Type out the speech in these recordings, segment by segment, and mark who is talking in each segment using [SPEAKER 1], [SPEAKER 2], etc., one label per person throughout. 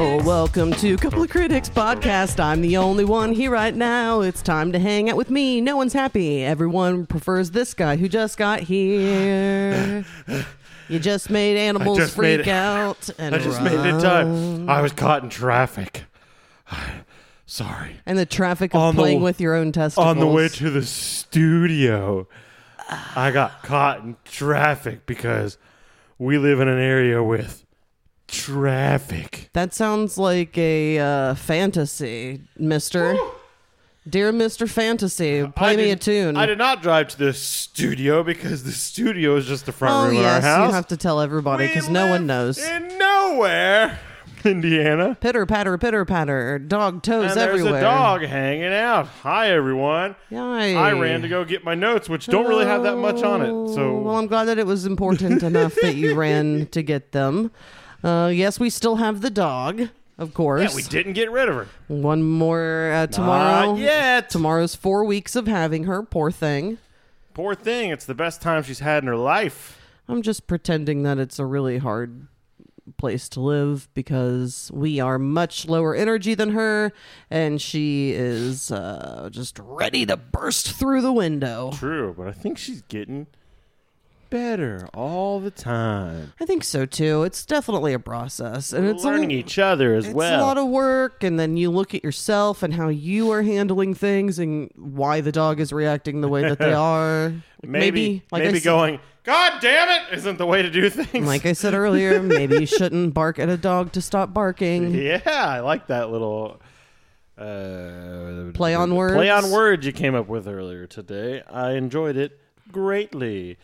[SPEAKER 1] welcome to Couple of Critics Podcast. I'm the only one here right now. It's time to hang out with me. No one's happy. Everyone prefers this guy who just got here. You just made animals
[SPEAKER 2] just
[SPEAKER 1] freak
[SPEAKER 2] made it.
[SPEAKER 1] out. And
[SPEAKER 2] I just made it in time. I was caught in traffic. Sorry.
[SPEAKER 1] And the traffic of
[SPEAKER 2] On the-
[SPEAKER 1] playing with your own testicles.
[SPEAKER 2] On the way to the studio, I got caught in traffic because we live in an area with traffic.
[SPEAKER 1] That sounds like a uh, fantasy, Mister. Dear Mister Fantasy, play
[SPEAKER 2] I
[SPEAKER 1] me a
[SPEAKER 2] did-
[SPEAKER 1] tune.
[SPEAKER 2] I did not drive to the studio because the studio is just the front
[SPEAKER 1] oh
[SPEAKER 2] room
[SPEAKER 1] yes,
[SPEAKER 2] of our house.
[SPEAKER 1] you have to tell everybody
[SPEAKER 2] We
[SPEAKER 1] because no
[SPEAKER 2] live
[SPEAKER 1] one knows.
[SPEAKER 2] In nowhere, Indiana.
[SPEAKER 1] pitter patter, pitter patter, dog toes
[SPEAKER 2] And there's
[SPEAKER 1] everywhere.
[SPEAKER 2] a dog hanging out. Hi, everyone.
[SPEAKER 1] Yay.
[SPEAKER 2] I ran to go get my notes, which don't really have that much on it. So
[SPEAKER 1] well, I'm glad that it was important enough that you ran to get them. Uh, yes, we still have the dog, of course.
[SPEAKER 2] Yeah, we didn't get rid of her.
[SPEAKER 1] One more uh, tomorrow.
[SPEAKER 2] Not yet.
[SPEAKER 1] Tomorrow's four weeks of having her. Poor thing.
[SPEAKER 2] Poor thing. It's the best time she's had in her life.
[SPEAKER 1] I'm just pretending that it's a really hard place to live because we are much lower energy than her, and she is uh, just ready to burst through the window.
[SPEAKER 2] True, but I think she's getting better all the time.
[SPEAKER 1] I think so too. It's definitely a process, and it's
[SPEAKER 2] Learning
[SPEAKER 1] a,
[SPEAKER 2] each other as
[SPEAKER 1] it's
[SPEAKER 2] well.
[SPEAKER 1] a lot of work. And then you look at yourself and how you are handling things, and why the dog is reacting the way that they are. Like,
[SPEAKER 2] maybe,
[SPEAKER 1] like I
[SPEAKER 2] maybe
[SPEAKER 1] said-
[SPEAKER 2] going, God damn it, isn't the way to do things.
[SPEAKER 1] Like I said earlier, maybe you shouldn't bark at a dog to stop barking.
[SPEAKER 2] yeah, I like that little uh,
[SPEAKER 1] Play on words.
[SPEAKER 2] Play on words you came up with earlier today. I enjoyed it greatly.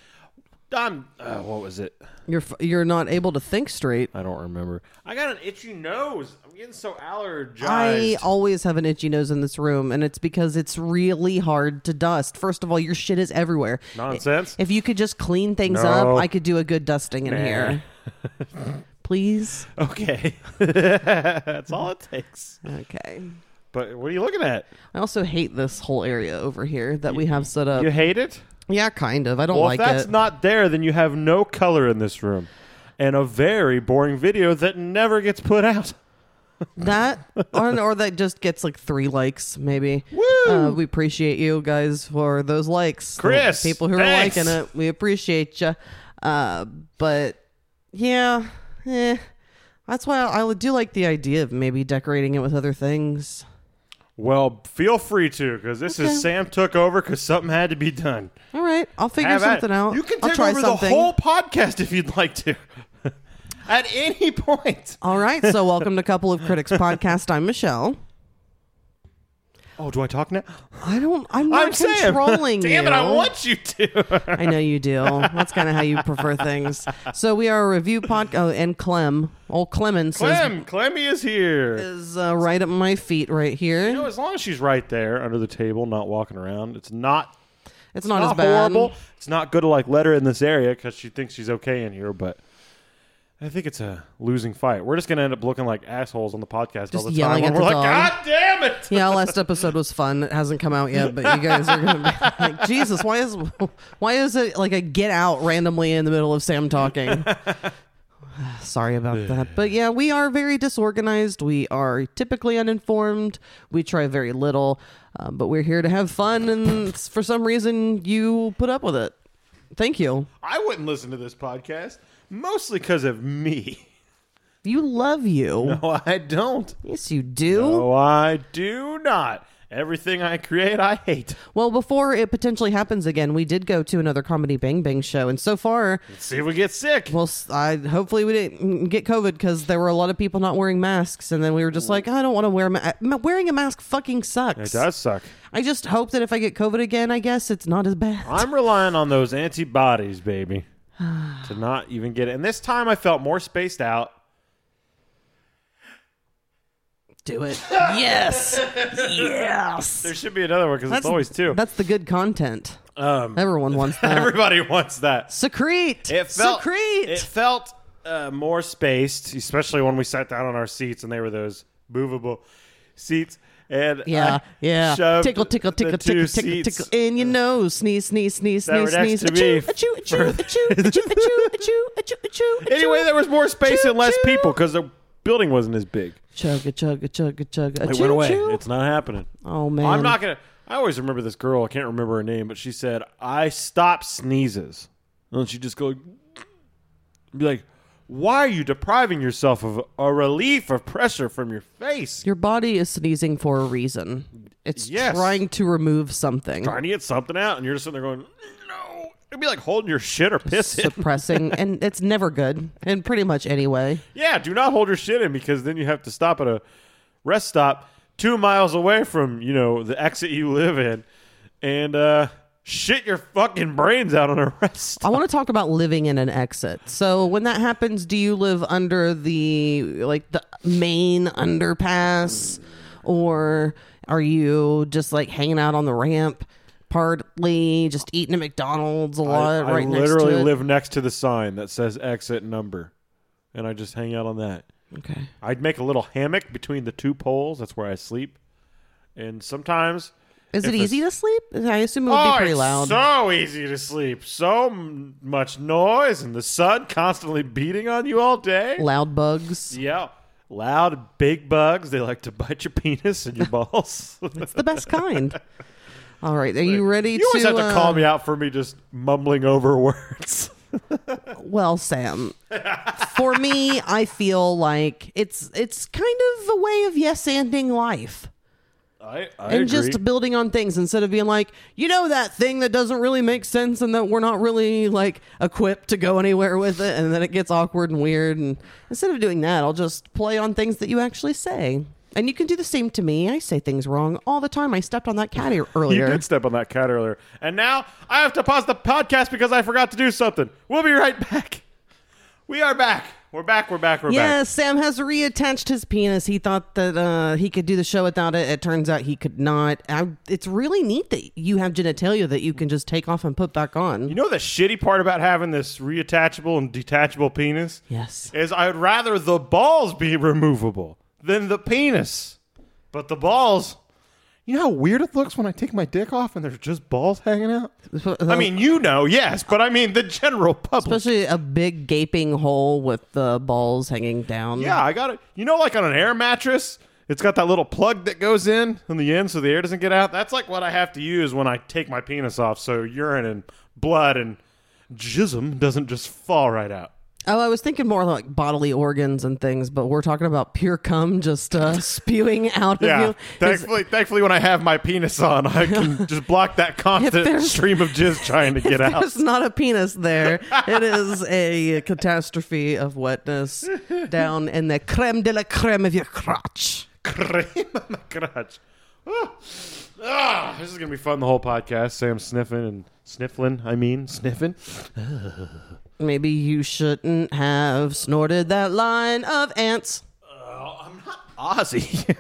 [SPEAKER 2] I'm, uh, what was it?
[SPEAKER 1] You're f- you're not able to think straight.
[SPEAKER 2] I don't remember. I got an itchy nose. I'm getting so allergized.
[SPEAKER 1] I always have an itchy nose in this room, and it's because it's really hard to dust. First of all, your shit is everywhere.
[SPEAKER 2] Nonsense.
[SPEAKER 1] If you could just clean things
[SPEAKER 2] No.
[SPEAKER 1] up, I could do a good dusting in
[SPEAKER 2] Nah.
[SPEAKER 1] here. Please.
[SPEAKER 2] Okay. That's all it takes.
[SPEAKER 1] Okay.
[SPEAKER 2] But what are you looking at?
[SPEAKER 1] I also hate this whole area over here that we have set up.
[SPEAKER 2] You hate it?
[SPEAKER 1] yeah, kind of. I don't
[SPEAKER 2] Well,
[SPEAKER 1] like
[SPEAKER 2] if that's
[SPEAKER 1] it.
[SPEAKER 2] not there, then you have no color in this room and a very boring video that never gets put out.
[SPEAKER 1] that or, or that just gets like three likes, maybe.
[SPEAKER 2] Woo!
[SPEAKER 1] Uh, we appreciate you guys for those likes, The
[SPEAKER 2] Chris,
[SPEAKER 1] people who
[SPEAKER 2] thanks.
[SPEAKER 1] are liking it, we appreciate you. Uh, but yeah, eh. that's why I, I do like the idea of maybe decorating it with other things.
[SPEAKER 2] Well, feel free to because this
[SPEAKER 1] Okay.
[SPEAKER 2] is Sam took over because something had to be done.
[SPEAKER 1] All right, I'll figure
[SPEAKER 2] Have at it.
[SPEAKER 1] something out.
[SPEAKER 2] You can
[SPEAKER 1] I'll
[SPEAKER 2] take
[SPEAKER 1] try
[SPEAKER 2] over
[SPEAKER 1] something.
[SPEAKER 2] the whole podcast if you'd like to. at any point.
[SPEAKER 1] All right, so welcome to Couple of Critics podcast. I'm Michelle.
[SPEAKER 2] Oh, do I talk now?
[SPEAKER 1] I don't. I'm not
[SPEAKER 2] I'm Sam.
[SPEAKER 1] controlling you.
[SPEAKER 2] Damn it, I want you to.
[SPEAKER 1] I know you do. That's kind of how you prefer things. So we are a review podcast. Oh, and Clem, old Clemens is,
[SPEAKER 2] Clem, Clemmy is here.
[SPEAKER 1] is uh, right at my feet right here.
[SPEAKER 2] You know, as long as she's right there under the table, not walking around, it's not
[SPEAKER 1] it's not, as
[SPEAKER 2] not
[SPEAKER 1] bad.
[SPEAKER 2] horrible. It's not good to like let her in this area because she thinks she's okay in here, but. I think it's a losing fight. We're just gonna end up looking like assholes on the podcast all
[SPEAKER 1] Just
[SPEAKER 2] the time.
[SPEAKER 1] yelling
[SPEAKER 2] when
[SPEAKER 1] at
[SPEAKER 2] we're
[SPEAKER 1] the
[SPEAKER 2] like,
[SPEAKER 1] dog.
[SPEAKER 2] God damn it!
[SPEAKER 1] Yeah, last episode was fun. It hasn't come out yet, but you guys are gonna be like, Jesus, why is why is it like a get out randomly in the middle of Sam talking? Sorry about that. But yeah, we are very disorganized. We are typically uninformed. We try very little, uh, but we're here to have fun. And it's- for some reason, you put up with it. Thank you.
[SPEAKER 2] I wouldn't listen to this podcast mostly because of me.
[SPEAKER 1] You love you.
[SPEAKER 2] No, I don't.
[SPEAKER 1] Yes, you do.
[SPEAKER 2] No, I do not. Everything I create, I hate.
[SPEAKER 1] Well, before it potentially happens again, we did go to another Comedy Bang Bang show. And so far,
[SPEAKER 2] Let's see if we get sick.
[SPEAKER 1] Well, s- I hopefully we didn't mm, get COVID because there were a lot of people not wearing masks, and then we were just like, I don't want to wear a ma- uh, ma- wearing a mask. Fucking
[SPEAKER 2] it
[SPEAKER 1] sucks.
[SPEAKER 2] does suck.
[SPEAKER 1] I just hope that if I get COVID again, I guess it's not as bad.
[SPEAKER 2] I'm relying on those antibodies, baby, to not even get it. And this time I felt more spaced out.
[SPEAKER 1] Do it. yes. yes.
[SPEAKER 2] There should be another one because it's always two.
[SPEAKER 1] That's the good content.
[SPEAKER 2] Um,
[SPEAKER 1] Everyone wants that.
[SPEAKER 2] everybody wants that.
[SPEAKER 1] Secrete.
[SPEAKER 2] It felt
[SPEAKER 1] Secrete.
[SPEAKER 2] it felt uh, more spaced, especially when we sat down on our seats and they were those movable seats. And
[SPEAKER 1] yeah,
[SPEAKER 2] I
[SPEAKER 1] yeah.
[SPEAKER 2] shoved
[SPEAKER 1] Tickle, tickle,
[SPEAKER 2] the
[SPEAKER 1] tickle,
[SPEAKER 2] two
[SPEAKER 1] tickle, tickle,
[SPEAKER 2] seats
[SPEAKER 1] tickle, in your nose. Sneeze, sneeze, sneeze,
[SPEAKER 2] that were
[SPEAKER 1] sneeze,
[SPEAKER 2] next
[SPEAKER 1] sneeze.
[SPEAKER 2] to me.
[SPEAKER 1] Achoo, achoo, achoo, achoo, achoo, achoo, achoo, achoo, achoo.
[SPEAKER 2] Anyway, there was more space
[SPEAKER 1] Choo,
[SPEAKER 2] and less
[SPEAKER 1] choo.
[SPEAKER 2] people because the building wasn't as big.
[SPEAKER 1] Chugga chugga chugga chugga.
[SPEAKER 2] It
[SPEAKER 1] Choo
[SPEAKER 2] went away.
[SPEAKER 1] choo.
[SPEAKER 2] It's not happening.
[SPEAKER 1] Oh man.
[SPEAKER 2] I'm not gonna. I always remember this girl. I can't remember her name, but she said I stop sneezes, and then she just go, be like, "Why are you depriving yourself of a relief of pressure from your face?
[SPEAKER 1] Your body is sneezing for a reason. It's
[SPEAKER 2] Yes.
[SPEAKER 1] trying to remove something,
[SPEAKER 2] trying to get something out, and you're just sitting there going, no." It'd be like holding your shit or piss in.
[SPEAKER 1] suppressing, and it's never good. In pretty much any way.
[SPEAKER 2] Yeah, do not hold your shit in because then you have to stop at a rest stop two miles away from you know the exit you live in, and uh, shit your fucking brains out on a rest stop.
[SPEAKER 1] I want to talk about living in an exit. So when that happens, do you live under the like the main underpass, or are you just like hanging out on the ramp, partly just eating at McDonald's a
[SPEAKER 2] I,
[SPEAKER 1] lot
[SPEAKER 2] I
[SPEAKER 1] right next
[SPEAKER 2] literally
[SPEAKER 1] to it?
[SPEAKER 2] live next to the sign that says exit number, and I just hang out on that.
[SPEAKER 1] okay.
[SPEAKER 2] I'd make a little hammock between the two poles. That's where I sleep. And sometimes,
[SPEAKER 1] Is
[SPEAKER 2] If
[SPEAKER 1] it
[SPEAKER 2] it's-
[SPEAKER 1] easy to sleep? I assume it would
[SPEAKER 2] oh,
[SPEAKER 1] be pretty
[SPEAKER 2] it's
[SPEAKER 1] loud.
[SPEAKER 2] so easy to sleep. So m- much noise and the sun constantly beating on you all day.
[SPEAKER 1] loud bugs.
[SPEAKER 2] yeah, loud big bugs. They like to bite your penis and your balls.
[SPEAKER 1] It's the best kind. All right, are you ready
[SPEAKER 2] you always
[SPEAKER 1] to,
[SPEAKER 2] have to
[SPEAKER 1] uh,
[SPEAKER 2] call me out for me just mumbling over words.
[SPEAKER 1] Well, Sam, for me, I feel like it's it's kind of a way of yes anding life.
[SPEAKER 2] I, I
[SPEAKER 1] and
[SPEAKER 2] agree.
[SPEAKER 1] just building on things instead of being like, you know, that thing that doesn't really make sense and that we're not really like equipped to go anywhere with it, and then it gets awkward and weird. And instead of doing that, I'll just play on things that you actually say. And you can do the same to me. I say things wrong all the time. I stepped on that cat ear-
[SPEAKER 2] You
[SPEAKER 1] earlier.
[SPEAKER 2] did step on that cat earlier. And now I have to pause the podcast because I forgot to do something. We'll be right back. We are back. We're back. We're back. We're
[SPEAKER 1] Yeah,
[SPEAKER 2] back.
[SPEAKER 1] Sam has reattached his penis. He thought that uh, he could do the show without it. It turns out he could not. I, it's really neat that you have genitalia that you can just take off and put back
[SPEAKER 2] You
[SPEAKER 1] on.
[SPEAKER 2] know the shitty part about having this reattachable and detachable penis
[SPEAKER 1] Yes.
[SPEAKER 2] is I would rather the balls be removable than the penis. But the balls, you know how weird it looks when I take my dick off and there's just balls hanging out? I mean, you know, yes, but I mean the general public.
[SPEAKER 1] Especially a big gaping hole with the balls hanging down.
[SPEAKER 2] Yeah, I got it. You know, like on an air mattress, it's got that little plug that goes in on the end so the air doesn't get out. That's like what I have to use when I take my penis off so urine and blood and jism doesn't just fall right out.
[SPEAKER 1] Oh, I was thinking more like bodily organs and things, but we're talking about pure cum just uh, spewing out of
[SPEAKER 2] Yeah.
[SPEAKER 1] you. It's-
[SPEAKER 2] Thankfully, thankfully, when I have my penis on, I can just block that constant
[SPEAKER 1] there's-
[SPEAKER 2] stream of jizz trying to get out.
[SPEAKER 1] There's not a penis there. It is a catastrophe of wetness down in the creme de la creme of your crotch.
[SPEAKER 2] Cream on my crotch. Ah. Ah, this is gonna be fun the whole podcast. Sam sniffing and sniffling. I mean, sniffing.
[SPEAKER 1] Maybe you shouldn't have snorted that line of ants.
[SPEAKER 2] Ozzy.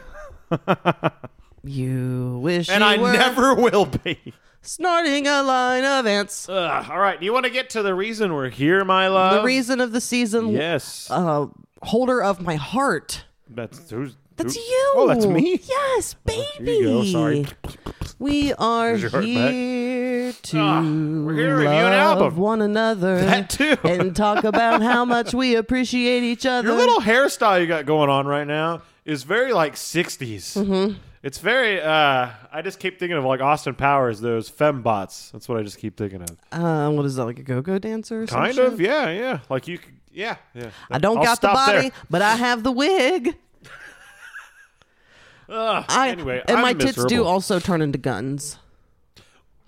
[SPEAKER 1] You wish
[SPEAKER 2] and
[SPEAKER 1] you
[SPEAKER 2] I
[SPEAKER 1] were
[SPEAKER 2] never will be.
[SPEAKER 1] snorting a line of ants.
[SPEAKER 2] Ugh, all right, do you want to get to the reason we're here, my love?
[SPEAKER 1] the reason of the season,
[SPEAKER 2] Yes,
[SPEAKER 1] uh, holder of my heart.
[SPEAKER 2] that's who's.
[SPEAKER 1] That's
[SPEAKER 2] who-
[SPEAKER 1] you.
[SPEAKER 2] Oh, that's me. Oh,
[SPEAKER 1] Yes, baby.
[SPEAKER 2] Here you go. Sorry.
[SPEAKER 1] We are
[SPEAKER 2] your heart back.
[SPEAKER 1] here to
[SPEAKER 2] Ah, we're here to review an
[SPEAKER 1] love
[SPEAKER 2] album.
[SPEAKER 1] one another.
[SPEAKER 2] That too.
[SPEAKER 1] and talk about how much we appreciate each other.
[SPEAKER 2] Your little hairstyle you got going on right now is very like '60s.
[SPEAKER 1] Mm-hmm.
[SPEAKER 2] It's very. uh I just keep thinking of like Austin Powers, those fembots. That's what I just keep thinking of.
[SPEAKER 1] uh, what is that like a go-go dancer? Or some
[SPEAKER 2] Kind
[SPEAKER 1] shit?
[SPEAKER 2] of. Yeah. Yeah. Like you. could- Yeah. Yeah.
[SPEAKER 1] I don't
[SPEAKER 2] I'll
[SPEAKER 1] got the
[SPEAKER 2] stop
[SPEAKER 1] body,
[SPEAKER 2] there.
[SPEAKER 1] but I have the wig.
[SPEAKER 2] Ugh,
[SPEAKER 1] I,
[SPEAKER 2] anyway,
[SPEAKER 1] and
[SPEAKER 2] I'm
[SPEAKER 1] my tits do
[SPEAKER 2] miserable.
[SPEAKER 1] also turn into guns.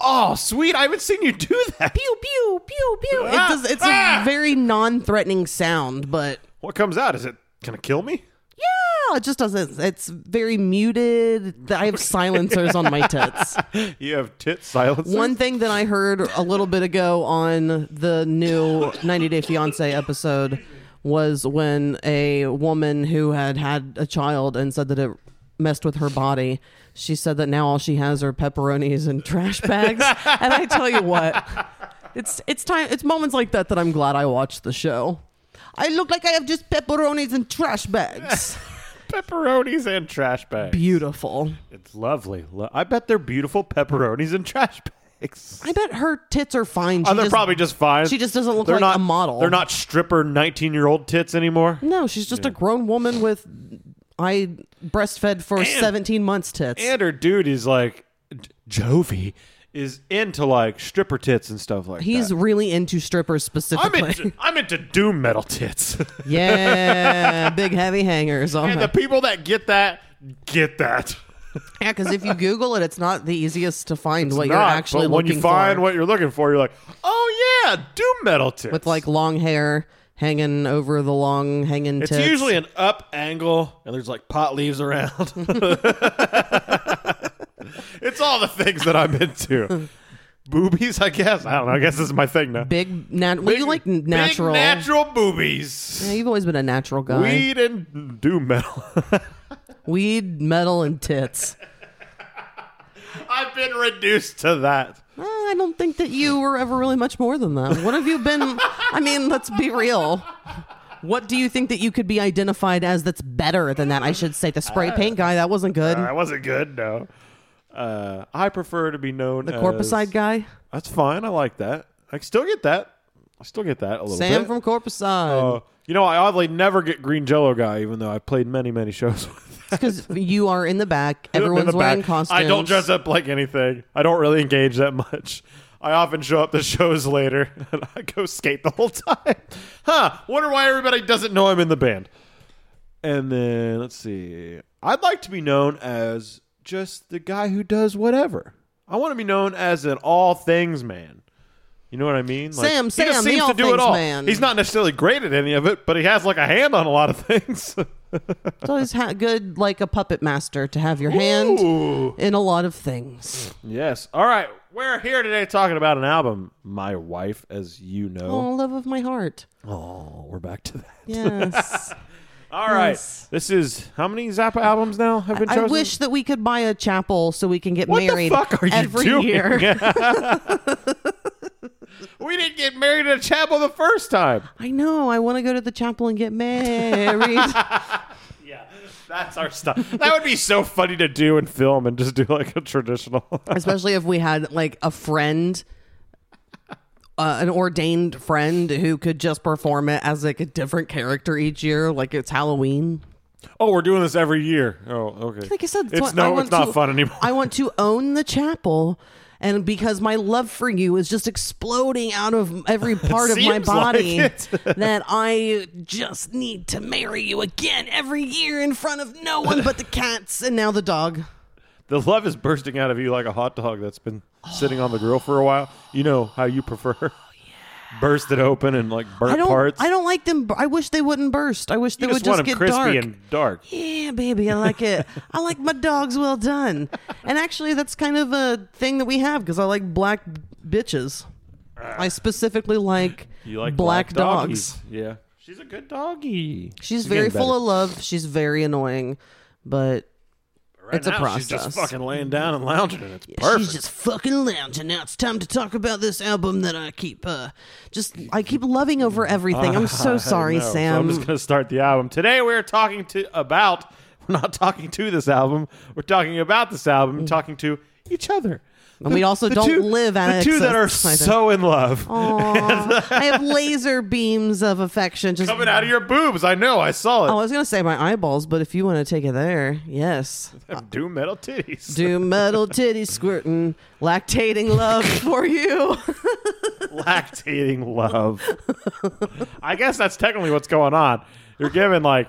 [SPEAKER 2] Oh, sweet! I haven't seen you do that.
[SPEAKER 1] Pew pew pew pew. It
[SPEAKER 2] Ah,
[SPEAKER 1] does, it's
[SPEAKER 2] ah.
[SPEAKER 1] a very non-threatening sound, but
[SPEAKER 2] What comes out? Is it gonna kill me?
[SPEAKER 1] yeah, it just doesn't. It's very muted. I have silencers on my tits.
[SPEAKER 2] You have tit silence.
[SPEAKER 1] One thing that I heard a little bit ago on the new 90 Day Fiance episode was when a woman who had had a child and said that it messed with her body. She said that now all she has are pepperonis and trash bags. and I tell you what, it's it's time. It's moments like that that I'm glad I watched the show. I look like I have just pepperonis and trash bags.
[SPEAKER 2] pepperonis and trash bags.
[SPEAKER 1] Beautiful.
[SPEAKER 2] It's lovely. Lo- I bet they're beautiful pepperonis and trash bags. six.
[SPEAKER 1] I bet her tits are fine. She
[SPEAKER 2] Oh, they're
[SPEAKER 1] just-
[SPEAKER 2] probably just fine.
[SPEAKER 1] She just doesn't look
[SPEAKER 2] they're
[SPEAKER 1] like
[SPEAKER 2] not,
[SPEAKER 1] a model.
[SPEAKER 2] They're not stripper 19 year old tits anymore.
[SPEAKER 1] No, she's just a grown woman with I breastfed for 17 months tits.
[SPEAKER 2] And her dude is like, J- Jovi is into like stripper tits and stuff like
[SPEAKER 1] He's
[SPEAKER 2] that.
[SPEAKER 1] really into strippers
[SPEAKER 2] I'm
[SPEAKER 1] specifically.
[SPEAKER 2] into, I'm into doom metal tits.
[SPEAKER 1] yeah, big heavy hangers. Oh
[SPEAKER 2] and
[SPEAKER 1] my-
[SPEAKER 2] the people that get that, get that.
[SPEAKER 1] yeah, because if you Google it, it's not the easiest to find what you're
[SPEAKER 2] Not,
[SPEAKER 1] actually
[SPEAKER 2] but when
[SPEAKER 1] looking
[SPEAKER 2] you find
[SPEAKER 1] for.
[SPEAKER 2] what you're looking for, you're like, oh yeah, doom metal tits.
[SPEAKER 1] with like long hair hanging over the long hanging
[SPEAKER 2] it's
[SPEAKER 1] tits.
[SPEAKER 2] usually an up angle, and there's like pot leaves around. it's all the things that I'm into. Boobies, I guess. I don't know. I guess this is my thing now.
[SPEAKER 1] big. Nat- well, you like
[SPEAKER 2] Big
[SPEAKER 1] natural.
[SPEAKER 2] natural
[SPEAKER 1] Yeah,
[SPEAKER 2] boobies.
[SPEAKER 1] you've always been a natural guy.
[SPEAKER 2] Weed and doom metal.
[SPEAKER 1] Weed, metal, and tits.
[SPEAKER 2] I've been reduced to that.
[SPEAKER 1] Uh, I don't think that you were ever really much more than that. What have you been? I mean, let's be real. What do you think that you could be identified as that's better than that? I should say the spray
[SPEAKER 2] Uh,
[SPEAKER 1] paint guy, that wasn't good.
[SPEAKER 2] That wasn't good. No, uh, I prefer to be known
[SPEAKER 1] the
[SPEAKER 2] as
[SPEAKER 1] Corpuside guy?
[SPEAKER 2] That's fine. I like that. I still get that. I still get that a little
[SPEAKER 1] Sam
[SPEAKER 2] bit.
[SPEAKER 1] from Corpuside.
[SPEAKER 2] Uh, you know, I oddly never get Green Jello guy, even though I played many, many shows with him.
[SPEAKER 1] Because you are in the back,
[SPEAKER 2] In
[SPEAKER 1] everyone's
[SPEAKER 2] the back.
[SPEAKER 1] wearing costumes.
[SPEAKER 2] I don't dress up like anything. I don't really engage that much. I often show up to shows later and I go skate the whole time. Huh. Wonder why everybody doesn't know I'm in the band. And then let's see. I'd like to be known as just the guy who does whatever. I want to be known as an all things man. You know what I mean? Like,
[SPEAKER 1] Sam,
[SPEAKER 2] he just
[SPEAKER 1] Sam, the
[SPEAKER 2] seems
[SPEAKER 1] all
[SPEAKER 2] to do it
[SPEAKER 1] things
[SPEAKER 2] all.
[SPEAKER 1] man.
[SPEAKER 2] He's not necessarily great at any of it, but he has like a hand on a lot of things.
[SPEAKER 1] It's always ha- good, like a puppet master, to have your hand
[SPEAKER 2] Ooh.
[SPEAKER 1] in a lot of things.
[SPEAKER 2] Yes. All right. We're here today talking about an album, My Wife, as you know.
[SPEAKER 1] Oh, love of my heart.
[SPEAKER 2] Oh, we're back to that.
[SPEAKER 1] Yes.
[SPEAKER 2] All right.
[SPEAKER 1] Yes.
[SPEAKER 2] This is how many Zappa albums now have been
[SPEAKER 1] I
[SPEAKER 2] chosen?
[SPEAKER 1] wish that we could buy a chapel so we can get
[SPEAKER 2] What
[SPEAKER 1] married
[SPEAKER 2] the fuck are you
[SPEAKER 1] every
[SPEAKER 2] doing?
[SPEAKER 1] year.
[SPEAKER 2] we didn't get married at a chapel the first time.
[SPEAKER 1] I know. I want to go to the chapel and get married.
[SPEAKER 2] Yeah, that's our stuff. That would be so funny to do in film and just do like a traditional.
[SPEAKER 1] Especially if we had like a friend, uh, an ordained friend who could just perform it as like a different character each year, like it's Halloween.
[SPEAKER 2] oh, we're doing this every year. Oh, okay.
[SPEAKER 1] Like I said,
[SPEAKER 2] it's
[SPEAKER 1] what- I
[SPEAKER 2] no,
[SPEAKER 1] want
[SPEAKER 2] it's not
[SPEAKER 1] to-
[SPEAKER 2] fun anymore.
[SPEAKER 1] I want to own the chapel. And because my love for you is just exploding out of every part of my
[SPEAKER 2] seems
[SPEAKER 1] body,
[SPEAKER 2] like it.
[SPEAKER 1] that I just need to marry you again every year in front of no one but the cats and now the dog.
[SPEAKER 2] The love is bursting out of you like a hot dog that's been sitting on the grill for a while. You know how you prefer. Burst it open and like burnt
[SPEAKER 1] Oh, I don't.
[SPEAKER 2] parts.
[SPEAKER 1] I don't like them. I wish they wouldn't burst. I wish they
[SPEAKER 2] you
[SPEAKER 1] would
[SPEAKER 2] just want
[SPEAKER 1] just get
[SPEAKER 2] them crispy
[SPEAKER 1] dark.
[SPEAKER 2] and dark.
[SPEAKER 1] yeah, baby, I like it. I like my dogs well done. And actually, that's kind of a thing that we have because I like black bitches. I specifically like,
[SPEAKER 2] You like
[SPEAKER 1] black, dogs.
[SPEAKER 2] doggies. Yeah. She's a good doggy.
[SPEAKER 1] She's very full of love. She's very annoying, but
[SPEAKER 2] Right
[SPEAKER 1] it's a
[SPEAKER 2] now, She's
[SPEAKER 1] process.
[SPEAKER 2] just fucking laying down and lounging, and it's perfect.
[SPEAKER 1] she's just fucking lounging. Now it's time to talk about this album that I keep, uh, just I keep loving over everything. I'm so sorry,
[SPEAKER 2] No, so I'm
[SPEAKER 1] Sam.
[SPEAKER 2] just gonna start the album today. We're talking to about. We're not talking to this album. We're talking about this album. and Talking to each other.
[SPEAKER 1] Mm. And we also don't live
[SPEAKER 2] the
[SPEAKER 1] at Oh.
[SPEAKER 2] two that are
[SPEAKER 1] excess, I think.
[SPEAKER 2] so in love.
[SPEAKER 1] Aw, I have laser beams of affection just
[SPEAKER 2] coming out of your boobs. I know. I saw it.
[SPEAKER 1] Oh, I was gonna say my eyeballs, but if you want to take it there, yes.
[SPEAKER 2] Doom metal titties.
[SPEAKER 1] Oh. Do metal titty squirting, lactating love for you.
[SPEAKER 2] Lactating love. I guess that's technically what's going on. You're giving like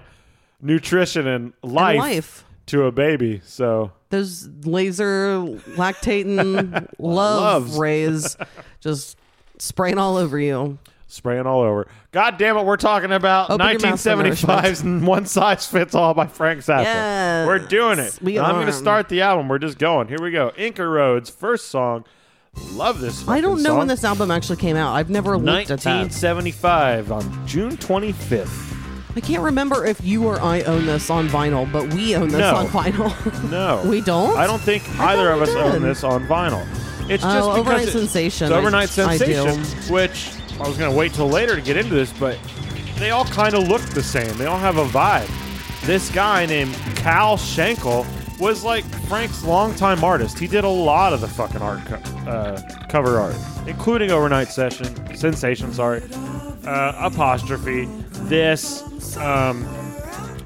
[SPEAKER 2] nutrition and life,
[SPEAKER 1] life.
[SPEAKER 2] to a baby. So
[SPEAKER 1] Those laser lactating love
[SPEAKER 2] Loves.
[SPEAKER 1] rays just spraying all over you.
[SPEAKER 2] spraying all over. God damn it, we're talking about
[SPEAKER 1] Open your mouth for
[SPEAKER 2] 1975's One Size Fits All by Frank Zappa.
[SPEAKER 1] Yes,
[SPEAKER 2] we're doing it.
[SPEAKER 1] we
[SPEAKER 2] And I'm
[SPEAKER 1] are.
[SPEAKER 2] going to start the album. We're just going. Here we go. Inca Roads, first song. Love this.
[SPEAKER 1] I don't
[SPEAKER 2] fucking
[SPEAKER 1] know when
[SPEAKER 2] song.
[SPEAKER 1] this album actually came out. I've never looked at that.
[SPEAKER 2] 1975 on June 25th.
[SPEAKER 1] I can't remember if you or I own this on vinyl, but we own this
[SPEAKER 2] No.
[SPEAKER 1] on vinyl.
[SPEAKER 2] No,
[SPEAKER 1] We don't?
[SPEAKER 2] I don't think
[SPEAKER 1] I
[SPEAKER 2] either
[SPEAKER 1] thought
[SPEAKER 2] of us
[SPEAKER 1] we
[SPEAKER 2] own
[SPEAKER 1] did.
[SPEAKER 2] this on vinyl. It's
[SPEAKER 1] Oh,
[SPEAKER 2] just
[SPEAKER 1] Overnight
[SPEAKER 2] because it-
[SPEAKER 1] Sensation.
[SPEAKER 2] It's overnight
[SPEAKER 1] I- I do.
[SPEAKER 2] sensation, which I was going to wait till later to get into this, but they all kind of look the same. They all have a vibe. This guy named Cal Schenkel was like Frank's longtime artist. He did a lot of the fucking art co- uh, cover art, including Overnight Session, Sensation, sorry, uh, Apostrophe, this, um,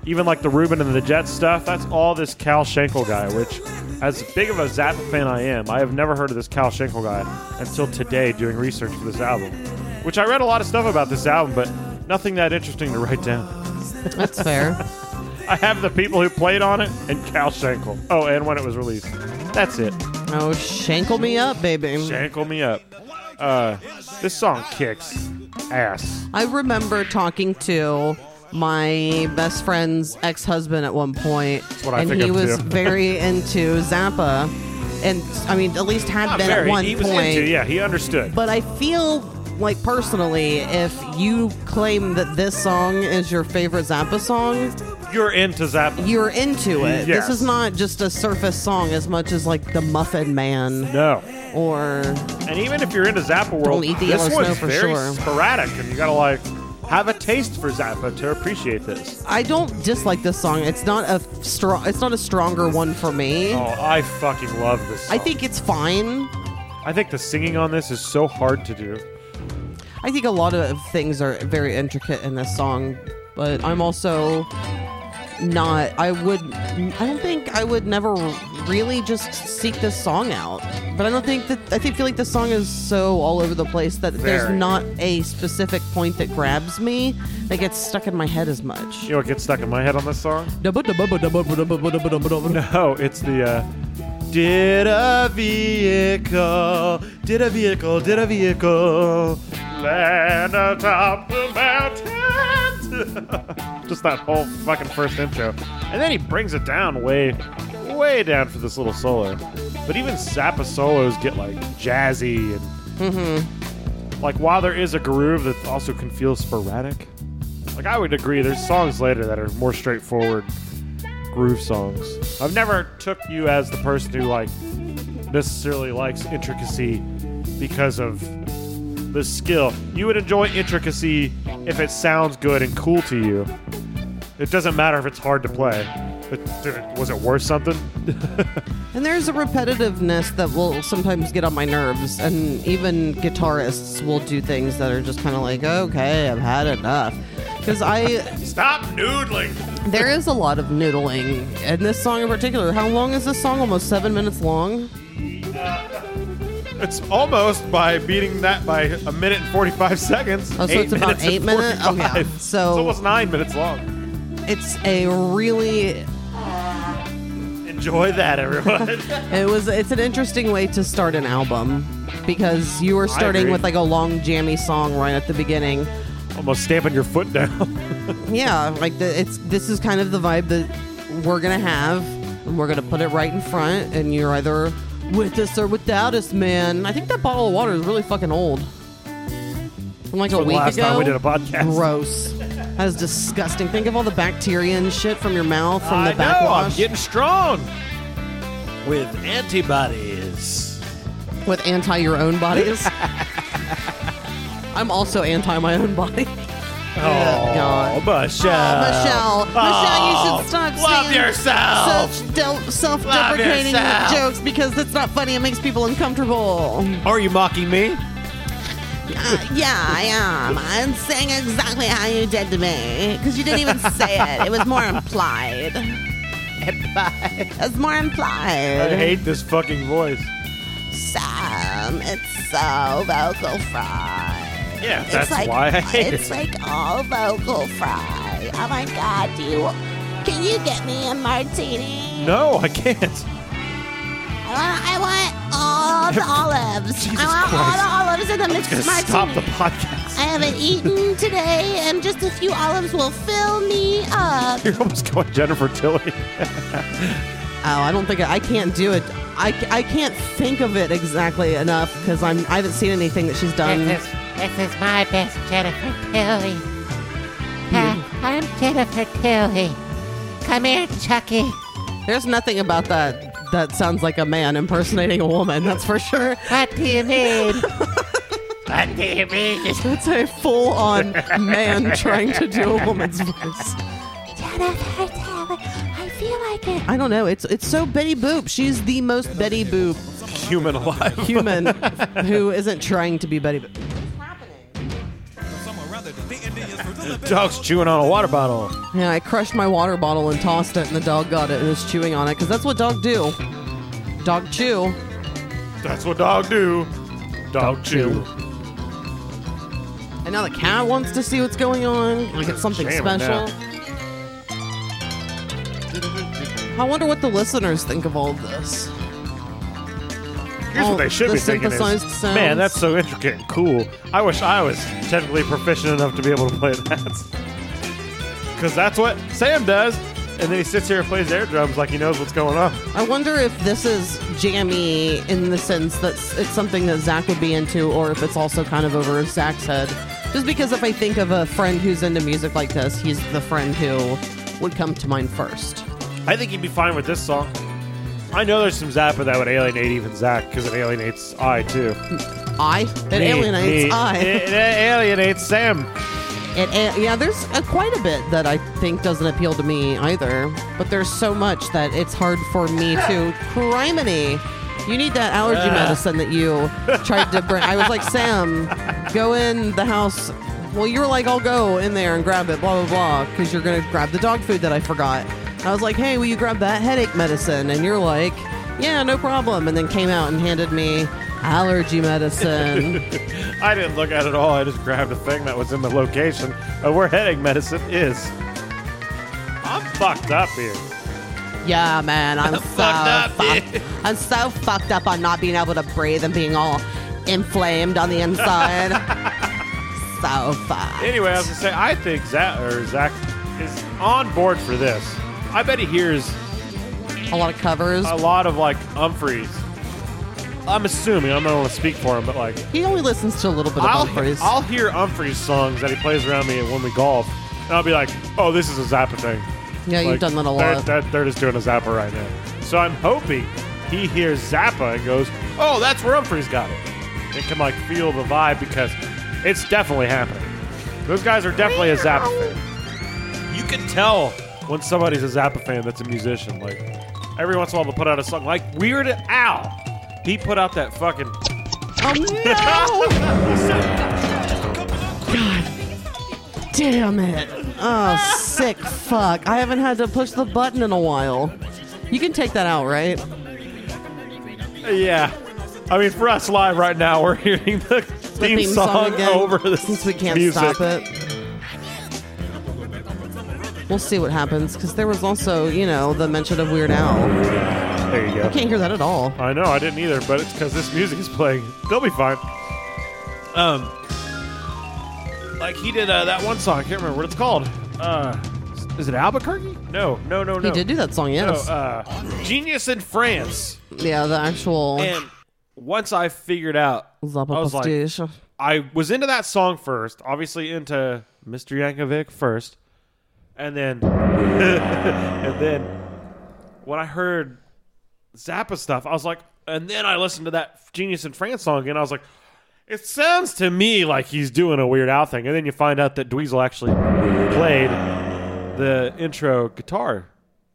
[SPEAKER 2] even like the Ruben and the Jet stuff. That's all this Cal Schenkel guy, which, as big of a Zappa fan I am, I have never heard of this Cal Schenkel guy until today doing research for this album, which I read a lot of stuff about this album, but nothing that interesting to write down.
[SPEAKER 1] That's fair.
[SPEAKER 2] I have the people who played on it and Cal Schenkel. Oh, and when it was released. That's it.
[SPEAKER 1] Oh, shankle me up, baby.
[SPEAKER 2] Schenkel me up. Uh, this song kicks ass.
[SPEAKER 1] I remember talking to my best friend's ex husband at one point,
[SPEAKER 2] what I
[SPEAKER 1] and
[SPEAKER 2] think
[SPEAKER 1] he
[SPEAKER 2] of,
[SPEAKER 1] was
[SPEAKER 2] too.
[SPEAKER 1] very into Zappa, and I mean, at least had been at one
[SPEAKER 2] he was
[SPEAKER 1] point.
[SPEAKER 2] into, yeah, he understood.
[SPEAKER 1] But I feel like personally, if you claim that this song is your favorite Zappa song,
[SPEAKER 2] You're into Zappa.
[SPEAKER 1] you're into it.
[SPEAKER 2] Yes.
[SPEAKER 1] This is not just a surface song as much as like the Muffin Man
[SPEAKER 2] No.
[SPEAKER 1] or
[SPEAKER 2] And even if you're into Zappa world,
[SPEAKER 1] Don't eat the
[SPEAKER 2] this
[SPEAKER 1] yellow
[SPEAKER 2] one's
[SPEAKER 1] snow for
[SPEAKER 2] very
[SPEAKER 1] sure.
[SPEAKER 2] sporadic, and you gotta like have a taste for Zappa to appreciate this.
[SPEAKER 1] I don't dislike this song. It's not a strong. It's not a stronger one for me.
[SPEAKER 2] Oh, I fucking love this. Song.
[SPEAKER 1] I think it's fine.
[SPEAKER 2] I think the singing on this is so hard to do.
[SPEAKER 1] I think a lot of things are very intricate in this song, but I'm also not. I would. I don't think I would never really just seek this song out. But I don't think that. I think feel like this song is so all over the place that
[SPEAKER 2] Very.
[SPEAKER 1] there's not a specific point that grabs me that gets stuck in my head as much.
[SPEAKER 2] You know what gets stuck in my head on this song? No, it's the uh, did a vehicle, did a vehicle, did a vehicle land atop the mountains? Just that whole fucking first intro, and then he brings it down way, way down for this little solo. But even Zappa solos get like jazzy and like while there is a groove that also can feel sporadic. Like I would agree, there's songs later that are more straightforward groove songs. I've never took you as the person who like necessarily likes intricacy because of the skill. You would enjoy intricacy if it sounds good and cool to you. It doesn't matter if it's hard to play. It, did it- was it worth something?
[SPEAKER 1] And there's a repetitiveness that will sometimes get on my nerves, and even guitarists will do things that are just kind of like, okay, I've had enough. Because I,
[SPEAKER 2] Stop noodling.
[SPEAKER 1] there is a lot of noodling, and this song in particular. How long is this song? Almost seven minutes long.
[SPEAKER 2] It's almost by beating that by a minute and 45 seconds.
[SPEAKER 1] Oh, so it's about
[SPEAKER 2] and
[SPEAKER 1] eight minute? Oh, yeah.
[SPEAKER 2] 45.
[SPEAKER 1] So-
[SPEAKER 2] it's almost nine minutes long.
[SPEAKER 1] It's a really,
[SPEAKER 2] Enjoy that, everyone.
[SPEAKER 1] it was, it's an interesting way to start an album because you were starting
[SPEAKER 2] agree.
[SPEAKER 1] with like a long jammy song right at the beginning.
[SPEAKER 2] almost stamping your foot down.
[SPEAKER 1] yeah like the, it's this is kind of the vibe that we're gonna have and we're gonna put it right in front and you're either with us or without us man i think that bottle of water is really fucking old from like a
[SPEAKER 2] the
[SPEAKER 1] week
[SPEAKER 2] last
[SPEAKER 1] ago
[SPEAKER 2] time we did a podcast.
[SPEAKER 1] gross that is disgusting think of all the bacteria and shit from your mouth from the
[SPEAKER 2] I know, I'm
[SPEAKER 1] backwash
[SPEAKER 2] getting strong with antibodies.
[SPEAKER 1] with anti your own bodies i'm also anti my own body
[SPEAKER 2] Oh,
[SPEAKER 1] God.
[SPEAKER 2] Michelle.
[SPEAKER 1] Oh, Michelle, Michelle, you should stop
[SPEAKER 2] Love
[SPEAKER 1] saying
[SPEAKER 2] yourself.
[SPEAKER 1] such del- self-deprecating
[SPEAKER 2] Love yourself.
[SPEAKER 1] jokes because that's not funny. It makes people uncomfortable.
[SPEAKER 2] Are you mocking me?
[SPEAKER 1] Uh, yeah, I am. I'm saying exactly how you did to me because you didn't even say it. It was more implied. It was more
[SPEAKER 2] I
[SPEAKER 1] implied.
[SPEAKER 2] hate this fucking voice.
[SPEAKER 1] Sam, it's so vocal fry.
[SPEAKER 2] Yeah,
[SPEAKER 3] It's
[SPEAKER 2] that's
[SPEAKER 3] like-
[SPEAKER 2] why I hate
[SPEAKER 3] It's
[SPEAKER 2] it.
[SPEAKER 3] like all vocal fry. Oh my god, do you can you get me a martini?
[SPEAKER 2] no, I can't.
[SPEAKER 3] I want I want all the olives.
[SPEAKER 2] Jesus
[SPEAKER 3] I want all
[SPEAKER 2] Christ.
[SPEAKER 3] the olives in the mixed
[SPEAKER 2] Gonna
[SPEAKER 3] martini.
[SPEAKER 2] stop the podcast.
[SPEAKER 3] I haven't eaten today and just a few olives will fill me up.
[SPEAKER 2] You're almost going Jennifer Tilly.
[SPEAKER 1] Oh, I don't think I, I can't do it. I, I can't think of it exactly enough because I'm I haven't seen anything that she's done.
[SPEAKER 2] Um,
[SPEAKER 4] This is, this is my best Jennifer Tilly. Hi, I'm Jennifer Tilly. Come here, Chucky.
[SPEAKER 1] There's nothing about that that sounds like a man impersonating a woman, that's for sure.
[SPEAKER 4] What do you mean? what do you mean?
[SPEAKER 1] That's a full on man trying to do a woman's voice.
[SPEAKER 3] Jennifer Taylor, I feel like it.
[SPEAKER 1] I don't know. It's it's so Betty Boop. She's the most Betty Boop
[SPEAKER 2] Human alive.
[SPEAKER 1] human who isn't trying to be Betty Boop.
[SPEAKER 2] Dog's chewing on a water bottle.
[SPEAKER 1] Yeah, I crushed my water bottle and tossed it, and the dog got it and was chewing on it because that's what dog do. Dog chew.
[SPEAKER 2] That's what dog do. Dog, chew.
[SPEAKER 1] And now the cat wants to see what's going on. Like it's something
[SPEAKER 2] Jam it
[SPEAKER 1] special. I wonder what the listeners think of all of this.
[SPEAKER 2] Here's
[SPEAKER 1] Oh,
[SPEAKER 2] what they should
[SPEAKER 1] the
[SPEAKER 2] be thinking
[SPEAKER 1] synthesized
[SPEAKER 2] is,
[SPEAKER 1] sounds.
[SPEAKER 2] man, that's so intricate and cool. I wish I was technically proficient enough to be able to play that. Because that's what Sam does. And then he sits here and plays air drums like he knows what's going on.
[SPEAKER 1] I wonder if this is jammy in the sense that s- it's something that Zach would be into, or if it's also kind of over Zach's head. Just because if I think of a friend who's into music like this, he's the friend who would come to mind first.
[SPEAKER 2] I think he'd be fine with this song. I know there's some Zappa that would alienate even Zach because it alienates I too.
[SPEAKER 1] I. It
[SPEAKER 2] Me,
[SPEAKER 1] alienates
[SPEAKER 2] me.
[SPEAKER 1] I.
[SPEAKER 2] It, it alienates Sam.
[SPEAKER 1] It, it, yeah, there's uh quite a bit that I think doesn't appeal to me either, but there's so much that it's hard for me to. Criminy! You need that allergy medicine that you tried to bring. I was like, Sam, go in the house. Well, you were like, I'll go in there and grab it, blah, blah, blah, because you're going to grab the dog food that I forgot. I was like, hey, will you grab that headache medicine? And you're like, yeah, no problem. And then came out and handed me allergy medicine.
[SPEAKER 2] I didn't look at it at all. I just grabbed a thing that was in the location of where headache medicine is. I'm fucked up here.
[SPEAKER 1] Yeah, man, I'm, so
[SPEAKER 2] up,
[SPEAKER 1] fucked. I'm so fucked up on not being able to breathe and being all inflamed on the inside. so fucked.
[SPEAKER 2] Anyway, I was gonna say I think Zach or Zach is on board for this. I bet he hears
[SPEAKER 1] a lot of covers.
[SPEAKER 2] a lot of like Humphreys. I'm assuming I'm not want to speak for him, but like
[SPEAKER 1] he only listens to a little bit of
[SPEAKER 2] I'll,
[SPEAKER 1] Humphreys.
[SPEAKER 2] I'll hear Humphreys songs that he plays around me when we golf, and I'll be like, "Oh, this is a Zappa thing."
[SPEAKER 1] Yeah, you've
[SPEAKER 2] Like,
[SPEAKER 1] done that a
[SPEAKER 2] they're-
[SPEAKER 1] lot.
[SPEAKER 2] They're, they're just doing a Zappa right now. So I'm hoping he hears Zappa and goes, "Oh, that's where Humphrey's got it," and can like feel the vibe because it's definitely happening. Those guys are definitely a Zappa fan. You can tell when somebody's a Zappa fan that's a musician. Like every once in a while, they'll put out a song like Weird Al. He put out that fucking.
[SPEAKER 1] oh no! Damn it! Oh, sick fuck! I haven't had to push the button in a while. You can take that out, right?
[SPEAKER 2] Yeah. I mean, for us live right now, we're hearing the
[SPEAKER 1] The
[SPEAKER 2] theme, song,
[SPEAKER 1] again,
[SPEAKER 2] over the
[SPEAKER 1] since we can't
[SPEAKER 2] music.
[SPEAKER 1] stop it. We'll see what happens because there was also, you know, the mention of Weird Al.
[SPEAKER 2] There you go.
[SPEAKER 1] Can't hear that at all.
[SPEAKER 2] I know, I didn't either, but it's because this music is playing. They'll be fine. Um, like he did uh, that one song. I can't remember what it's called. Uh, is it Albuquerque? No, no, no, no.
[SPEAKER 1] He did do that song,
[SPEAKER 2] No,
[SPEAKER 1] yes.
[SPEAKER 2] uh, Genius in France.
[SPEAKER 1] yeah, the actual
[SPEAKER 2] And once I figured out, I
[SPEAKER 1] Zappa
[SPEAKER 2] was like,
[SPEAKER 1] pastiche.
[SPEAKER 2] I was into that song first, obviously into Mr. Yankovic first, and then and then when I heard Zappa stuff, I was like, and then I listened to that Genius in France song again. I was like, it sounds to me like he's doing a Weird Al thing, and then you find out that Dweezil actually played the intro guitar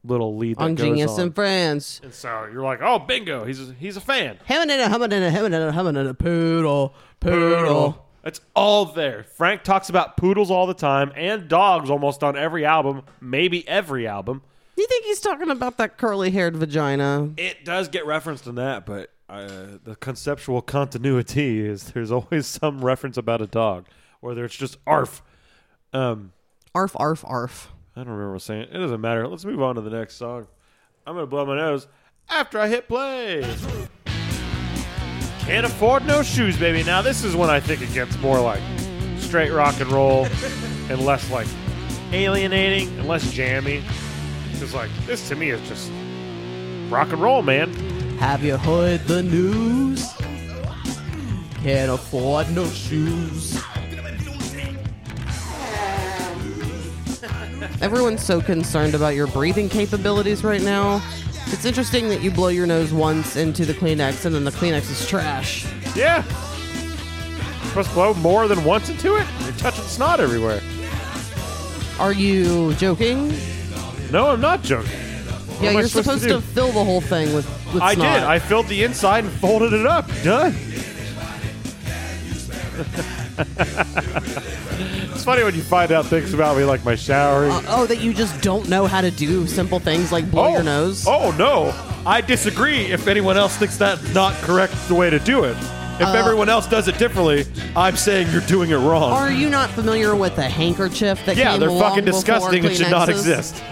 [SPEAKER 2] little lead that
[SPEAKER 1] on
[SPEAKER 2] goes
[SPEAKER 1] Genius
[SPEAKER 2] on.
[SPEAKER 1] in France.
[SPEAKER 2] and so you're like, oh, bingo, he's a, he's a fan.
[SPEAKER 1] Heaven and a humming and a heaven and a humming and a poodle, poodle.
[SPEAKER 2] It's all there. Frank talks about poodles all the time and dogs almost on every album, maybe every album.
[SPEAKER 1] Do you think he's talking about that curly haired vagina?
[SPEAKER 2] It does get referenced in that, but uh, the conceptual continuity is there's always some reference about a dog, whether it's just arf. Um,
[SPEAKER 1] Arf, arf, arf.
[SPEAKER 2] I don't remember what I was saying. It doesn't matter. Let's move on to the next song. I'm going to blow my nose after I hit play. Can't afford no shoes, baby. Now, this is when I think it gets more like straight rock and roll and less like alienating and less jammy. Because, like, this to me is just rock and roll, man.
[SPEAKER 1] Have you heard the news? Can't afford no shoes. Everyone's so concerned about your breathing capabilities right now. It's interesting that you blow your nose once into the Kleenex and then the Kleenex is trash.
[SPEAKER 2] Yeah. Supposed to blow more than once into it? You're touching snot everywhere.
[SPEAKER 1] Are you joking?
[SPEAKER 2] No, I'm not joking.
[SPEAKER 1] Yeah,
[SPEAKER 2] am I
[SPEAKER 1] you're
[SPEAKER 2] supposed to
[SPEAKER 1] supposed to,
[SPEAKER 2] do?
[SPEAKER 1] fill the whole thing with, with
[SPEAKER 2] I
[SPEAKER 1] snot.
[SPEAKER 2] did. I filled the inside and folded it up. Done. it's funny when you find out things about me, like my showering.
[SPEAKER 1] Uh, oh, that you just don't know how to do simple things like blow your nose.
[SPEAKER 2] Oh no, I disagree. If anyone else thinks that's not correct the way to do it, if
[SPEAKER 1] Uh,
[SPEAKER 2] everyone else does it differently, I'm saying you're doing it wrong.
[SPEAKER 1] Are you not familiar with the handkerchief that
[SPEAKER 2] yeah,
[SPEAKER 1] came
[SPEAKER 2] they're
[SPEAKER 1] along
[SPEAKER 2] fucking
[SPEAKER 1] before
[SPEAKER 2] disgusting and should not
[SPEAKER 1] Kleenexes?
[SPEAKER 2] exist.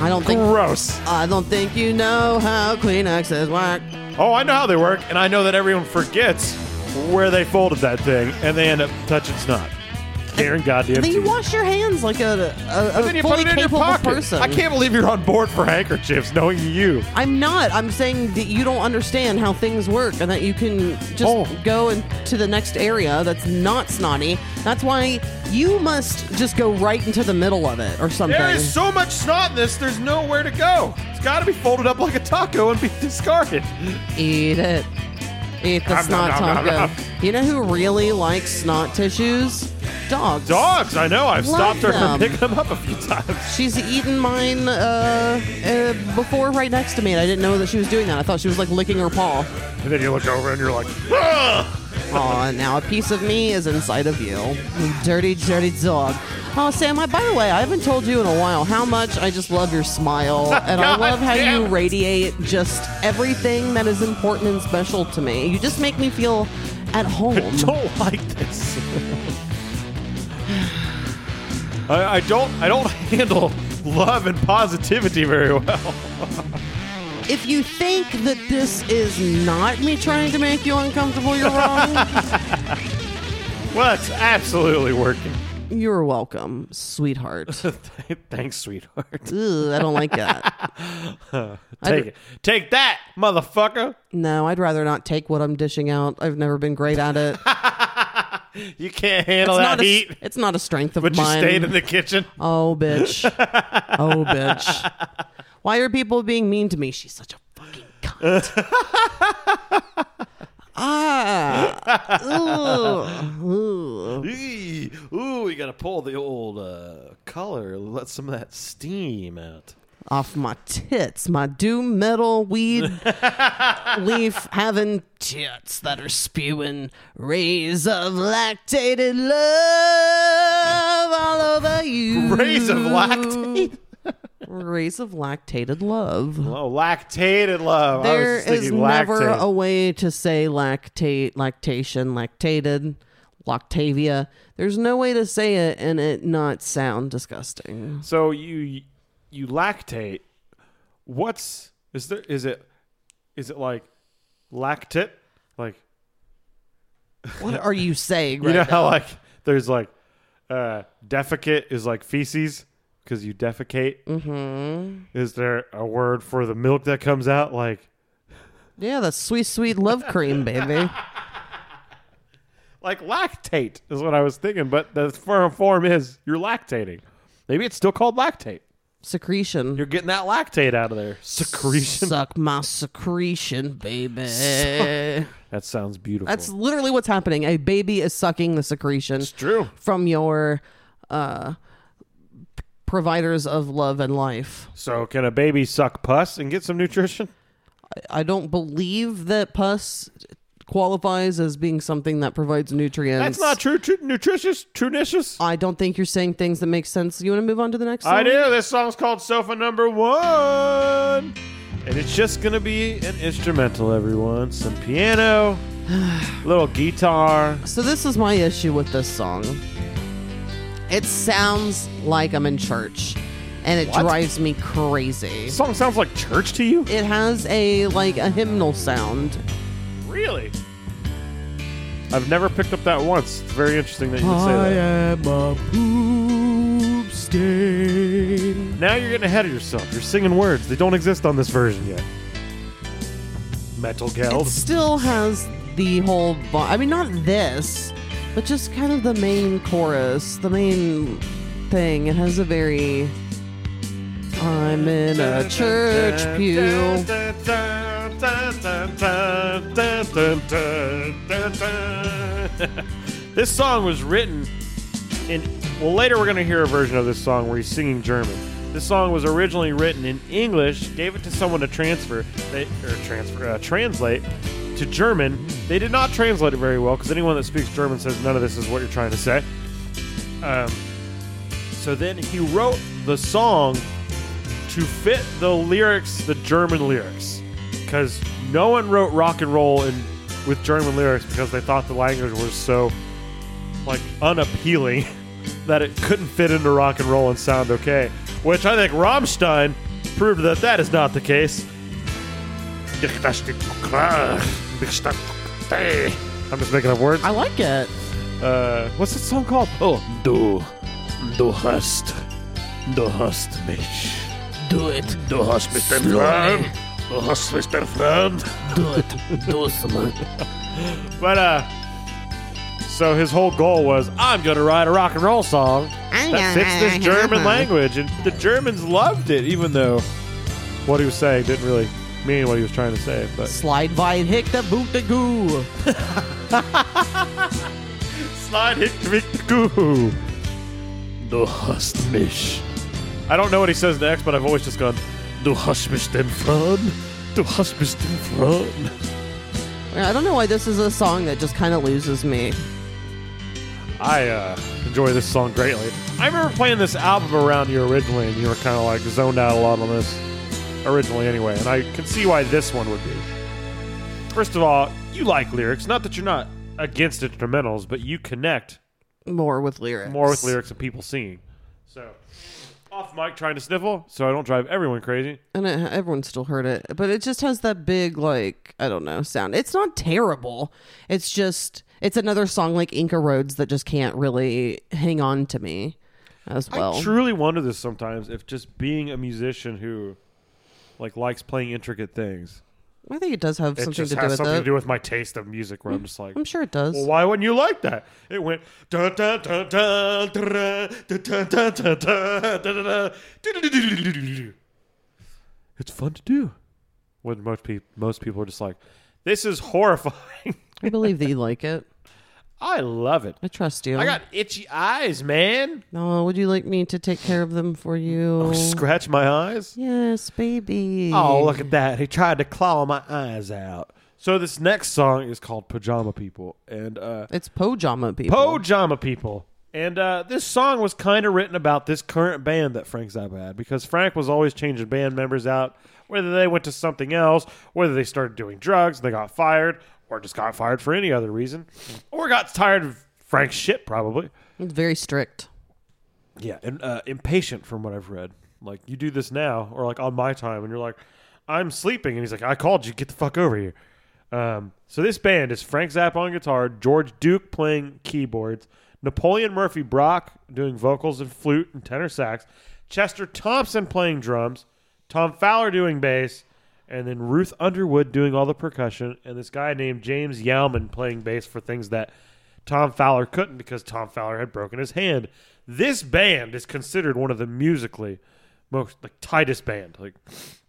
[SPEAKER 1] I don't think
[SPEAKER 2] Gross.
[SPEAKER 1] I don't think you know how Kleenexes work.
[SPEAKER 2] Oh, I know how they work, and I know that everyone forgets where they folded that thing, and they end up touching snot. Karen, goddamn.
[SPEAKER 1] Then you
[SPEAKER 2] teeth.
[SPEAKER 1] wash your hands like a, a, a
[SPEAKER 2] Then you put
[SPEAKER 1] fully
[SPEAKER 2] it in your
[SPEAKER 1] capable
[SPEAKER 2] pocket.
[SPEAKER 1] person.
[SPEAKER 2] I can't believe you're on board for handkerchiefs, knowing you.
[SPEAKER 1] I'm not. I'm saying that you don't understand how things work and that you can just
[SPEAKER 2] Oh.
[SPEAKER 1] go and to the next area that's not snotty. That's why you must just go right into the middle of it or something.
[SPEAKER 2] There is so much snot in this, there's nowhere to go. It's got to be folded up like a taco and be discarded.
[SPEAKER 1] Eat it. Eat the
[SPEAKER 2] Nom, nom,
[SPEAKER 1] snot
[SPEAKER 2] nom, nom,
[SPEAKER 1] taco.
[SPEAKER 2] nom.
[SPEAKER 1] You know who really likes snot tissues? Dogs.
[SPEAKER 2] Dogs, I know. I've
[SPEAKER 1] Love
[SPEAKER 2] stopped her
[SPEAKER 1] them.
[SPEAKER 2] from picking them up a few times.
[SPEAKER 1] She's eaten mine uh, uh, before right next to me, and I didn't know that she was doing that. I thought she was like licking her paw.
[SPEAKER 2] And then you look over and you're like, "Ah!"
[SPEAKER 1] Aw, now a piece of me is inside of you. You dirty, dirty dog. Oh, Sam, I, by the way, I haven't told you in a while how much I just love your smile. And I
[SPEAKER 2] God
[SPEAKER 1] love how
[SPEAKER 2] damn
[SPEAKER 1] you
[SPEAKER 2] it.
[SPEAKER 1] radiate just everything that is important and special to me. You just make me feel at home.
[SPEAKER 2] don't like this. I, I don't. I don't handle love and positivity very well.
[SPEAKER 1] If you think that this is not me trying to make you uncomfortable, you're wrong.
[SPEAKER 2] Well, it's absolutely working.
[SPEAKER 1] you're welcome, sweetheart.
[SPEAKER 2] Thanks, sweetheart.
[SPEAKER 1] Ugh, I don't like that.
[SPEAKER 2] Take it. Take that, motherfucker.
[SPEAKER 1] No, I'd rather not take what I'm dishing out. I've never been great at it.
[SPEAKER 2] You can't handle
[SPEAKER 1] it's, not
[SPEAKER 2] that
[SPEAKER 1] a,
[SPEAKER 2] heat.
[SPEAKER 1] it's not a strength of
[SPEAKER 2] But you
[SPEAKER 1] mine.
[SPEAKER 2] stayed in the kitchen.
[SPEAKER 1] oh, bitch. oh, bitch. Why are people being mean to me? She's such a fucking cunt. ah. Ooh. Ooh.
[SPEAKER 2] Eee, Ooh, you gotta pull the old uh, color, let some of that steam out.
[SPEAKER 1] Off my tits, my doom metal weed leaf having tits that are spewing rays of lactated love all over you.
[SPEAKER 2] Rays of lactate.
[SPEAKER 1] Rays of lactated love.
[SPEAKER 2] Oh, lactated love. I
[SPEAKER 1] There
[SPEAKER 2] was thinking
[SPEAKER 1] is never
[SPEAKER 2] lactate.
[SPEAKER 1] a way to say lactate, lactation, lactated, lactavia. There's no way to say it and it not sound disgusting.
[SPEAKER 2] So you you lactate. What's is there? Is it is it like lactate? Like
[SPEAKER 1] What are you saying? Right
[SPEAKER 2] you know
[SPEAKER 1] now?
[SPEAKER 2] how like there's like uh defecate is like feces because you defecate. Mm-hmm. Is there a word for the milk that comes out? Like
[SPEAKER 1] Yeah, that's sweet, sweet love cream, baby.
[SPEAKER 2] like lactate is what I was thinking, but the firm form is you're lactating. Maybe it's still called lactate.
[SPEAKER 1] Secretion.
[SPEAKER 2] You're getting that lactate out of there. Secretion.
[SPEAKER 1] Suck my secretion, baby. That's
[SPEAKER 2] that sounds beautiful.
[SPEAKER 1] literally what's happening. A baby is sucking the secretion.
[SPEAKER 2] true.
[SPEAKER 1] from your uh, p- providers of love and life.
[SPEAKER 2] So can a baby suck pus and get some nutrition?
[SPEAKER 1] I don't believe that pus qualifies as being something that provides nutrients.
[SPEAKER 2] That's not true. true nutritious. Trunicious.
[SPEAKER 1] I don't think you're saying things that make sense. You want to move on to the next?
[SPEAKER 2] I
[SPEAKER 1] song?
[SPEAKER 2] do. This song's called Sofa Number One. And it's just going to be an instrumental, everyone. Some piano, little guitar.
[SPEAKER 1] So this is my issue with this song. It sounds like I'm in church, and it
[SPEAKER 2] What?
[SPEAKER 1] drives me crazy.
[SPEAKER 2] This song sounds like church to you?
[SPEAKER 1] It has a like a hymnal sound.
[SPEAKER 2] Really? I've never picked up that once. It's very interesting that you would say that.
[SPEAKER 1] am a poop stain.
[SPEAKER 2] Now you're getting ahead of yourself. You're singing words. They don't exist on this version yet. Metal
[SPEAKER 1] it
[SPEAKER 2] Geld.
[SPEAKER 1] still has the whole vi- i mean not this but just kind of the main chorus the main thing it has a very i'm in a church pew
[SPEAKER 2] this song was written in. Well, later we're going to hear a version of this song where he's singing German. This song was originally written in English, gave it to someone to transfer, they, or transfer, uh, translate to German. They did not translate it very well because anyone that speaks German says none of this is what you're trying to say. Um, so then he wrote the song to fit the lyrics, the German lyrics, because no one wrote rock and roll in with German lyrics because they thought the language was so like unappealing that it couldn't fit into rock and roll and sound okay. Which I think Rammstein proved that that is not the case. I'm just making up words.
[SPEAKER 1] I like it.
[SPEAKER 2] Uh, what's that song called? Oh,
[SPEAKER 5] Du, du hast, du hast mich.
[SPEAKER 6] Do it.
[SPEAKER 5] Du hast mich den Freund.
[SPEAKER 6] Slowly.
[SPEAKER 5] Du hast mich den Freund.
[SPEAKER 6] Do it. Do some.
[SPEAKER 2] But uh, so his whole goal was, I'm gonna write a rock and roll song that fits this
[SPEAKER 4] Uh-huh.
[SPEAKER 2] German language, and the Germans loved it, even though what he was saying didn't really mean what he was trying to say. But
[SPEAKER 1] Slide by hick the boot the goo.
[SPEAKER 2] slide hit Vic goo.
[SPEAKER 5] Du hast mich.
[SPEAKER 2] I don't know what he says next, but I've always just gone.
[SPEAKER 5] Du hast mich den Freund. Du hast mich den Freund.
[SPEAKER 1] Yeah, I don't know why this is a song that just kind of loses me.
[SPEAKER 2] I uh, enjoy this song greatly. I remember playing this album around you originally, and you were kind of like zoned out a lot on this originally anyway, and I can see why this one would be. First of all, you like lyrics. Not that you're not against instrumentals, but you connect
[SPEAKER 1] More with lyrics.
[SPEAKER 2] more with lyrics and people singing. So, off mic trying to sniffle so I don't drive everyone crazy.
[SPEAKER 1] And it, everyone still heard it, but it just has that big, like, I don't know, sound. It's not terrible. It's just, it's another song like Inca Roads that just can't really hang on to me as well.
[SPEAKER 2] I truly wonder this sometimes if just being a musician who like likes playing intricate things
[SPEAKER 1] I think it does have
[SPEAKER 2] it
[SPEAKER 1] something
[SPEAKER 2] just
[SPEAKER 1] to do
[SPEAKER 2] has
[SPEAKER 1] with
[SPEAKER 2] something
[SPEAKER 1] it.
[SPEAKER 2] to do with my taste of music where I'm just like
[SPEAKER 1] I'm sure it does.
[SPEAKER 2] Well, why wouldn't you like that? It went da da da da da da da da da da da da It's fun to do. When most people most people are just like, this is horrifying.
[SPEAKER 1] I believe that you like it.
[SPEAKER 2] I love it.
[SPEAKER 1] I trust you.
[SPEAKER 2] I got itchy eyes, man.
[SPEAKER 1] Oh, would you like me to take care of them for you?
[SPEAKER 2] Scratch my eyes.
[SPEAKER 1] yes, baby.
[SPEAKER 2] Oh, look at that. He tried to claw my eyes out. So this next song is called Pajama People and uh
[SPEAKER 1] It's pajama people.
[SPEAKER 2] Pajama People. And uh, this song was kind of written about this current band that Frank Zappa had because Frank was always changing band members out, whether they went to something else, whether they started doing drugs, they got fired, or just got fired for any other reason, or got tired of Frank's shit, probably.
[SPEAKER 1] It's very strict.
[SPEAKER 2] Yeah, and uh, impatient from what I've read. Like, you do this now, or like on my time, and you're like, I'm sleeping. And he's like, I called you, get the fuck over here. Um, so this band is Frank Zappa on guitar, George Duke playing keyboards, Napoleon Murphy Brock doing vocals and flute and tenor sax, Chester Thompson playing drums, Tom Fowler doing bass, and then Ruth Underwood doing all the percussion, and this guy named James Yalman playing bass for things that Tom Fowler couldn't because Tom Fowler had broken his hand. This band is considered one of the musically most like tightest band. Like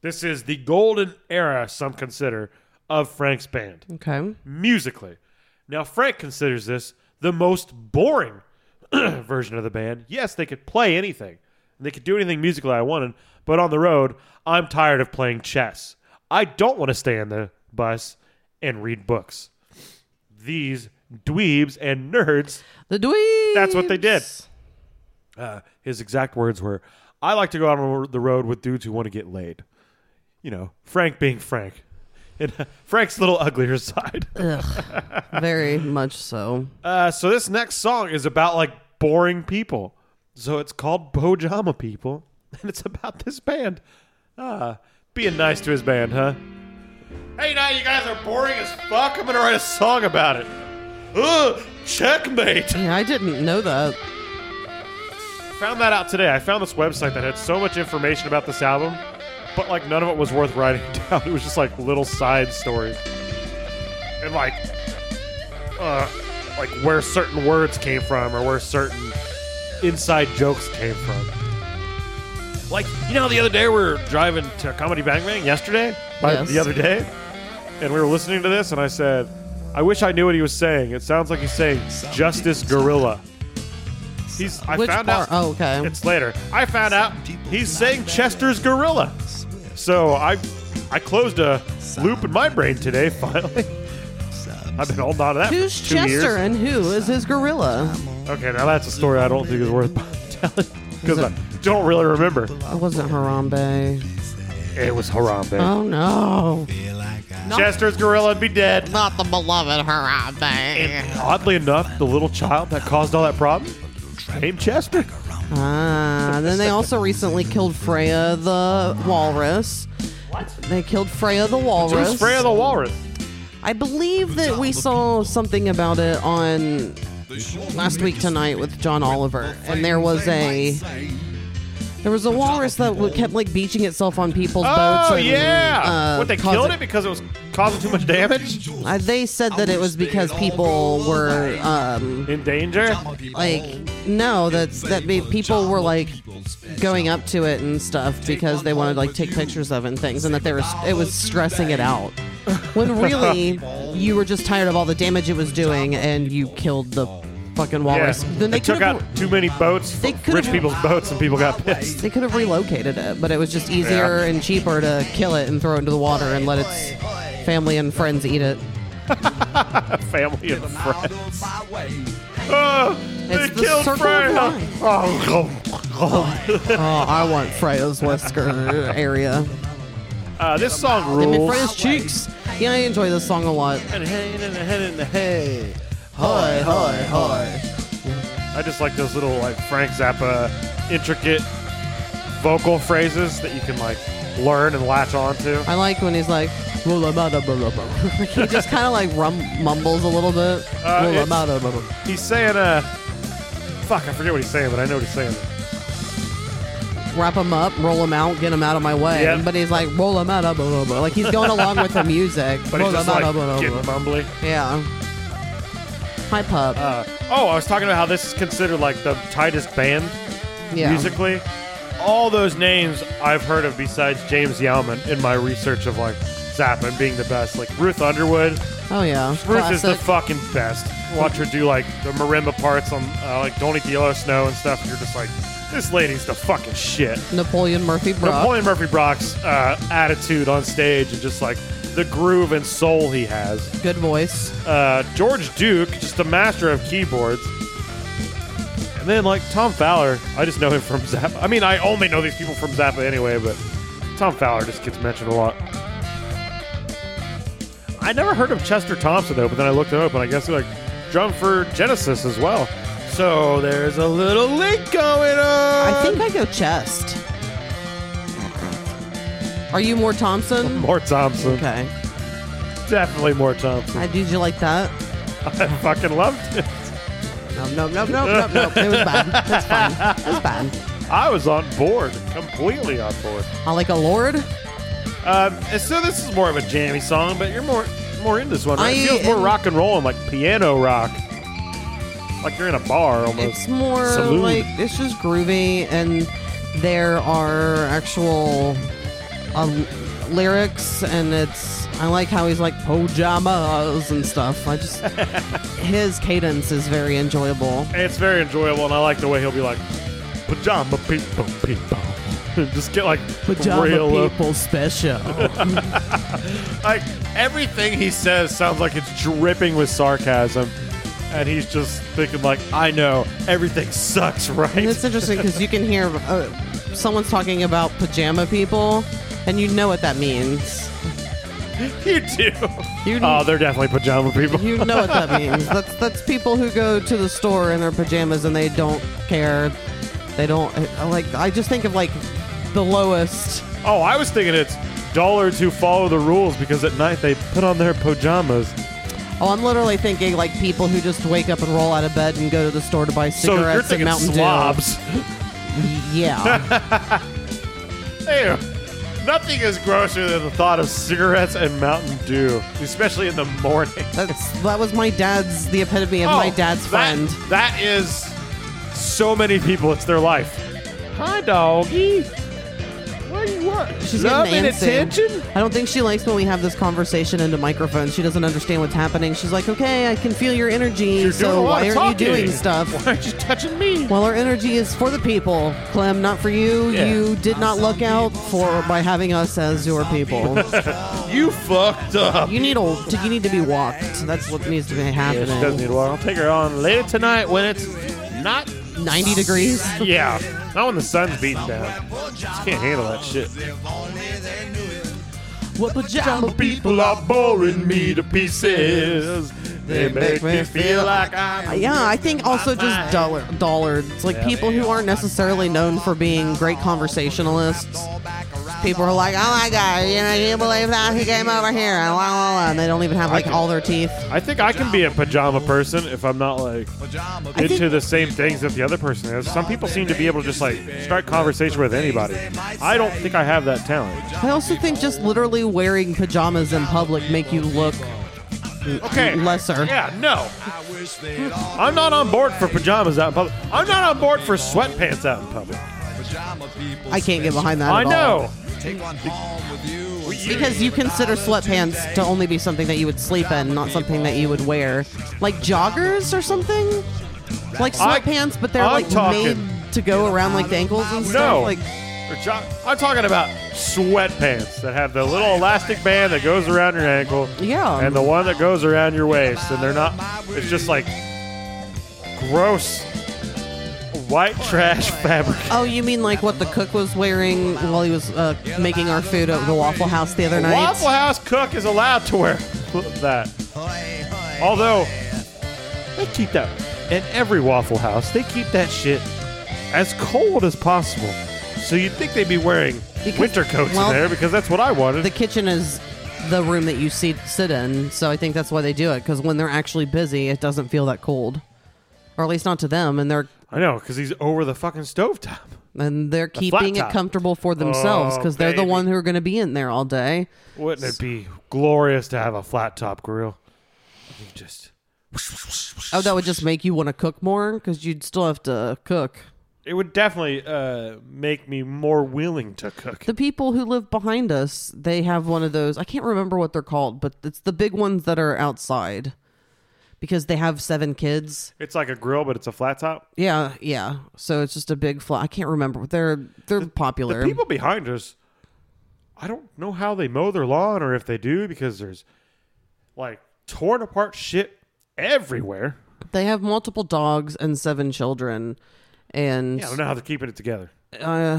[SPEAKER 2] this is the golden era, some consider, of Frank's band
[SPEAKER 1] Okay.
[SPEAKER 2] musically. Now, Frank considers this the most boring version of the band. Yes, they could play anything, and they could do anything musically I wanted, but on the road, I'm tired of playing chess. I don't want to stay in the bus and read books. These dweebs and nerds
[SPEAKER 1] The dweebs.
[SPEAKER 2] that's what they did. Uh, his exact words were, "I like to go out on the road with dudes who want to get laid." You know, Frank being Frank, and uh, Frank's little uglier side.
[SPEAKER 1] Very much so.
[SPEAKER 2] Uh, so this next song is about like boring people. So it's called Pojama People, and it's about this band. Uh, being nice to his band, huh? Hey, now you guys are boring as fuck. I'm gonna write a song about it. Ugh, checkmate.
[SPEAKER 1] Yeah, I didn't know that.
[SPEAKER 2] found that out today. I found this website that had so much information about this album, but like none of it was worth writing down. It was just like little side stories and like uh, like where certain words came from or where certain inside jokes came from. Like you know, how the other day we were driving to Comedy Bang Bang yesterday, by
[SPEAKER 1] Yes.
[SPEAKER 2] the other day, and we were listening to this, and I said, "I wish I knew what he was saying. It sounds like he's saying Justice Gorilla." He's. I
[SPEAKER 1] Which
[SPEAKER 2] found
[SPEAKER 1] bar?
[SPEAKER 2] out.
[SPEAKER 1] Oh, okay.
[SPEAKER 2] It's later. I found out he's saying Chester's Gorilla. So I, I closed a loop in my brain today. Finally, I've been holding on to that. for
[SPEAKER 1] Who's
[SPEAKER 2] two
[SPEAKER 1] Chester
[SPEAKER 2] years.
[SPEAKER 1] and who is his gorilla?
[SPEAKER 2] Okay, now that's a story I don't think is worth telling because I don't really remember.
[SPEAKER 1] It wasn't Harambe.
[SPEAKER 2] It was Harambe.
[SPEAKER 1] Oh no!
[SPEAKER 2] Chester's gorilla would be dead.
[SPEAKER 1] Not the beloved Harambe.
[SPEAKER 2] And oddly enough, the little child that caused all that problem named Chester.
[SPEAKER 1] Ah, then they also recently killed Freya the walrus. What? They killed Freya the walrus.
[SPEAKER 2] Who's Freya the Walrus?
[SPEAKER 1] I believe that we saw something about it on last week tonight with John Oliver, and there was a there was a walrus that w- kept like beaching itself on people's boats.
[SPEAKER 2] Oh
[SPEAKER 1] and,
[SPEAKER 2] yeah!
[SPEAKER 1] uh,
[SPEAKER 2] what they
[SPEAKER 1] causing-
[SPEAKER 2] killed it because it was causing too much damage?
[SPEAKER 1] Uh, they said that it was because people were um,
[SPEAKER 2] In danger?
[SPEAKER 1] like no that that be- people were like going up to it and stuff because they wanted to like take pictures of it and things and that they were it was stressing it out when really you were just tired of all the damage it was doing and you killed the fucking
[SPEAKER 2] Yeah.
[SPEAKER 1] walrus then
[SPEAKER 2] they
[SPEAKER 1] they
[SPEAKER 2] took
[SPEAKER 1] could
[SPEAKER 2] out
[SPEAKER 1] have
[SPEAKER 2] too many boats,
[SPEAKER 1] They
[SPEAKER 2] from
[SPEAKER 1] could've-
[SPEAKER 2] rich people's boats, and people got pissed.
[SPEAKER 1] they could have relocated it but it was just easier
[SPEAKER 2] Yeah.
[SPEAKER 1] and cheaper to kill it and throw it into the water and let its family and friends eat it
[SPEAKER 2] Family and friends. Oh, they
[SPEAKER 1] It's the
[SPEAKER 2] killed
[SPEAKER 1] circle of
[SPEAKER 2] Freya.
[SPEAKER 1] life.
[SPEAKER 2] Oh,
[SPEAKER 1] oh i want freya's whisker area
[SPEAKER 2] Uh, this song
[SPEAKER 1] give me
[SPEAKER 2] rules.
[SPEAKER 1] freya's cheeks yeah i enjoy this song a lot
[SPEAKER 2] I just like those little like Frank Zappa intricate vocal phrases that you can like learn and latch on to.
[SPEAKER 1] I like when he's like, "Bula bada bula bula." he just kind of like rum- mumbles a little bit.
[SPEAKER 2] Uh,
[SPEAKER 1] Bula
[SPEAKER 2] it's-
[SPEAKER 1] bada bula.
[SPEAKER 2] He's saying uh fuck, I forget what he's saying, but I know what he's saying.
[SPEAKER 1] Wrap him up, roll him out, get him out of my way.
[SPEAKER 2] Yeah.
[SPEAKER 1] But he's like, roll him out, blah, blah. like he's going along with the music.
[SPEAKER 2] But he's
[SPEAKER 1] Bula
[SPEAKER 2] just like
[SPEAKER 1] bada bula
[SPEAKER 2] getting
[SPEAKER 1] bula.
[SPEAKER 2] mumbly.
[SPEAKER 1] Yeah. Hi, pup.
[SPEAKER 2] Uh, oh, I was talking about how this is considered like the tightest band
[SPEAKER 1] yeah.
[SPEAKER 2] musically. All those names I've heard of besides James Yalman in my research of like Zappa and being the best. Like Ruth Underwood,
[SPEAKER 1] Oh yeah.
[SPEAKER 2] Ruth is the
[SPEAKER 1] Classic.
[SPEAKER 2] fucking best. Watch her do like the marimba parts on uh, like Don't Eat the Yellow Snow and stuff. You're just like, this lady's the fucking shit.
[SPEAKER 1] Napoleon Murphy Brock.
[SPEAKER 2] Napoleon Murphy Brock's uh, attitude on stage and just like the groove and soul he has.
[SPEAKER 1] Good voice.
[SPEAKER 2] Uh, George Duke, just a master of keyboards. And then like Tom Fowler, I just know him from Zappa. I mean, I only know these people from Zappa anyway, but Tom Fowler just gets mentioned a lot. I never heard of Chester Thompson though, but then I looked him up and I guess he like drummed for Genesis as well. So there's a little link going on.
[SPEAKER 1] I think I go chest. Are you more Thompson?
[SPEAKER 2] more Thompson.
[SPEAKER 1] Okay.
[SPEAKER 2] Definitely more Thompson.
[SPEAKER 1] I did you like that?
[SPEAKER 2] I fucking loved it.
[SPEAKER 1] No, no, no, no, no, no. It was bad. That's fine. It was bad.
[SPEAKER 2] I was on board, completely on board.
[SPEAKER 1] I like a lord.
[SPEAKER 2] Um, and so this is more of a jammy song, but you're more more into this one. Right?
[SPEAKER 1] I
[SPEAKER 2] it feels more
[SPEAKER 1] am-
[SPEAKER 2] rock and roll and like piano rock, like you're in a bar almost.
[SPEAKER 1] It's more
[SPEAKER 2] Saloon.
[SPEAKER 1] like it's just groovy, and there are actual um, lyrics, and it's. I like how he's like pajamas and stuff. I just his cadence is very enjoyable.
[SPEAKER 2] It's very enjoyable, and I like the way he'll be like pajama people people. Just get like
[SPEAKER 1] Pajama
[SPEAKER 2] real low.
[SPEAKER 1] people special.
[SPEAKER 2] Like everything he says sounds like it's dripping with sarcasm, and he's just thinking like, I know everything sucks, right?
[SPEAKER 1] And it's interesting because you can hear uh, someone's talking about pajama people, and you know what that means.
[SPEAKER 2] you do.
[SPEAKER 1] You
[SPEAKER 2] Oh, they're definitely pajama people.
[SPEAKER 1] You know what that means. That's that's people who go to the store in their pajamas and they don't care. They don't I- like. I just think of like the lowest.
[SPEAKER 2] Oh, I was thinking it's dollars who follow the rules because at night they put on their pajamas.
[SPEAKER 1] Oh, I'm literally thinking like people who just wake up and roll out of bed and go to the store to buy
[SPEAKER 2] So you're
[SPEAKER 1] cigarettes and
[SPEAKER 2] thinking
[SPEAKER 1] Mountain
[SPEAKER 2] slobs.
[SPEAKER 1] Dew. Yeah,
[SPEAKER 2] Ew. Nothing is grosser than the thought of cigarettes and Mountain Dew, especially in the morning.
[SPEAKER 1] that's that was my dad's the epitome of my
[SPEAKER 2] Oh,
[SPEAKER 1] dad's
[SPEAKER 2] that-
[SPEAKER 1] friend.
[SPEAKER 2] That is so many people. It's their life. Hi, doggy. What do you What?
[SPEAKER 1] She's
[SPEAKER 2] Love
[SPEAKER 1] getting
[SPEAKER 2] and
[SPEAKER 1] antsy.
[SPEAKER 2] attention?
[SPEAKER 1] I don't think she likes when we have this conversation into microphones. She doesn't understand what's happening. She's like, okay, I can feel your energy,
[SPEAKER 2] You're doing a
[SPEAKER 1] so
[SPEAKER 2] lot
[SPEAKER 1] why
[SPEAKER 2] of
[SPEAKER 1] aren't you
[SPEAKER 2] talking.
[SPEAKER 1] doing stuff?
[SPEAKER 2] Why aren't you touching me?
[SPEAKER 1] Well, our energy is for the people, Clem, not for you.
[SPEAKER 2] Yeah.
[SPEAKER 1] You did not look out for by having us as your people.
[SPEAKER 2] You fucked up.
[SPEAKER 1] you need a, you need to be walked. That's what needs to be
[SPEAKER 2] Yeah, she does
[SPEAKER 1] happening.
[SPEAKER 2] need water. I'll take her on later tonight when it's not.
[SPEAKER 1] Ninety degrees.
[SPEAKER 2] Yeah, not when the sun's beating down. She can't handle that shit.
[SPEAKER 1] What pajama?
[SPEAKER 2] People are boring me to pieces. They make me feel like I'm.
[SPEAKER 1] Yeah, I think also just dullard, dullards, like people who aren't necessarily known for being great conversationalists. People are like, oh my god, you know, I can't believe that he came over here, and, la, la, la, and they don't even have like all their teeth.
[SPEAKER 2] I think I can be a pajama person if I'm not like
[SPEAKER 1] I
[SPEAKER 2] into
[SPEAKER 1] think-
[SPEAKER 2] the same things that the other person is. Some people seem to be able to just like start conversation with anybody. I don't think I have that talent.
[SPEAKER 1] I also think just literally wearing pajamas in public make you look
[SPEAKER 2] Okay,
[SPEAKER 1] lesser.
[SPEAKER 2] Yeah, no. I'm not on board for pajamas out in public. I'm not on board for sweatpants out in public.
[SPEAKER 1] I can't get behind that.
[SPEAKER 2] I
[SPEAKER 1] at all.
[SPEAKER 2] know.
[SPEAKER 1] because you consider sweatpants to only be something that you would sleep in, not something that you would wear, like joggers or something, like
[SPEAKER 2] I-
[SPEAKER 1] sweatpants, but they're
[SPEAKER 2] I'm
[SPEAKER 1] like
[SPEAKER 2] talking-
[SPEAKER 1] made to go around like the ankles and stuff.
[SPEAKER 2] No.
[SPEAKER 1] Like
[SPEAKER 2] Or jo- I'm talking about sweatpants that have the little elastic band that goes around your ankle.
[SPEAKER 1] Yeah.
[SPEAKER 2] And the one that goes around your waist. And they're not, it's just like gross white trash fabric.
[SPEAKER 1] oh, you mean like what the cook was wearing while he was uh, making our food at the Waffle House the other night?
[SPEAKER 2] Waffle House cook is allowed to wear that. Although they keep that in every Waffle House, they keep that shit as cold as possible. So you'd think they'd be wearing
[SPEAKER 1] Because-
[SPEAKER 2] winter coats
[SPEAKER 1] well,
[SPEAKER 2] in there because that's what I wanted.
[SPEAKER 1] The kitchen is the room that you see, sit in, so I think that's why they do it. Because when they're actually busy, it doesn't feel that cold, or at least not to them. And they're
[SPEAKER 2] I know because he's over the fucking stovetop.
[SPEAKER 1] and they're
[SPEAKER 2] flat
[SPEAKER 1] keeping it
[SPEAKER 2] top.
[SPEAKER 1] comfortable for themselves
[SPEAKER 2] Oh,
[SPEAKER 1] because they're the
[SPEAKER 2] baby.
[SPEAKER 1] one who are going to be in there all day.
[SPEAKER 2] Wouldn't it be glorious to have a flat top grill? You just
[SPEAKER 1] Oh, that would just make you want to cook more because you'd still have to cook.
[SPEAKER 2] it would definitely uh, make me more willing to cook.
[SPEAKER 1] The people who live behind us, they have one of those. I can't remember what they're called, but it's the big ones that are outside because they have seven kids.
[SPEAKER 2] It's like a grill, but it's a flat top.
[SPEAKER 1] Yeah, yeah. So it's just a big fly. I can't remember. They're they're popular.
[SPEAKER 2] The people behind us, I don't know how they mow their lawn or if they do because there's like torn apart shit everywhere.
[SPEAKER 1] they have multiple dogs and seven children, and
[SPEAKER 2] I don't know how they're keeping it together.
[SPEAKER 1] Uh,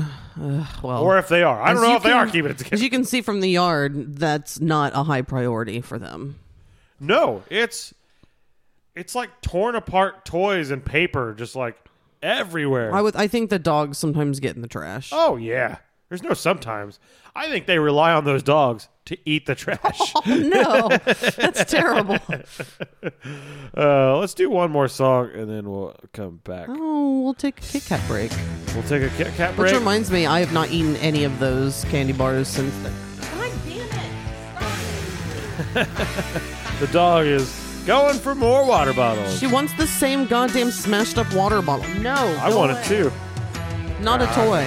[SPEAKER 1] well,
[SPEAKER 2] Or if they are. I don't
[SPEAKER 1] As
[SPEAKER 2] know
[SPEAKER 1] you
[SPEAKER 2] if they
[SPEAKER 1] can-
[SPEAKER 2] are keeping it
[SPEAKER 1] As
[SPEAKER 2] together.
[SPEAKER 1] you can see from the yard, that's not a high priority for them.
[SPEAKER 2] no, it's it's like torn apart toys and paper just like everywhere.
[SPEAKER 1] I would. I think the dogs sometimes get in the trash.
[SPEAKER 2] oh yeah. There's no sometimes. I think they rely on those dogs to eat the trash.
[SPEAKER 1] no, that's terrible.
[SPEAKER 2] uh, let's do one more song and then we'll come back.
[SPEAKER 1] Oh, we'll take a Kit Kat break.
[SPEAKER 2] We'll take a Kit Kat
[SPEAKER 1] Which
[SPEAKER 2] break.
[SPEAKER 1] reminds me, I have not eaten any of those candy bars since. Then.
[SPEAKER 3] God damn it.
[SPEAKER 2] The dog is going for more water bottles.
[SPEAKER 1] She wants the same goddamn smashed up water bottle. No,
[SPEAKER 2] I want Ah. it too.
[SPEAKER 1] not a toy.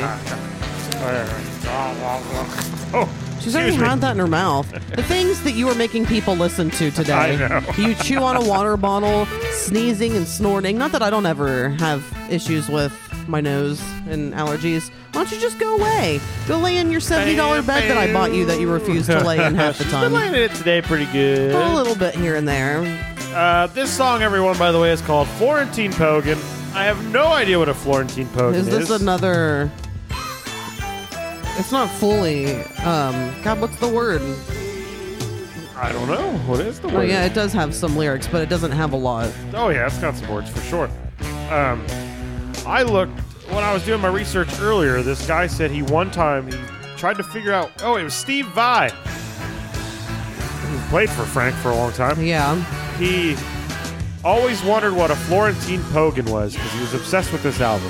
[SPEAKER 2] Oh,
[SPEAKER 1] She's already
[SPEAKER 2] Excuse me.
[SPEAKER 1] had that in her mouth. The things that you are making people listen to today.
[SPEAKER 2] I know.
[SPEAKER 1] you chew on a water bottle, sneezing and snorting. Not that I don't ever have issues with my nose and allergies. Why don't you just go away? Go lay in your $70 bed that I bought you that you refuse to lay in half the
[SPEAKER 2] been
[SPEAKER 1] time.
[SPEAKER 2] landing it today pretty good.
[SPEAKER 1] A little bit here and there.
[SPEAKER 2] Uh, this song, everyone, by the way, is called Florentine Pogan. I have no idea what a Florentine Pogan
[SPEAKER 1] Is
[SPEAKER 2] is.
[SPEAKER 1] this another. It's not fully. Um, God, what's the word?
[SPEAKER 2] I don't know. What is the word?
[SPEAKER 1] Oh, yeah, it does have some lyrics, but it doesn't have a lot.
[SPEAKER 2] Oh yeah, it's got some words for sure. Um, I looked when I was doing my research earlier. This guy said he one time he tried to figure out. Oh, it was Steve Vai, who played for Frank for a long time.
[SPEAKER 1] Yeah.
[SPEAKER 2] He always wondered what a Florentine Pogan was because he was obsessed with this album.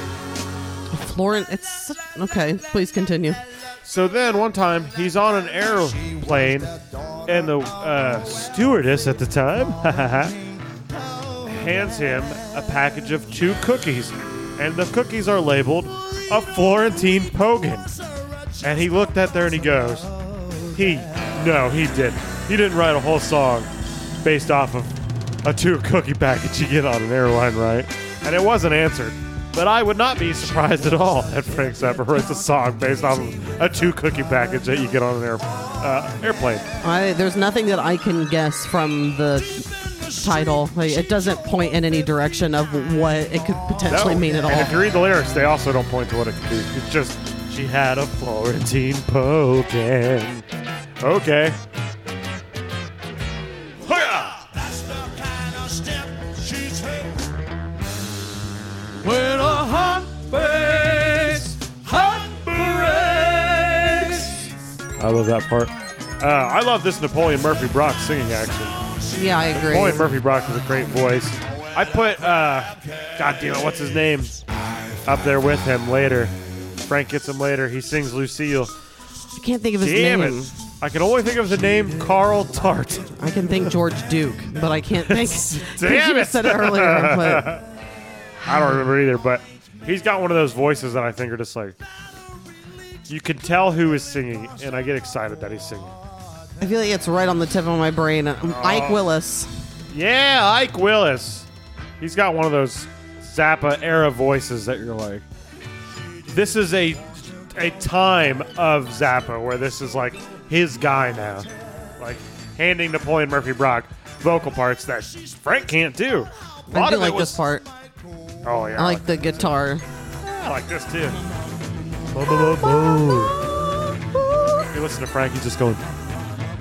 [SPEAKER 1] Florent. It's such- okay. Please continue.
[SPEAKER 2] So then one time he's on an airplane, and the uh, stewardess at the time hands him a package of two cookies, and the cookies are labeled a Florentine Pogan. And he looked at there and he goes, he, no, he didn't. He didn't write a whole song based off of a two cookie package you get on an airline, right? And it wasn't answered. But I would not be surprised at all that Frank Zappa writes a song based off of a two cookie package that you get on an air, uh, airplane.
[SPEAKER 1] I, there's nothing that I can guess from the title. Like, it doesn't point in any direction of what it could potentially mean at
[SPEAKER 2] And if you
[SPEAKER 1] all.
[SPEAKER 2] read the lyrics, they also don't point to what it could be. It's just she had a Florentine poking. Okay. Hoya!
[SPEAKER 5] When a hot face, hot breaks.
[SPEAKER 2] I love that part. Uh, I love this Napoleon Murphy Brock singing action.
[SPEAKER 1] Yeah, I
[SPEAKER 2] Napoleon
[SPEAKER 1] agree.
[SPEAKER 2] Murphy Brock has a great voice. I put, uh, God damn it, what's his name? Up there with him later. Frank gets him later. He sings Lucille.
[SPEAKER 1] I can't think of his
[SPEAKER 2] Damn
[SPEAKER 1] name.
[SPEAKER 2] it. I can only think of the name Carl Tart.
[SPEAKER 1] I can think George Duke, but I can't think. 'cause
[SPEAKER 2] Damn
[SPEAKER 1] you
[SPEAKER 2] it.
[SPEAKER 1] said it earlier, but
[SPEAKER 2] I don't remember either, but he's got one of those voices that I think are just like you can tell who is singing, and I get excited that he's singing.
[SPEAKER 1] I feel like it's right on the tip of my brain. Um, Ike Willis.
[SPEAKER 2] Yeah, Ike Willis. He's got one of those Zappa era voices that you're like, this is a a time of Zappa where this is like his guy now, like handing Napoleon Murphy Brock vocal parts that Frank can't do. A
[SPEAKER 1] I
[SPEAKER 2] lot
[SPEAKER 1] do
[SPEAKER 2] of it
[SPEAKER 1] like
[SPEAKER 2] was,
[SPEAKER 1] this part.
[SPEAKER 2] Oh yeah,
[SPEAKER 1] I like the guitar.
[SPEAKER 2] I like this too. You listen to Frank, he's just going.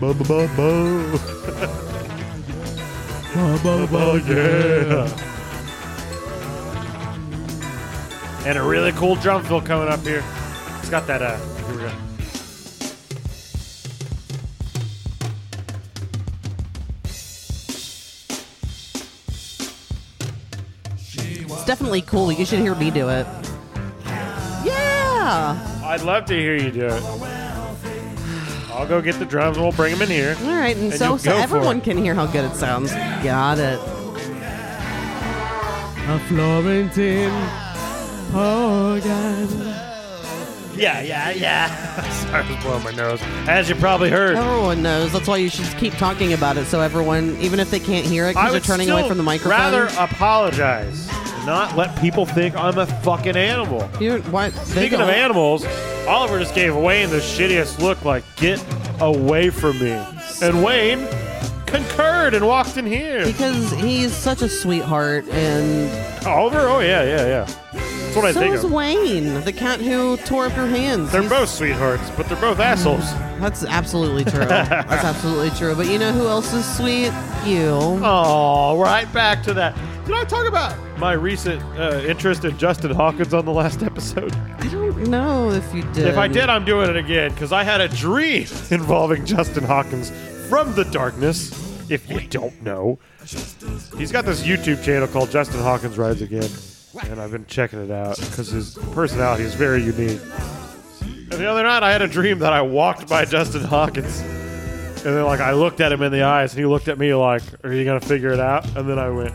[SPEAKER 5] Ba ba ba ba. Ba
[SPEAKER 2] Oh,
[SPEAKER 5] ba ba yeah.
[SPEAKER 2] And a really cool drum fill coming up here. It's got that, uh, here we go.
[SPEAKER 1] It's definitely cool. You should hear me do it. Yeah.
[SPEAKER 2] I'd love to hear you do it. I'll go get the drums and we'll bring them in here.
[SPEAKER 1] All right, and,
[SPEAKER 2] And
[SPEAKER 1] so
[SPEAKER 2] you
[SPEAKER 1] so
[SPEAKER 2] go for
[SPEAKER 1] everyone
[SPEAKER 2] it.
[SPEAKER 1] can hear how good it sounds. Got it.
[SPEAKER 5] A Florentine organ.
[SPEAKER 2] Yeah, yeah, yeah. Sorry, I was blowing my nose. As you probably heard.
[SPEAKER 1] Everyone knows. That's why you should keep talking about it, so everyone, even if they can't hear it,
[SPEAKER 2] I
[SPEAKER 1] because you're
[SPEAKER 2] would
[SPEAKER 1] turning
[SPEAKER 2] still
[SPEAKER 1] away from the microphone.
[SPEAKER 2] rather uh, apologize. Not let people think I'm a fucking animal.
[SPEAKER 1] you why, they
[SPEAKER 2] Speaking of
[SPEAKER 1] don't-
[SPEAKER 2] animals, Oliver just gave Wayne the shittiest look like, get away from me. And Wayne concurred and walked in here.
[SPEAKER 1] because he's such a sweetheart, and
[SPEAKER 2] Oliver? Oh, yeah, yeah, yeah. That's what I
[SPEAKER 1] so
[SPEAKER 2] think
[SPEAKER 1] is
[SPEAKER 2] of.
[SPEAKER 1] Wayne, the cat who tore up your hands.
[SPEAKER 2] They're
[SPEAKER 1] He's-
[SPEAKER 2] both sweethearts, but they're both assholes.
[SPEAKER 1] That's absolutely true. That's absolutely true. But you know who else is sweet? You.
[SPEAKER 2] Oh, right back to that. Did I talk about my recent uh, interest in Justin Hawkins on the last episode?
[SPEAKER 1] I don't know if you did.
[SPEAKER 2] If I did, I'm doing it again because I had a dream involving Justin Hawkins from the darkness. If you don't know, he's got this YouTube channel called Justin Hawkins Rides Again, and I've been checking it out because his personality is very unique. And the other night, I had a dream that I walked by Justin Hawkins, and then like I looked at him in the eyes, and he looked at me like, "Are you gonna figure it out?" And then I went,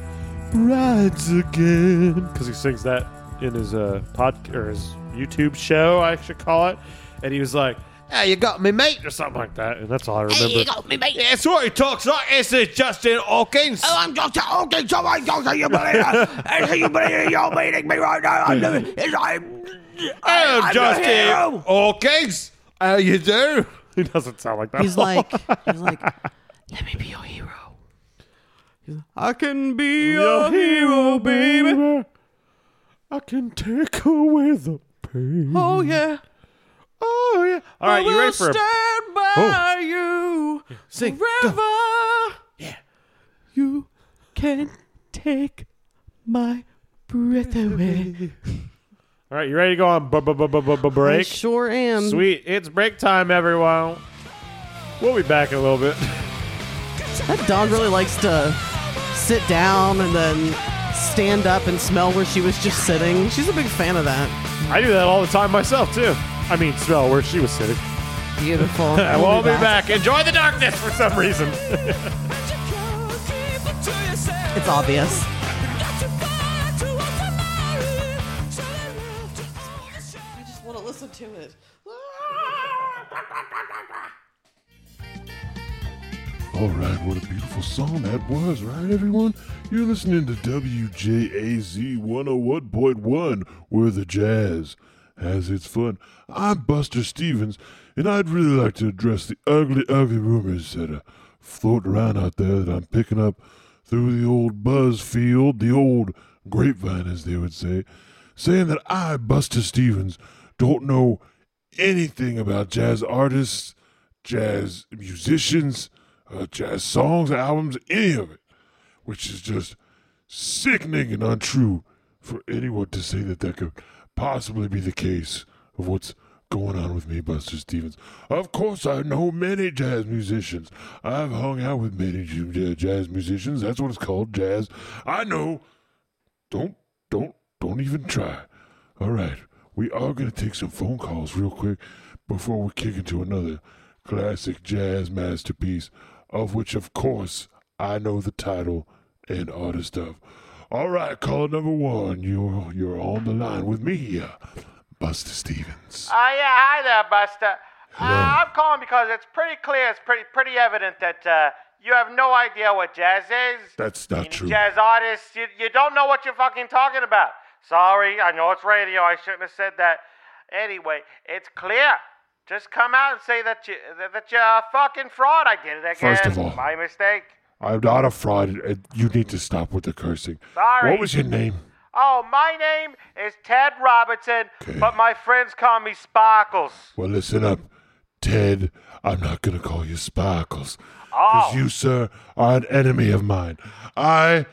[SPEAKER 2] "Rides Again," because he sings that in his uh, pod or his YouTube show, I should call it. And he was like, "Hey, you got me, mate," or something like that. And that's all I remember.
[SPEAKER 6] Hey, you got me, mate.
[SPEAKER 2] Yeah, That's what he talks like. This is Justin Hawkins.
[SPEAKER 6] Oh, I'm Dr. Hawkins. Oh, my God, can you believe it? Can you believe it? You're meeting me right now. I'm, doing- it's- I'm,
[SPEAKER 2] Hello,
[SPEAKER 6] I'm the
[SPEAKER 2] Justin
[SPEAKER 6] hero.
[SPEAKER 2] Hawkins. How you do? He doesn't sound like that.
[SPEAKER 1] He's like, he's like, let me be your hero. He's like, I can be your hero, baby.
[SPEAKER 2] I can take away the pain.
[SPEAKER 1] Oh yeah.
[SPEAKER 2] Oh yeah. All right, you ready for a
[SPEAKER 1] stand by
[SPEAKER 2] Oh.
[SPEAKER 1] you
[SPEAKER 2] sing?
[SPEAKER 1] forever. Yeah. You can take my breath away.
[SPEAKER 2] All right, you ready to go on bu- bu- bu- bu- bu- bu-
[SPEAKER 1] I
[SPEAKER 2] break?
[SPEAKER 1] sure am.
[SPEAKER 2] Sweet, it's break time, everyone. We'll be back in a little bit.
[SPEAKER 1] That dog really likes to sit down and then stand up and smell where she was just sitting. She's a big fan of that.
[SPEAKER 2] I do that all the time myself too. I mean, smell where she was sitting.
[SPEAKER 1] Beautiful.
[SPEAKER 2] And we'll be back. Enjoy the darkness for some reason.
[SPEAKER 1] It's obvious. I just want to listen to it.
[SPEAKER 7] All right, what a beautiful song that was, right, everyone? You're listening to WJAZ 101.1, where the jazz has its fun. I'm Buster Stevens, and I'd really like to address the ugly, ugly rumors that are floating around out there that I'm picking up through the old buzz field, the old grapevine, as they would say, saying that I, Buster Stevens, don't know anything about jazz artists, jazz musicians, uh, jazz songs, albums, any of it, which is just sickening and untrue for anyone to say that that could possibly be the case of what's going on with me, Buster Stevens. Of course, I know many jazz musicians. I've hung out with many ju- ja- jazz musicians. That's what it's called, jazz. I know. Don't, don't, don't even try. All right, we are going to take some phone calls real quick before we kick into another classic jazz masterpiece, of which, of course, I know the title and artist of. All right, caller number one, you're you're on the line with me, uh, Buster Stevens.
[SPEAKER 8] Oh yeah, hi there, Buster. Uh, I'm calling because it's pretty clear, it's pretty pretty evident that uh, you have no idea what jazz is.
[SPEAKER 7] That's not true.
[SPEAKER 8] Jazz artists, you, you don't know what you're fucking talking about. Sorry, I know it's radio. I shouldn't have said that. Anyway, it's clear. Just come out and say that you that, that you're a fucking fraud. I did it again.
[SPEAKER 7] First of all-
[SPEAKER 8] my mistake.
[SPEAKER 7] I'm not a fraud. and You need to stop with the cursing.
[SPEAKER 8] Sorry.
[SPEAKER 7] What was your name?
[SPEAKER 8] Oh, my name is Ted Robertson, but my friends call me Sparkles.
[SPEAKER 7] Well, listen up, Ted. I'm not going to call you Sparkles.
[SPEAKER 8] Oh.
[SPEAKER 7] Because you, sir, are an enemy of mine. I,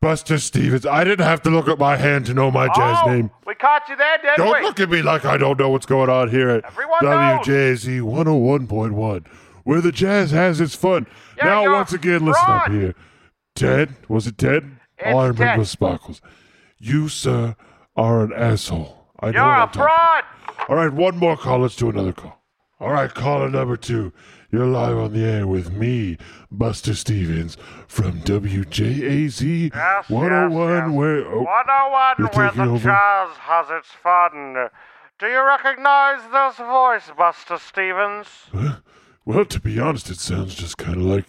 [SPEAKER 7] Buster Stevens, I didn't have to look at my hand to know my jazz
[SPEAKER 8] oh,
[SPEAKER 7] name.
[SPEAKER 8] We caught you there, didn't
[SPEAKER 7] Don't
[SPEAKER 8] we?
[SPEAKER 7] look at me like I don't know what's going on here at
[SPEAKER 8] Everyone knows.
[SPEAKER 7] WJZ 101.1, where the jazz has its fun.
[SPEAKER 8] Yeah,
[SPEAKER 7] now,
[SPEAKER 8] you're
[SPEAKER 7] once again, listen up here. Ted, was it Ted?
[SPEAKER 8] It's
[SPEAKER 7] All I remember
[SPEAKER 8] Ted.
[SPEAKER 7] was Sparkles. You, sir, are an asshole. I know
[SPEAKER 8] You're
[SPEAKER 7] what
[SPEAKER 8] a
[SPEAKER 7] I'm talking
[SPEAKER 8] fraud.
[SPEAKER 7] all right, one more call. Let's do another call. All right, caller number two. You're live on the air with me, Buster Stevens from WJAZ 101. Where oh,
[SPEAKER 8] 101
[SPEAKER 7] You're
[SPEAKER 8] where
[SPEAKER 7] taking
[SPEAKER 8] the
[SPEAKER 7] over?
[SPEAKER 8] jazz has its fun. Do you recognize this voice, Buster Stevens?
[SPEAKER 7] well, to be honest, it sounds just kind of like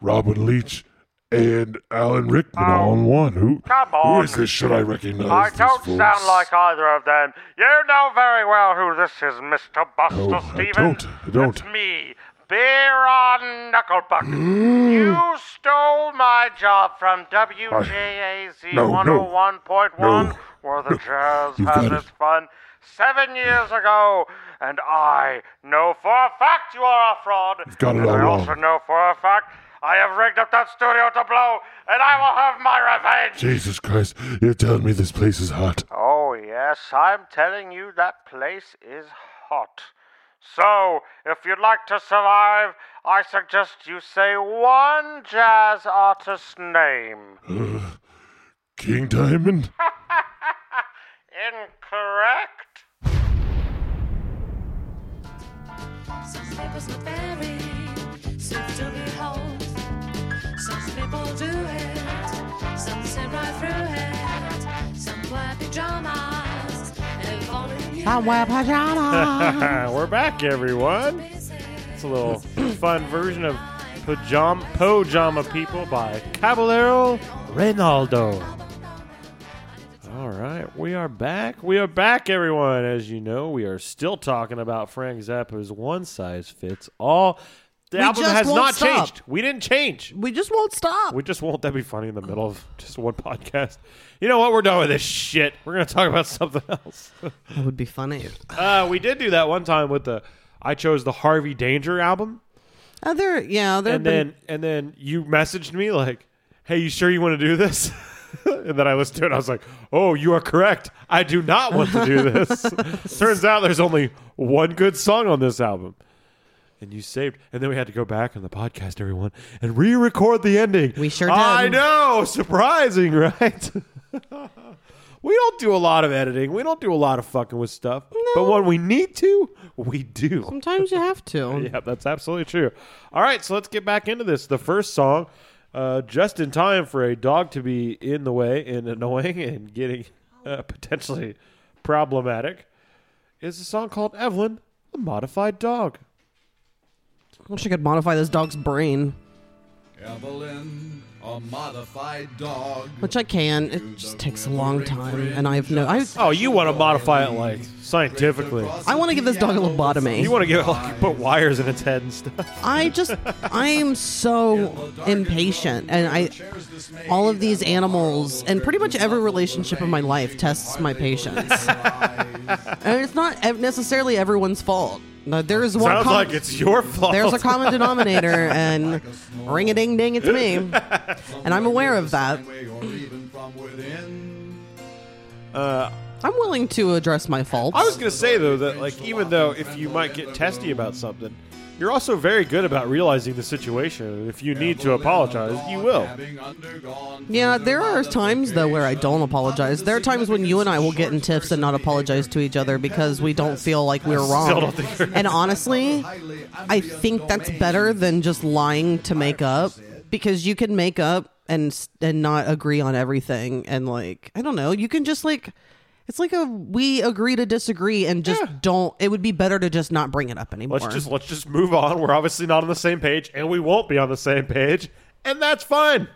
[SPEAKER 7] Robin Leach and Alan Rickman all in one. Who,
[SPEAKER 8] Come on.
[SPEAKER 7] who is this? Should I recognize
[SPEAKER 8] I
[SPEAKER 7] this
[SPEAKER 8] don't
[SPEAKER 7] voice?
[SPEAKER 8] sound like either of them. You know very well who this is, Mr. Buster
[SPEAKER 7] No, Oh, I
[SPEAKER 8] Stevens.
[SPEAKER 7] don't. I don't.
[SPEAKER 8] It's me, Beeron Knucklebuck.
[SPEAKER 7] Hmm.
[SPEAKER 8] you stole my job from WJAZ
[SPEAKER 7] No, no.
[SPEAKER 8] 101.1,
[SPEAKER 7] No.
[SPEAKER 8] where the jazz
[SPEAKER 7] You've
[SPEAKER 8] has
[SPEAKER 7] got it.
[SPEAKER 8] its fun, seven years ago. And I know for a fact you are a fraud.
[SPEAKER 7] got it
[SPEAKER 8] and
[SPEAKER 7] all
[SPEAKER 8] I also
[SPEAKER 7] wrong.
[SPEAKER 8] know for a fact I have rigged up that studio to blow, and I will have my revenge.
[SPEAKER 7] Jesus Christ, you're telling me this place is hot.
[SPEAKER 8] Oh, yes, I'm telling you that place is hot. So, if you'd like to survive, I suggest you say one jazz artist's name.
[SPEAKER 7] King Diamond?
[SPEAKER 8] Incorrect?
[SPEAKER 9] Some people slip very slip to be hold. Some people do it, some sit right through it. Some wear pajamas and fall in you.
[SPEAKER 1] I wear pajamas.
[SPEAKER 2] We're back, everyone. It's a little fun version of Pajama, Pajama People by Caballero Reynaldo. All right, we are back. We are back, everyone. As you know, we are still talking about Frank Zappa's One Size Fits All. The
[SPEAKER 1] We
[SPEAKER 2] album
[SPEAKER 1] just
[SPEAKER 2] has
[SPEAKER 1] won't
[SPEAKER 2] not
[SPEAKER 1] stop.
[SPEAKER 2] changed. We didn't change.
[SPEAKER 1] we just won't stop.
[SPEAKER 2] We just won't. That'd be funny in the middle of just one podcast. You know what? We're done with this shit. We're going to talk about something else.
[SPEAKER 1] That would be funny.
[SPEAKER 2] Uh, we did do that one time with the. I chose the Harvey Danger album,
[SPEAKER 1] Uh, there, yeah, there.
[SPEAKER 2] and then and then you messaged me like, "Hey, you sure you want to do this?" and then I listened to it. I was like, "Oh, you are correct. I do not want to do this." Turns out there's only one good song on this album, and you saved. And then we had to go back on the podcast, everyone, and re-record the ending.
[SPEAKER 1] We sure
[SPEAKER 2] I
[SPEAKER 1] did.
[SPEAKER 2] know, surprising, right? We don't do a lot of editing. We don't do a lot of fucking with stuff. But when we need to, we do.
[SPEAKER 1] sometimes you have to.
[SPEAKER 2] Yeah, that's absolutely true. All right, so let's get back into this. The first song, uh, just in time for a dog to be in the way and annoying and getting uh, potentially problematic, is a song called Evelyn A modified dog.
[SPEAKER 1] I wish I could modify this dog's brain,
[SPEAKER 10] Evelyn, a modified dog.
[SPEAKER 1] which I can. It just takes a long time, and I have no. I,
[SPEAKER 2] Oh, you want to modify it like scientifically?
[SPEAKER 1] I want to give this dog a lobotomy.
[SPEAKER 2] You want to get like put wires in its head and stuff.
[SPEAKER 1] I just I'm so impatient and I all of these animals and pretty much every relationship in my life tests my patience. and it's not ev- necessarily everyone's fault. Now, there is one
[SPEAKER 2] Sounds
[SPEAKER 1] com-
[SPEAKER 2] like it's your fault.
[SPEAKER 1] There's a common denominator and ring a ding ding it's me. And I'm aware of that.
[SPEAKER 2] Uh,
[SPEAKER 1] I'm willing to address my faults.
[SPEAKER 2] I was gonna say though that like even though if you might get testy about something, you're also very good about realizing the situation. If you need to apologize, you will.
[SPEAKER 1] Yeah, there are times though where I don't apologize. There are times when you and I will get in tiffs and not apologize to each other because we don't feel like we're
[SPEAKER 2] Still
[SPEAKER 1] wrong.
[SPEAKER 2] don't think you're-
[SPEAKER 1] And honestly, I think that's better than just lying to make up because you can make up and s- and not agree on everything and like I don't know, you can just like it's like a we agree to disagree and just don't it would be better to just not bring it up anymore.
[SPEAKER 2] Let's just let's just move on. We're obviously not on the same page, and we won't be on the same page, and that's fine.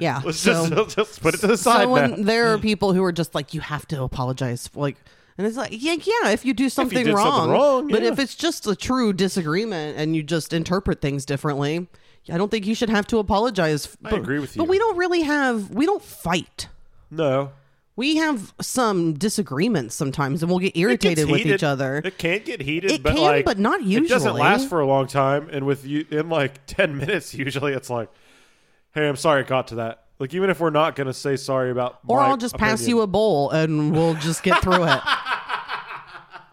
[SPEAKER 1] yeah.
[SPEAKER 2] Let's
[SPEAKER 1] Uh, so-
[SPEAKER 2] just let's just put it to the side
[SPEAKER 1] so when
[SPEAKER 2] now.
[SPEAKER 1] there are people who are just like you have to apologize for, like and it's like yeah yeah if you do something,
[SPEAKER 2] did
[SPEAKER 1] wrong,
[SPEAKER 2] something wrong,
[SPEAKER 1] but
[SPEAKER 2] yeah.
[SPEAKER 1] if it's just a true disagreement and you just interpret things differently i don't think you should have to apologize
[SPEAKER 2] I
[SPEAKER 1] but,
[SPEAKER 2] agree with
[SPEAKER 1] but
[SPEAKER 2] you.
[SPEAKER 1] we don't really have we don't fight
[SPEAKER 2] No,
[SPEAKER 1] we have some disagreements sometimes and we'll get
[SPEAKER 2] It gets
[SPEAKER 1] irritated with
[SPEAKER 2] heated.
[SPEAKER 1] each other
[SPEAKER 2] It can get heated.
[SPEAKER 1] It
[SPEAKER 2] but
[SPEAKER 1] can,
[SPEAKER 2] like,
[SPEAKER 1] but not
[SPEAKER 2] It doesn't
[SPEAKER 1] usually.
[SPEAKER 2] last for a long time, and with you in like ten minutes, usually it's like, "Hey, I'm sorry, it got to that." Like even if we're not going to say sorry about,
[SPEAKER 1] or
[SPEAKER 2] my
[SPEAKER 1] i'll just pass
[SPEAKER 2] opinion.
[SPEAKER 1] you a bowl and we'll just get through it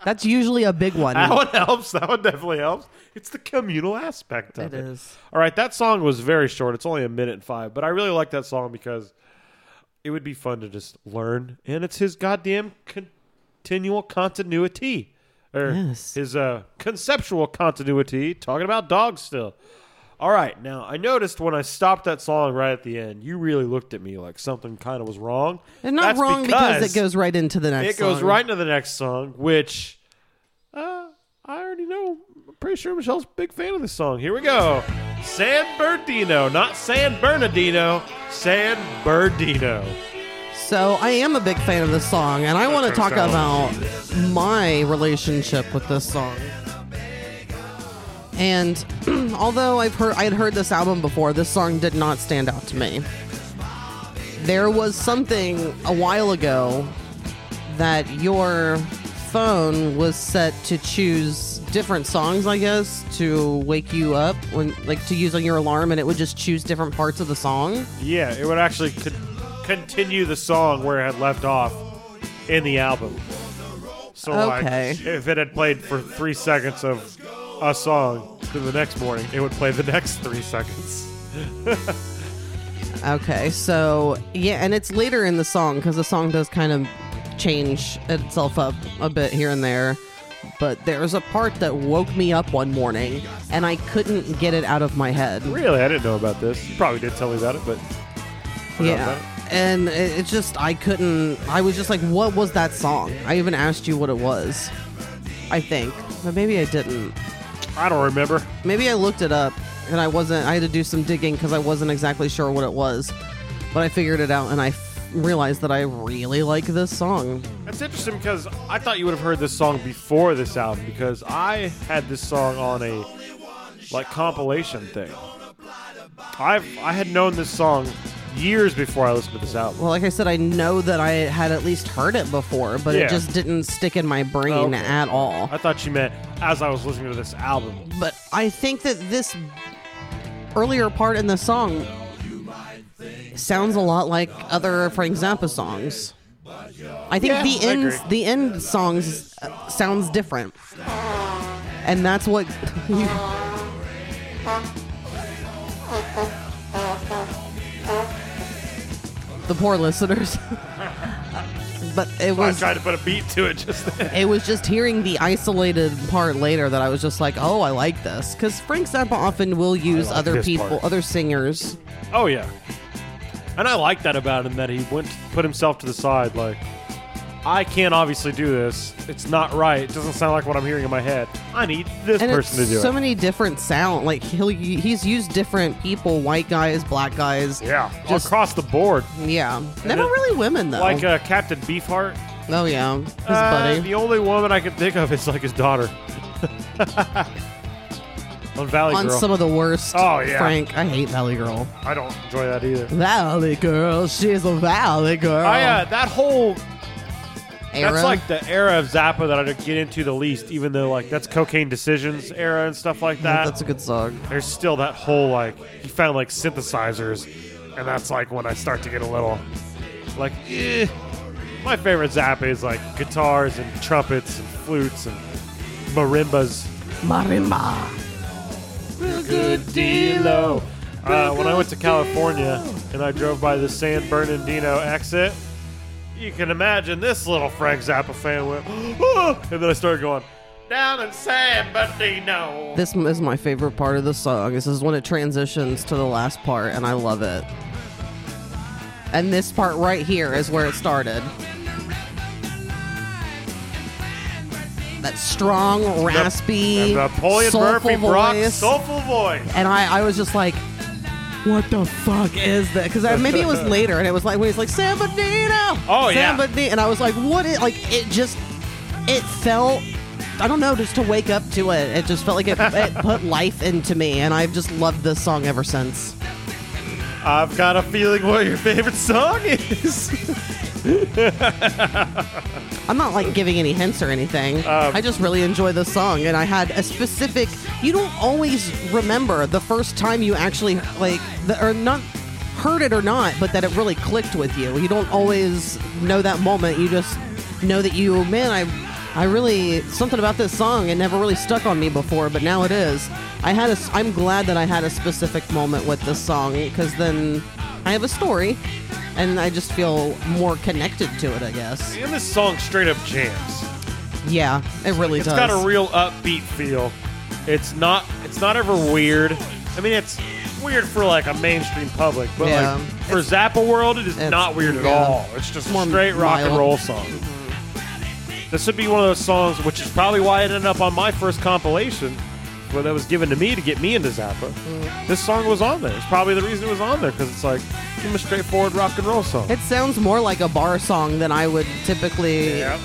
[SPEAKER 1] that's usually a big one
[SPEAKER 2] That one helps. That one definitely helps. It's the communal aspect of
[SPEAKER 1] It
[SPEAKER 2] it.
[SPEAKER 1] is.
[SPEAKER 2] All right, that song was very short. It's only a minute and five, but I really like that song because it would be fun to just learn, and it's his goddamn continual continuity, or
[SPEAKER 1] Yes.
[SPEAKER 2] his uh, conceptual continuity. Talking about dogs still. All right, now I noticed when I stopped that song right at the end, you really looked at me like something kind of was wrong.
[SPEAKER 1] and not
[SPEAKER 2] That's
[SPEAKER 1] wrong because, it goes right into the next
[SPEAKER 2] it goes
[SPEAKER 1] song.
[SPEAKER 2] right into the next song, which uh, I already know. I'm pretty sure Michelle's a big fan of this song. Here we go. San Bernardino, not San Bernardino, San Bernardino.
[SPEAKER 1] So I am a big fan of this song, and I want to talk about my relationship with this song. And although I've heard I had heard this album before, this song did not stand out to me. There was something a while ago that your phone was set to choose different songs, I guess, to wake you up when like to use on your alarm and it would just choose different parts of the song.
[SPEAKER 2] Yeah, it would actually con- continue the song where it had left off in the album. So,
[SPEAKER 1] Okay.
[SPEAKER 2] like, if it had played for three seconds of a song to the next morning, it would play the next three seconds.
[SPEAKER 1] Okay, so yeah, and it's later in the song because the song does kind of change itself up a bit here and there. But there's a part that woke me up one morning and I couldn't get it out of my head.
[SPEAKER 2] Really, I didn't know about this. You probably did tell me about it, but
[SPEAKER 1] Yeah. And it, it just, I couldn't, I was just like, what was that song? I even asked you what it was, I think. But maybe I didn't.
[SPEAKER 2] I don't remember.
[SPEAKER 1] Maybe I looked it up and I wasn't, I had to do some digging because I wasn't exactly sure what it was. But I figured it out and I f- realized that I really like this song.
[SPEAKER 2] That's interesting because I thought you would have heard this song before this album because I had this song on a like compilation thing. I've I had known this song years before I listened to this album.
[SPEAKER 1] Well, like I said, I know that I had at least heard it before, but
[SPEAKER 2] Yeah.
[SPEAKER 1] it just didn't stick in my brain
[SPEAKER 2] Okay.
[SPEAKER 1] at all.
[SPEAKER 2] I thought you meant as I was listening to this album.
[SPEAKER 1] But I think that this earlier part in the song sounds a lot like other Frank Zappa songs. I think
[SPEAKER 2] Yeah,
[SPEAKER 1] the
[SPEAKER 2] I
[SPEAKER 1] end
[SPEAKER 2] agree.
[SPEAKER 1] the end songs uh, sounds different, and that's what. you- the poor listeners. but it
[SPEAKER 2] I
[SPEAKER 1] was
[SPEAKER 2] tried to put a beat to it just then.
[SPEAKER 1] it was just hearing the isolated part later that I was just like, oh, I like this. Because Frank Zappa often will use other
[SPEAKER 2] this
[SPEAKER 1] people,
[SPEAKER 2] part.
[SPEAKER 1] other singers.
[SPEAKER 2] Oh yeah. And I like that about him that he went put himself to the side like I can't obviously do this. It's not right. It doesn't sound like what I'm hearing in my head. I need this
[SPEAKER 1] and
[SPEAKER 2] person
[SPEAKER 1] it's
[SPEAKER 2] to do
[SPEAKER 1] so
[SPEAKER 2] it.
[SPEAKER 1] many different sound. Like he'll he's used different people, white guys, black guys.
[SPEAKER 2] Yeah, across the board.
[SPEAKER 1] Yeah, never
[SPEAKER 2] then-
[SPEAKER 1] really women though.
[SPEAKER 2] Like uh, Captain Beefheart.
[SPEAKER 1] oh yeah, his
[SPEAKER 2] Uh,
[SPEAKER 1] buddy.
[SPEAKER 2] The only woman I can think of is like his daughter. On Valley
[SPEAKER 1] on
[SPEAKER 2] Girl.
[SPEAKER 1] some of the worst.
[SPEAKER 2] Oh, yeah.
[SPEAKER 1] Frank. I hate Valley Girl.
[SPEAKER 2] I don't enjoy that either.
[SPEAKER 1] Valley Girl, she's a Valley Girl.
[SPEAKER 2] I, uh, that whole
[SPEAKER 1] Oh. Era?
[SPEAKER 2] That's like the era of Zappa that I don't get into the least, even though like that's Cocaine Decisions era and stuff like that.
[SPEAKER 1] that's a good song.
[SPEAKER 2] There's still that whole like he found like synthesizers, and that's like when I start to get a little like. Eh. My favorite Zappa is like guitars and trumpets and flutes and marimbas.
[SPEAKER 1] Marimba.
[SPEAKER 2] Real good dealo. Uh, when I went to California and I drove by the San Bernardino exit, you can imagine this little Frank Zappa fan went, "Oh," and then I started going, Down in San Bernardino.
[SPEAKER 1] This m- is my favorite part of the song. This is when it transitions to the last part, and I love it. And this part right here is where it started. That strong, raspy,
[SPEAKER 2] And Napoleon
[SPEAKER 1] soulful
[SPEAKER 2] Murphy Brock,
[SPEAKER 1] voice.
[SPEAKER 2] soulful voice.
[SPEAKER 1] and I, I was just like, what the fuck is that? Because maybe it was later, and it was like when he's like San Bernardino,
[SPEAKER 2] Oh,
[SPEAKER 1] San
[SPEAKER 2] yeah.
[SPEAKER 1] Bernardino," and I was like, what is like? It just, it felt, I don't know, just to wake up to it, it just felt like it, it put life into me, and I've just loved this song ever since.
[SPEAKER 2] I've got a feeling what your favorite song is.
[SPEAKER 1] I'm not like giving any hints or anything. I just really enjoy this song, and I had a specific. You don't always remember the first time you actually like, the, or not heard it or not, but that it really clicked with you. You don't always know that moment. You just know that you, man, I, I really something about this song. It never really stuck on me before, but now it is. I had a. s- I'm glad that I had a specific moment with this song because then I have a story. And I just feel more connected to it, I guess.
[SPEAKER 2] and this song straight up jams.
[SPEAKER 1] Yeah, it really
[SPEAKER 2] It's
[SPEAKER 1] does.
[SPEAKER 2] got a real upbeat feel. It's not it's not ever weird. I mean, it's weird for like a mainstream public, but
[SPEAKER 1] Yeah.
[SPEAKER 2] like for Zappa world, it is
[SPEAKER 1] it's-
[SPEAKER 2] not weird at
[SPEAKER 1] yeah.
[SPEAKER 2] all. It's just
[SPEAKER 1] More
[SPEAKER 2] a straight rock and
[SPEAKER 1] mild.
[SPEAKER 2] roll song. This would be one of those songs, which is probably why it ended up on my first compilation, where that was given to me to get me into Zappa.
[SPEAKER 1] Mm.
[SPEAKER 2] This song was on there. It's probably the reason it was on there because it's like give 'em a straightforward rock and roll song.
[SPEAKER 1] it sounds more like a bar song than I would typically,
[SPEAKER 2] Yeah.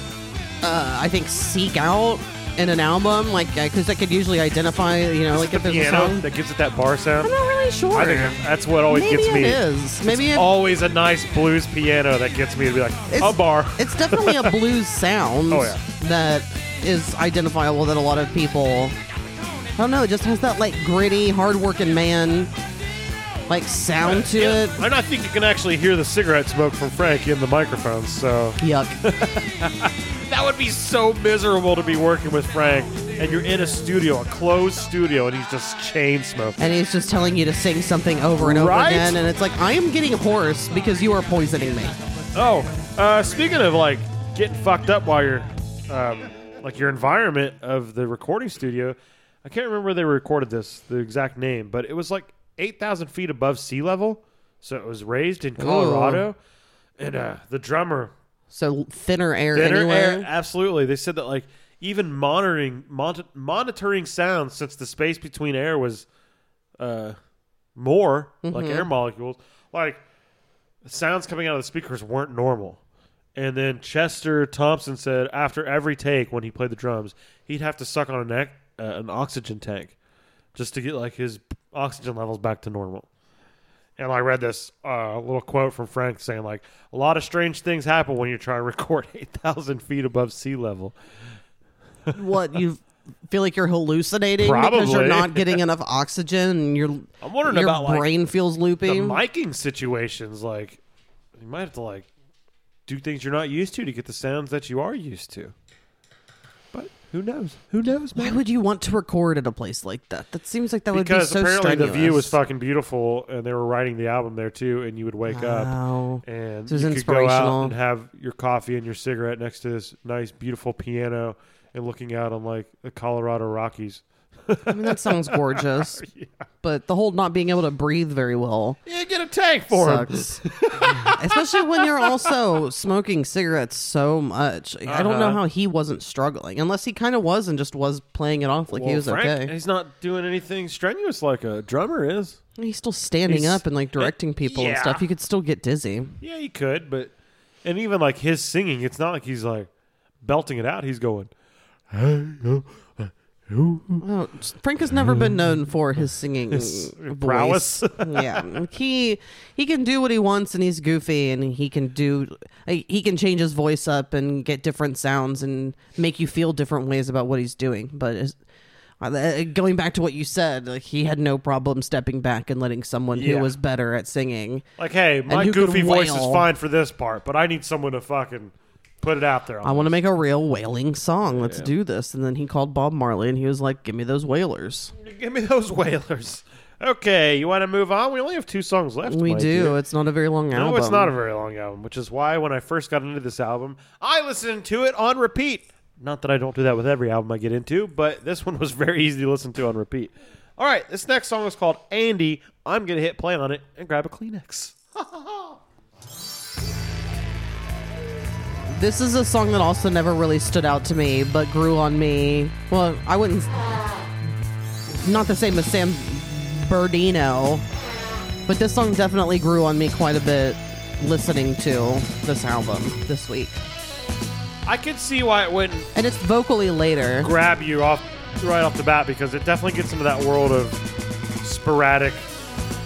[SPEAKER 1] uh, I think, seek out in an album. Like, because I could usually identify, you know,
[SPEAKER 2] Is
[SPEAKER 1] like
[SPEAKER 2] it
[SPEAKER 1] if
[SPEAKER 2] the
[SPEAKER 1] there's a
[SPEAKER 2] piano
[SPEAKER 1] song.
[SPEAKER 2] that gives it that bar sound.
[SPEAKER 1] I'm not really sure.
[SPEAKER 2] I think that's what always
[SPEAKER 1] Maybe
[SPEAKER 2] gets me.
[SPEAKER 1] it is. Maybe it,
[SPEAKER 2] always a nice blues piano that gets me to be like a
[SPEAKER 1] It's-
[SPEAKER 2] bar.
[SPEAKER 1] it's definitely a blues sound
[SPEAKER 2] Oh, yeah.
[SPEAKER 1] that is identifiable that a lot of people. I don't know. It just has that like gritty, hard-working man like sound to
[SPEAKER 2] Yeah.
[SPEAKER 1] it.
[SPEAKER 2] I don't think you can actually hear the cigarette smoke from Frank in the microphones. So
[SPEAKER 1] Yuck.
[SPEAKER 2] that would be so miserable to be working with Frank, and you're in a studio, a closed studio, and he's just chain smoking.
[SPEAKER 1] and he's just telling you to sing something over and over
[SPEAKER 2] Right?
[SPEAKER 1] again and it's like i am getting hoarse because you are poisoning me
[SPEAKER 2] Oh, uh, speaking of like getting fucked up while you're, um, like your environment of the recording studio, I can't remember where they recorded this, the exact name, but it was like eight thousand feet above sea level, so it was raised in Colorado, and uh, the drummer
[SPEAKER 1] so thinner air
[SPEAKER 2] Thinner
[SPEAKER 1] anywhere
[SPEAKER 2] air, absolutely. They said that like even monitoring mon- monitoring sound since the space between air was uh more like
[SPEAKER 1] Mm-hmm.
[SPEAKER 2] air molecules, like sounds coming out of the speakers weren't normal. And then Chester Thompson said after every take when he played the drums, he'd have to suck on a neck, uh, an oxygen tank just to get like his oxygen levels back to normal. And I read this uh, little quote from Frank saying, like, a lot of strange things happen when you try to record 8,000 feet above sea level.
[SPEAKER 1] what you feel like you're hallucinating because
[SPEAKER 2] Probably.
[SPEAKER 1] you're not getting enough oxygen and your
[SPEAKER 2] I'm wondering
[SPEAKER 1] your
[SPEAKER 2] about, like,
[SPEAKER 1] brain feels loopy
[SPEAKER 2] The miking situations, like, you might have to, like, do things you're not used to to get the sounds that you are used to. But who knows? Who knows,
[SPEAKER 1] why
[SPEAKER 2] man?
[SPEAKER 1] would you want to record at a place like that that seems like that would be
[SPEAKER 2] Because
[SPEAKER 1] so
[SPEAKER 2] apparently
[SPEAKER 1] strenuous.
[SPEAKER 2] the view was fucking beautiful, and they were writing the album there too. And you would wake
[SPEAKER 1] Wow.
[SPEAKER 2] up, and
[SPEAKER 1] So it was
[SPEAKER 2] you could go out
[SPEAKER 1] inspirational.
[SPEAKER 2] and have your coffee and your cigarette next to this nice, beautiful piano, and looking out on like the Colorado Rockies.
[SPEAKER 1] I mean, that sounds gorgeous. But the whole not being able to breathe very well
[SPEAKER 2] Yeah, get a tank for him.
[SPEAKER 1] sucks. Especially when you're also smoking cigarettes so much. I don't know
[SPEAKER 2] Uh-huh.
[SPEAKER 1] how he wasn't struggling, unless he kind of was and just was playing it off like he
[SPEAKER 2] Well,
[SPEAKER 1] was
[SPEAKER 2] Frank,
[SPEAKER 1] okay.
[SPEAKER 2] He's not doing anything strenuous like a drummer is.
[SPEAKER 1] He's still standing
[SPEAKER 2] He's-
[SPEAKER 1] up and like directing people and
[SPEAKER 2] yeah.
[SPEAKER 1] stuff. You could still get dizzy.
[SPEAKER 2] Yeah, he could, but and even like his singing, it's not like he's like belting it out. He's going, "Hey,
[SPEAKER 7] oh,
[SPEAKER 2] yo, uh, yo."
[SPEAKER 1] Oh, Frank has never been known for his singing
[SPEAKER 2] His
[SPEAKER 1] voice.
[SPEAKER 2] prowess.
[SPEAKER 1] yeah, he he can do what he wants, and he's goofy, and he can do like, he can change his voice up and get different sounds and make you feel different ways about what he's doing. But it's- uh, going back to what you said, like, he had no problem stepping back and letting someone
[SPEAKER 2] Yeah.
[SPEAKER 1] who was better at singing.
[SPEAKER 2] like, hey,
[SPEAKER 1] And
[SPEAKER 2] my
[SPEAKER 1] who could
[SPEAKER 2] goofy voice is
[SPEAKER 1] wail.
[SPEAKER 2] fine for this part, but I need someone to fucking put it out there.
[SPEAKER 1] I want to make a real wailing song. Let's do this. And then he called Bob Marley, and he was like, "Give me those wailers."
[SPEAKER 2] Give me those whalers. Okay, you want to move on? We only have two songs left.
[SPEAKER 1] we
[SPEAKER 2] my
[SPEAKER 1] do.
[SPEAKER 2] dear.
[SPEAKER 1] It's not a very long
[SPEAKER 2] No,
[SPEAKER 1] album.
[SPEAKER 2] it's not a very long album, which is why when I first got into this album, I listened to it on repeat. Not that I don't do that with every album I get into, but this one was very easy to listen to on repeat. All right, this next song is called Andy. I'm going to hit play on it and grab a Kleenex.
[SPEAKER 1] This is a song that also never really stood out to me, but grew on me. Well, I wouldn't. Not the same as Sam Burdino, but this song definitely grew on me quite a bit listening to this album this week.
[SPEAKER 2] I could see why it wouldn't
[SPEAKER 1] And it's vocally later.
[SPEAKER 2] grab you off right off the bat because it definitely gets into that world of sporadic.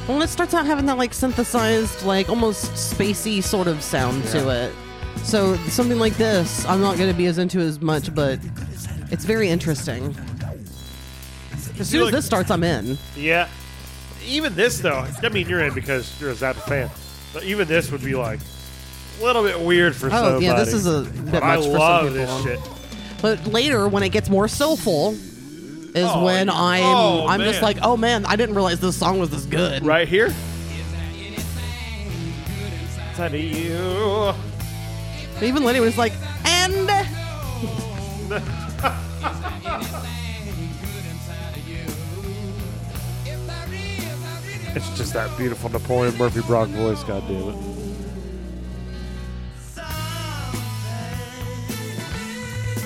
[SPEAKER 1] Well, it starts out having that like synthesized, like almost spacey sort of sound to it. So something like this, I'm not going to be as into as much, but it's very interesting. As soon as this starts, I'm in.
[SPEAKER 2] Yeah. Even this though, I mean you're in because you're a Zappa fan. But even this would be like a little bit weird for
[SPEAKER 1] Oh,
[SPEAKER 2] somebody.
[SPEAKER 1] yeah, this is a bit
[SPEAKER 2] But I
[SPEAKER 1] much for some
[SPEAKER 2] love
[SPEAKER 1] people.
[SPEAKER 2] this shit.
[SPEAKER 1] But later, when it gets more soulful, is
[SPEAKER 2] Oh,
[SPEAKER 1] when
[SPEAKER 2] yeah.
[SPEAKER 1] I'm
[SPEAKER 2] Oh,
[SPEAKER 1] I'm
[SPEAKER 2] man.
[SPEAKER 1] just like, oh man, I didn't realize this song was this good.
[SPEAKER 2] Right here? Inside of you.
[SPEAKER 1] Even Lenny was like, and
[SPEAKER 2] It's just that beautiful Napoleon Murphy Brock voice, goddammit.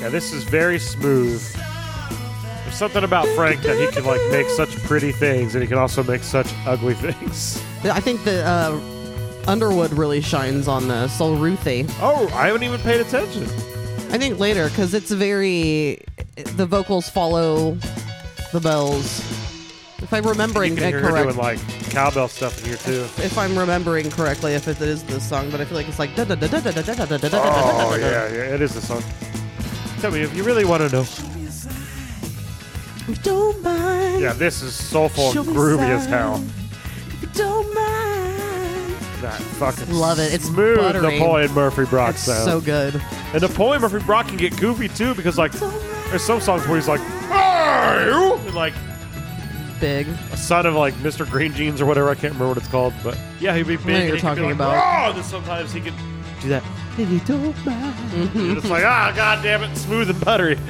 [SPEAKER 2] Yeah, this is very smooth. There's something about Frank that he can like make such pretty things and he can also make such ugly things.
[SPEAKER 1] I think that uh, Underwood really shines on the Soul Ruthie.
[SPEAKER 2] Oh, I haven't even paid attention.
[SPEAKER 1] I think later because it's very the vocals follow the bells. If I'm remembering
[SPEAKER 2] You
[SPEAKER 1] it
[SPEAKER 2] can hear her doing
[SPEAKER 1] correctly.
[SPEAKER 2] like cowbell stuff in here too.
[SPEAKER 1] If I'm remembering correctly, if it is this song, but I feel like it's like da da da da da da da da da da
[SPEAKER 2] Oh
[SPEAKER 1] da da
[SPEAKER 2] yeah, yeah, it is the song. Tell me if you really want to know.
[SPEAKER 1] If you Don't mind.
[SPEAKER 2] Yeah, this is soulful
[SPEAKER 1] Show
[SPEAKER 2] and
[SPEAKER 1] me
[SPEAKER 2] groovy as
[SPEAKER 1] signs.
[SPEAKER 2] hell.
[SPEAKER 1] if you Don't mind.
[SPEAKER 2] That fucking
[SPEAKER 1] Love it. It's
[SPEAKER 2] smooth
[SPEAKER 1] buttery.
[SPEAKER 2] Napoleon Murphy Brock
[SPEAKER 1] It's
[SPEAKER 2] sound.
[SPEAKER 1] so good.
[SPEAKER 2] And Napoleon Murphy Brock can get goofy too because like there's some songs where he's like, "Hey, you!" and like
[SPEAKER 1] Big.
[SPEAKER 2] a son of like Mr. Green Jeans or whatever. I can't remember what it's called, but yeah, he'd be big.
[SPEAKER 1] know
[SPEAKER 2] and
[SPEAKER 1] you're
[SPEAKER 2] he could be
[SPEAKER 1] talking
[SPEAKER 2] like,
[SPEAKER 1] about.
[SPEAKER 2] "Oh," and then sometimes he could do that.
[SPEAKER 1] If you don't mind.
[SPEAKER 2] And it's like ah, god damn it, smooth and buttery.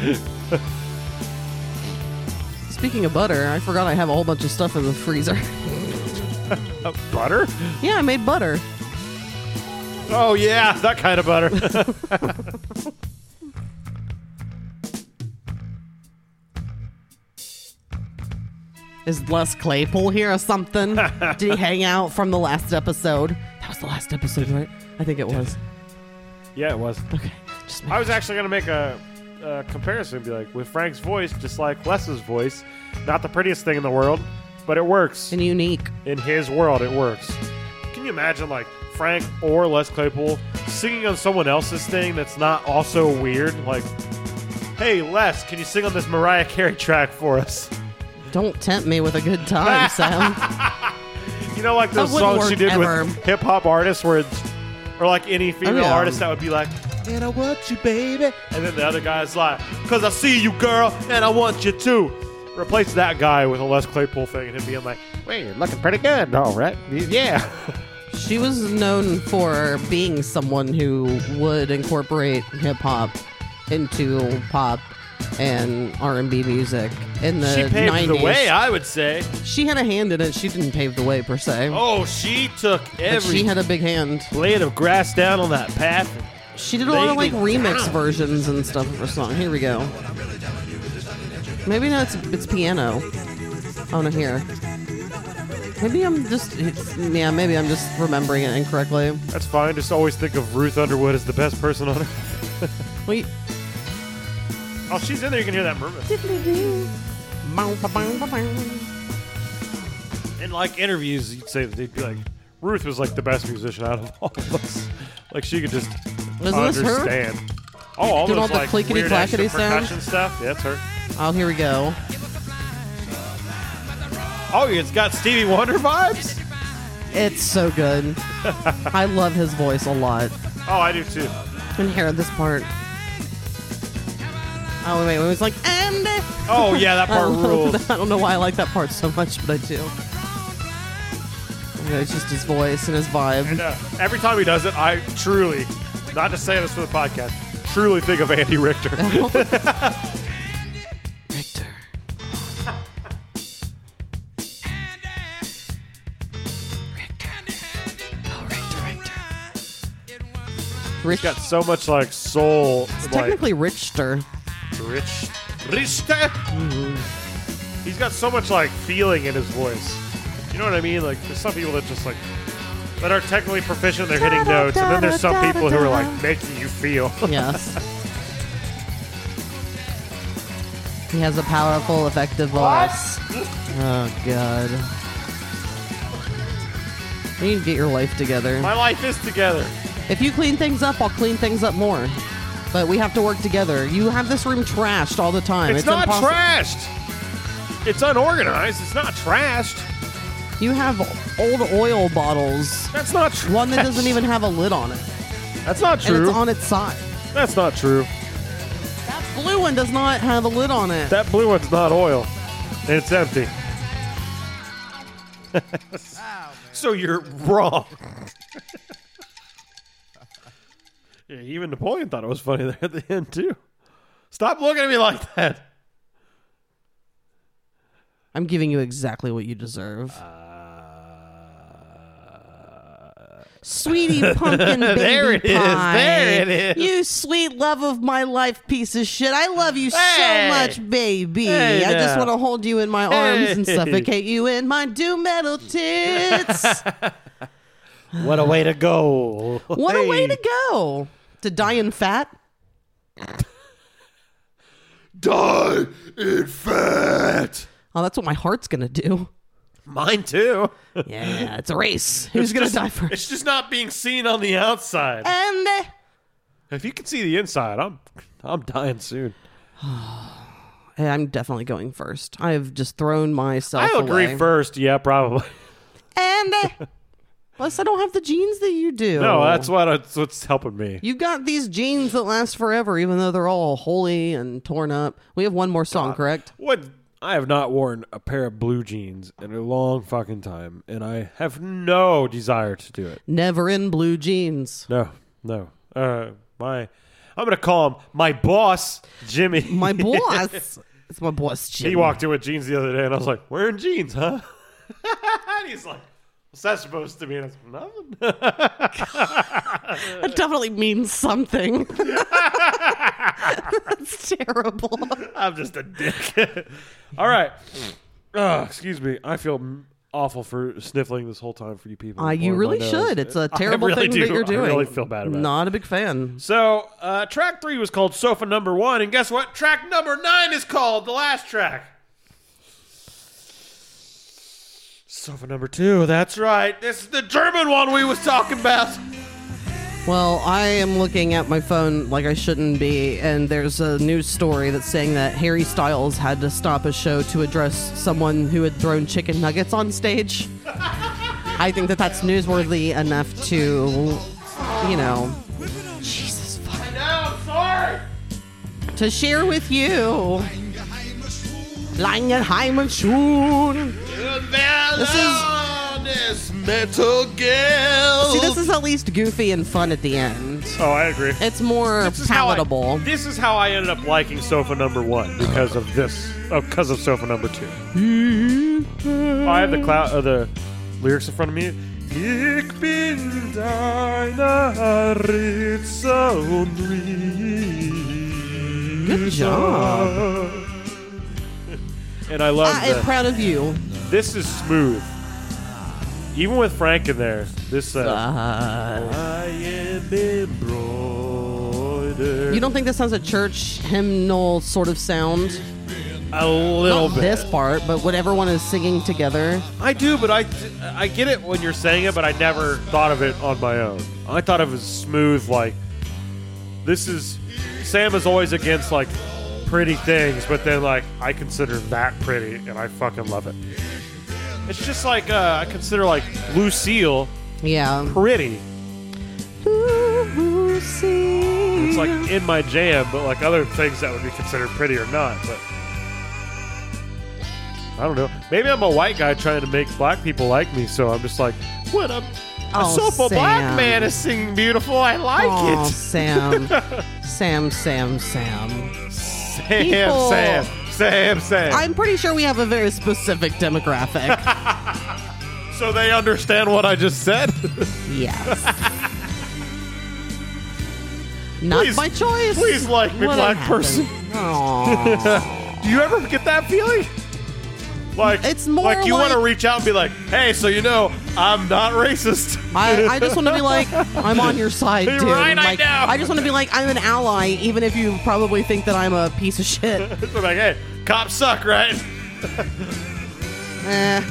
[SPEAKER 1] Speaking of butter, I forgot I have a whole bunch of stuff in the freezer.
[SPEAKER 2] Uh, butter?
[SPEAKER 1] yeah, I made butter.
[SPEAKER 2] Oh yeah, that kind of butter.
[SPEAKER 1] Is Les Claypool here or something? Did he hang out from the last episode? That was the last episode, right? I think it was.
[SPEAKER 2] yeah, it was.
[SPEAKER 1] Okay. Just
[SPEAKER 2] I was actually gonna make a, a comparison, and be like, with Frank's voice, just like Les's voice, not the prettiest thing in the world, but it works.
[SPEAKER 1] and unique.
[SPEAKER 2] in his world it works can you imagine like frank or les claypool singing on someone else's thing that's not also weird like hey les can you sing on this mariah carey track for us
[SPEAKER 1] Don't tempt me with a good time, Sam.
[SPEAKER 2] you know like those
[SPEAKER 1] That wouldn't
[SPEAKER 2] songs she
[SPEAKER 1] work
[SPEAKER 2] did
[SPEAKER 1] ever. Oh,
[SPEAKER 2] with hip-hop artists where it's, or like any female
[SPEAKER 1] yeah.
[SPEAKER 2] artist that would be like and i want you baby and then the other guy's like because i see you girl and i want you too replace that guy with a les claypool thing and him being like wait you're looking pretty good all right yeah
[SPEAKER 1] She was known for being someone who would incorporate hip hop into pop and R&B music in the
[SPEAKER 2] she paved
[SPEAKER 1] 90s.
[SPEAKER 2] the way, I would say.
[SPEAKER 1] she had a hand in it. She didn't pave the way per se.
[SPEAKER 2] Oh, she took
[SPEAKER 1] But
[SPEAKER 2] every
[SPEAKER 1] she had a big hand.
[SPEAKER 2] blade of grass down on that path.
[SPEAKER 1] She did a lot of like
[SPEAKER 2] Laid it
[SPEAKER 1] remix
[SPEAKER 2] down.
[SPEAKER 1] versions and stuff of her song. Here we go. Maybe no, it's it's piano. Oh no, here. Maybe I'm just it's, yeah. Maybe I'm just remembering it incorrectly.
[SPEAKER 2] That's fine. Just always think of Ruth Underwood as the best person on earth.
[SPEAKER 1] Wait.
[SPEAKER 2] Oh, she's in there. You can hear that murmur. In like interviews, you'd say that they'd be like, Ruth was like the best musician out of all of us. Like she could just
[SPEAKER 1] Isn't this her?
[SPEAKER 2] understand. Oh, all
[SPEAKER 1] Doing all
[SPEAKER 2] those
[SPEAKER 1] the
[SPEAKER 2] like
[SPEAKER 1] clickety
[SPEAKER 2] weird extra
[SPEAKER 1] clackety sound?
[SPEAKER 2] percussion stuff. Yeah, that's her.
[SPEAKER 1] Oh, here we go.
[SPEAKER 2] Oh, it's got Stevie Wonder vibes.
[SPEAKER 1] It's so good. I love his voice a lot.
[SPEAKER 2] Oh, I do too.
[SPEAKER 1] And here, this part. Oh wait, wait, it was like and.
[SPEAKER 2] Oh, yeah, that part
[SPEAKER 1] I love
[SPEAKER 2] rules.
[SPEAKER 1] that. I don't know why I like that part so much, but I do. You know, it's just his voice and his vibe.
[SPEAKER 2] And uh, every time he does it, I truly, not to say this for the podcast, truly think of Andy Richter.
[SPEAKER 1] Victor.
[SPEAKER 2] He's got so much like soul. like,
[SPEAKER 1] Technically, Richter.
[SPEAKER 2] Rich. Richter. He's got so much like feeling in his voice. You know what I mean? Like there's some people that just like that are technically proficient, they're hitting notes, and then there's some people who are like making you feel.
[SPEAKER 1] Yes. He has a powerful, effective voice. Oh god. You need to get your life together.
[SPEAKER 2] My life is together.
[SPEAKER 1] If you clean things up, I'll clean things up more. But we have to work together. You have this room trashed all the time.
[SPEAKER 2] It's,
[SPEAKER 1] It's,
[SPEAKER 2] not
[SPEAKER 1] impossible.
[SPEAKER 2] trashed. It's unorganized. It's not trashed.
[SPEAKER 1] You have old oil bottles.
[SPEAKER 2] That's not true.
[SPEAKER 1] One that doesn't even have a lid on it.
[SPEAKER 2] That's not
[SPEAKER 1] And
[SPEAKER 2] true.
[SPEAKER 1] it's on its side.
[SPEAKER 2] That's not true.
[SPEAKER 1] Blue one does not have a lid on it.
[SPEAKER 2] That blue one's not oil. It's empty. so you're wrong. Yeah, even Napoleon thought it was funny there at the end too. Stop looking at me like that.
[SPEAKER 1] I'm giving you exactly what you deserve. Sweetie pumpkin baby
[SPEAKER 2] There it is.
[SPEAKER 1] pie.
[SPEAKER 2] There it is.
[SPEAKER 1] You sweet love of my life, piece of shit. I love you so
[SPEAKER 2] Hey.
[SPEAKER 1] much, baby.
[SPEAKER 2] Hey
[SPEAKER 1] I just
[SPEAKER 2] now.
[SPEAKER 1] want to hold you in my arms and
[SPEAKER 2] Hey.
[SPEAKER 1] suffocate you in my do metal tits.
[SPEAKER 2] What a way to go.
[SPEAKER 1] what a way to go. To die in fat?
[SPEAKER 2] die in fat.
[SPEAKER 1] Oh, that's what my heart's gonna do.
[SPEAKER 2] Mine too.
[SPEAKER 1] Yeah, it's a race. Who's gonna die first?
[SPEAKER 2] It's just not being seen on the outside.
[SPEAKER 1] And uh,
[SPEAKER 2] If you can see the inside, I'm I'm dying soon.
[SPEAKER 1] I'm definitely going first. I have just thrown myself.
[SPEAKER 2] I'll agree
[SPEAKER 1] away.
[SPEAKER 2] first. Yeah, probably.
[SPEAKER 1] And uh, plus, I don't have the jeans that you do.
[SPEAKER 2] No, that's what that's what's helping me.
[SPEAKER 1] You've got these jeans that last forever, even though they're all holy and torn up. We have one more song, correct?
[SPEAKER 2] What I have not worn a pair of blue jeans in a long fucking time, and I have no desire to do it.
[SPEAKER 1] Never in blue jeans.
[SPEAKER 2] No, no. Uh, my, I'm gonna call him my boss, Jimmy.
[SPEAKER 1] My boss. it's my boss, Jimmy.
[SPEAKER 2] he walked in with jeans the other day, and I was like, "Wearing jeans, huh?" and he's like, "What's that supposed to mean?" I was like, "Nothing."
[SPEAKER 1] That definitely means something. That's terrible.
[SPEAKER 2] I'm just a dick. All right. Ugh, excuse me. I feel m- awful for sniffling this whole time for you people.
[SPEAKER 1] Uh, you
[SPEAKER 2] Blowing
[SPEAKER 1] really
[SPEAKER 2] my nose.
[SPEAKER 1] should. It's a
[SPEAKER 2] I
[SPEAKER 1] terrible
[SPEAKER 2] really
[SPEAKER 1] thing
[SPEAKER 2] do.
[SPEAKER 1] that you're doing.
[SPEAKER 2] I really feel bad about it.
[SPEAKER 1] Not a big fan.
[SPEAKER 2] So, uh, track three was called Sofa Number One, and guess what? Track number nine is called the last track. Sofa number two. That's right. This is the German one we was talking about.
[SPEAKER 1] Well, I am looking at my phone like I shouldn't be, and there's a news story that's saying that Harry Styles had to stop a show to address someone who had thrown chicken nuggets on stage. I think that that's newsworthy enough to, you know, Jesus fuck,
[SPEAKER 2] I know. I'm sorry.
[SPEAKER 1] to share with you. Langenheimer Schuhen. This is
[SPEAKER 2] Metal Girl.
[SPEAKER 1] see, this is at least goofy and fun at the end.
[SPEAKER 2] Oh, I agree.
[SPEAKER 1] It's more palatable.
[SPEAKER 2] this is how I ended up liking sofa number one because of this, oh, because of sofa number two.
[SPEAKER 1] Mm-hmm.
[SPEAKER 2] Oh, I have the cloud, uh, the lyrics in front of me. Ik bin deiner Ritze und Good
[SPEAKER 1] job. Ah,
[SPEAKER 2] And I love
[SPEAKER 1] I am
[SPEAKER 2] the-
[SPEAKER 1] proud of you.
[SPEAKER 2] This is smooth. Even with Frank in there, this. Uh,
[SPEAKER 1] Uh-huh.
[SPEAKER 2] I am embroidered.
[SPEAKER 1] You don't think this has a church hymnal sort of sound?
[SPEAKER 2] A little
[SPEAKER 1] Not
[SPEAKER 2] bit.
[SPEAKER 1] This part, but what everyone is singing together.
[SPEAKER 2] I do, but I, I get it when you're saying it, but I never thought of it on my own. I thought of it as smooth, like this is Sam is always against like pretty things, but then like I consider that pretty, and I fucking love it. It's just like uh, I consider like Lucille
[SPEAKER 1] Yeah.
[SPEAKER 2] pretty. It's like in my jam, but like other things that would be considered pretty or not. But I don't know. Maybe I'm a white guy trying to make black people like me, so I'm just like, what a,
[SPEAKER 1] Oh,
[SPEAKER 2] a soulful black
[SPEAKER 1] Sam.
[SPEAKER 2] man is singing beautiful. I like
[SPEAKER 1] Aw,
[SPEAKER 2] it.
[SPEAKER 1] Sam. Sam, Sam, Sam.
[SPEAKER 2] Sam, Sam, Sam, Sam.
[SPEAKER 1] I'm pretty sure we have a very specific demographic.
[SPEAKER 2] so they understand what I just said.
[SPEAKER 1] yes. Not
[SPEAKER 2] Please-
[SPEAKER 1] my choice.
[SPEAKER 2] please like me,
[SPEAKER 1] What
[SPEAKER 2] black
[SPEAKER 1] happened?
[SPEAKER 2] person.
[SPEAKER 1] Aw.
[SPEAKER 2] Do you ever get that feeling? Like
[SPEAKER 1] It's more
[SPEAKER 2] like you want to
[SPEAKER 1] like-
[SPEAKER 2] reach out and be like, hey, so you know, I'm not racist.
[SPEAKER 1] I, I just want to be like, I'm on your side,
[SPEAKER 2] You're
[SPEAKER 1] dude.
[SPEAKER 2] right, I
[SPEAKER 1] like,
[SPEAKER 2] know.
[SPEAKER 1] just want to be like, I'm an ally, even if you probably think that I'm a piece of shit.
[SPEAKER 2] They're like, hey, cops suck, right?
[SPEAKER 1] eh.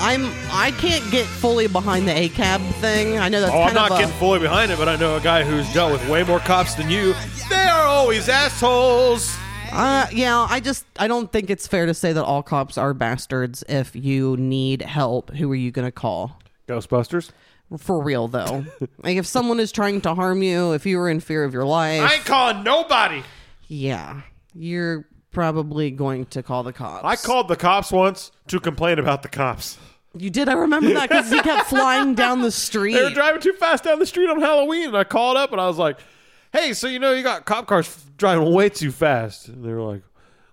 [SPEAKER 1] I'm. I can't get fully behind the ACAB thing. I know that's
[SPEAKER 2] Oh,
[SPEAKER 1] kind
[SPEAKER 2] I'm not
[SPEAKER 1] of a.
[SPEAKER 2] getting fully behind it, but I know a guy who's dealt with way more cops than you. They are always assholes.
[SPEAKER 1] Uh, yeah, I just I don't think it's fair to say that all cops are bastards. If you need help, who are you gonna call?
[SPEAKER 2] Ghostbusters.
[SPEAKER 1] For real though, like if someone is trying to harm you, if you are in fear of your life,
[SPEAKER 2] I ain't calling nobody.
[SPEAKER 1] yeah, you're probably going to call the cops.
[SPEAKER 2] I called the cops once to complain about the cops.
[SPEAKER 1] You did. I remember that because he kept flying down the street.
[SPEAKER 2] They were driving too fast down the street on Halloween, and I called up and I was like, "Hey, so you know you got cop cars f- driving way too fast." And they were like,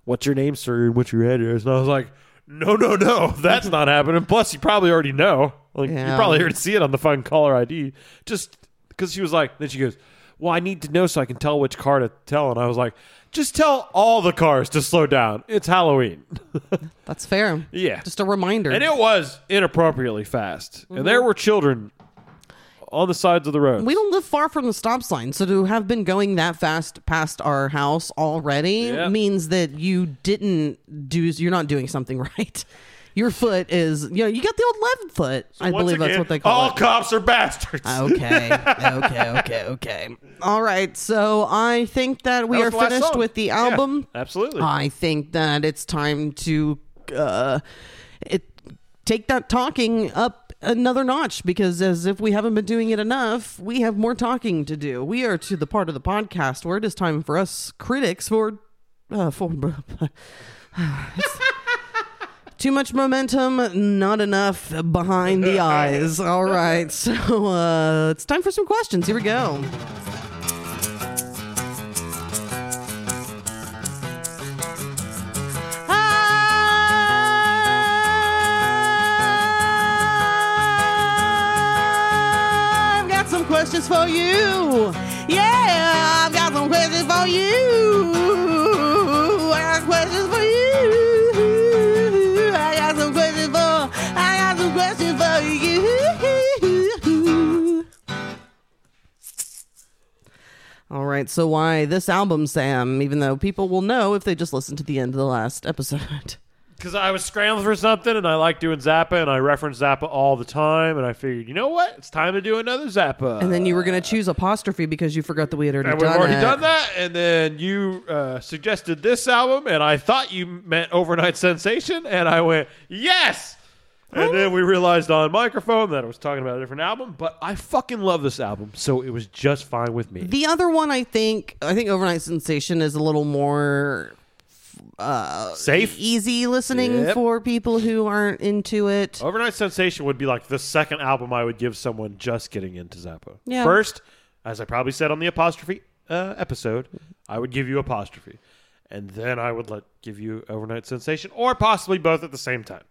[SPEAKER 2] "What's your name, sir? And what's your address?" And I was like, "No, no, no, that's not happening." Plus, you probably already know. Like, you
[SPEAKER 1] Yeah.
[SPEAKER 2] probably already see it on the fucking caller ID. Just because she was like, then she goes, "Well, I need to know so I can tell which car to tell." And I was like, "Just tell all the cars to slow down. It's Halloween."
[SPEAKER 1] That's fair.
[SPEAKER 2] Yeah.
[SPEAKER 1] Just a reminder.
[SPEAKER 2] And it was inappropriately fast. And there were children on the sides of the road.
[SPEAKER 1] we don't live far from the stop sign, so to have been going that fast past our house already
[SPEAKER 2] Yeah.
[SPEAKER 1] means that you didn't do. You're not doing something right. Your foot is. You know, you got the old left foot. I
[SPEAKER 2] Once
[SPEAKER 1] believe that's
[SPEAKER 2] again, oh,
[SPEAKER 1] what they call
[SPEAKER 2] all
[SPEAKER 1] it. Uh,
[SPEAKER 2] cops are bastards.
[SPEAKER 1] okay. Okay. Okay. Okay. All right. So I think that we
[SPEAKER 2] That
[SPEAKER 1] are
[SPEAKER 2] was the last
[SPEAKER 1] finished
[SPEAKER 2] song.
[SPEAKER 1] with the
[SPEAKER 2] Yeah,
[SPEAKER 1] album. Uh,
[SPEAKER 2] absolutely.
[SPEAKER 1] I think that it's time to uh, it, take that talking up another notch because as if we haven't been doing it enough, we have more talking to do. We are to the part of the podcast where it is time for us critics for uh, for too much momentum, not enough behind the eyes. All right, so uh, it's time for some questions. Here we go. I've got some questions for you. Yeah, I've got some questions for you. I got questions for you. I got some questions for. I got some questions for you. All right, so why this album, Sam? Even though people will know if they just listen to the end of the last episode.
[SPEAKER 2] Because I was scrambling for something and I like doing Zappa and I reference Zappa all the time. And I figured, you know what? It's time to do another Zappa.
[SPEAKER 1] And then you were going to choose apostrophe because you forgot that we had already
[SPEAKER 2] And we've
[SPEAKER 1] done
[SPEAKER 2] already
[SPEAKER 1] it.
[SPEAKER 2] done that. And then you uh, suggested this album, and I thought you meant Overnight Sensation, and I went, yes! And then we realized on microphone that I was talking about a different album, but I fucking love this album, so it was just fine with me.
[SPEAKER 1] The other one, I think, I think Overnight Sensation is a little more uh,
[SPEAKER 2] Safe?
[SPEAKER 1] easy listening
[SPEAKER 2] Yep. Oh.
[SPEAKER 1] for people who aren't into it.
[SPEAKER 2] Overnight Sensation would be like the second album I would give someone just getting into Zappa.
[SPEAKER 1] Yeah.
[SPEAKER 2] First, as I probably said on the apostrophe uh, episode, I would give you apostrophe, and then I would let give you overnight sensation, or possibly both at the same time.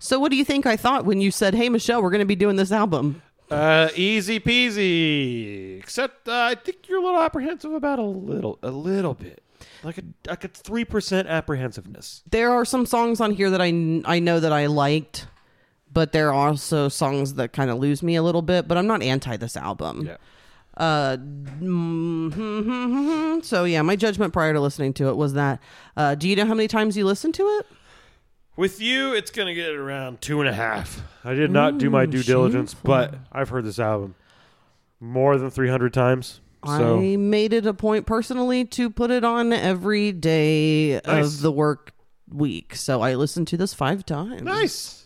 [SPEAKER 1] So, what do you think I thought when you said, "Hey, Michelle, we're going to be doing this album"?
[SPEAKER 2] Uh, easy peasy. Except uh, I think you're a little apprehensive about a little, a little bit, like a like a three percent apprehensiveness.
[SPEAKER 1] There are some songs on here that I kn- I know that I liked, but there are also songs that kind of lose me a little bit. But I'm not anti this album. Yeah. Uh, mm, so yeah, my judgment prior to listening to it was that. Uh, do you know how many times you listened to it?
[SPEAKER 2] With you, it's gonna get around two and a half. I did not do my
[SPEAKER 1] Ooh,
[SPEAKER 2] due diligence, but I've heard this album more than three hundred times. So
[SPEAKER 1] I made it a point personally to put it on every day
[SPEAKER 2] Nice.
[SPEAKER 1] of the work week. So I listened to this five times.
[SPEAKER 2] nice.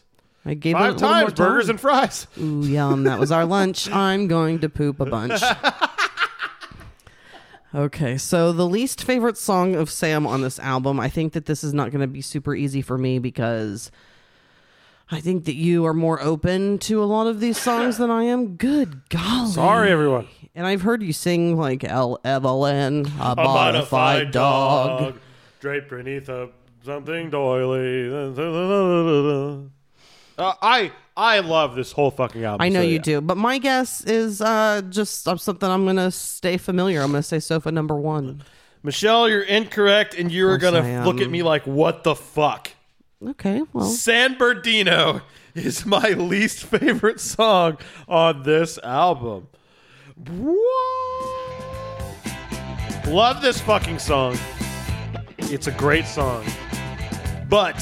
[SPEAKER 1] I gave it a
[SPEAKER 2] Five
[SPEAKER 1] little more
[SPEAKER 2] times burgers
[SPEAKER 1] time. Mm-hmm.
[SPEAKER 2] and fries.
[SPEAKER 1] Ooh, yum. That was our lunch. I'm going to poop a bunch. Okay, so the least favorite song of Sam on this album, I think that this is not going to be super easy for me because I think that you are more open to a lot of these songs than I am. Good golly.
[SPEAKER 2] Sorry, everyone.
[SPEAKER 1] And I've heard you sing like El Evelyn, a, modified dog.
[SPEAKER 2] draped beneath a something doily. Uh, I I love this whole fucking album.
[SPEAKER 1] I know
[SPEAKER 2] so
[SPEAKER 1] you
[SPEAKER 2] yeah.
[SPEAKER 1] do, but my guess is uh, just uh, something I'm going to stay familiar. I'm going to say sofa number one.
[SPEAKER 2] Michelle, you're incorrect, and you are
[SPEAKER 1] Of course
[SPEAKER 2] gonna
[SPEAKER 1] I
[SPEAKER 2] f-
[SPEAKER 1] am.
[SPEAKER 2] look at me like, "What the fuck?"
[SPEAKER 1] Okay, well.
[SPEAKER 2] San Bernardino is my least favorite song on this album. What? Love this fucking song. It's a great song. But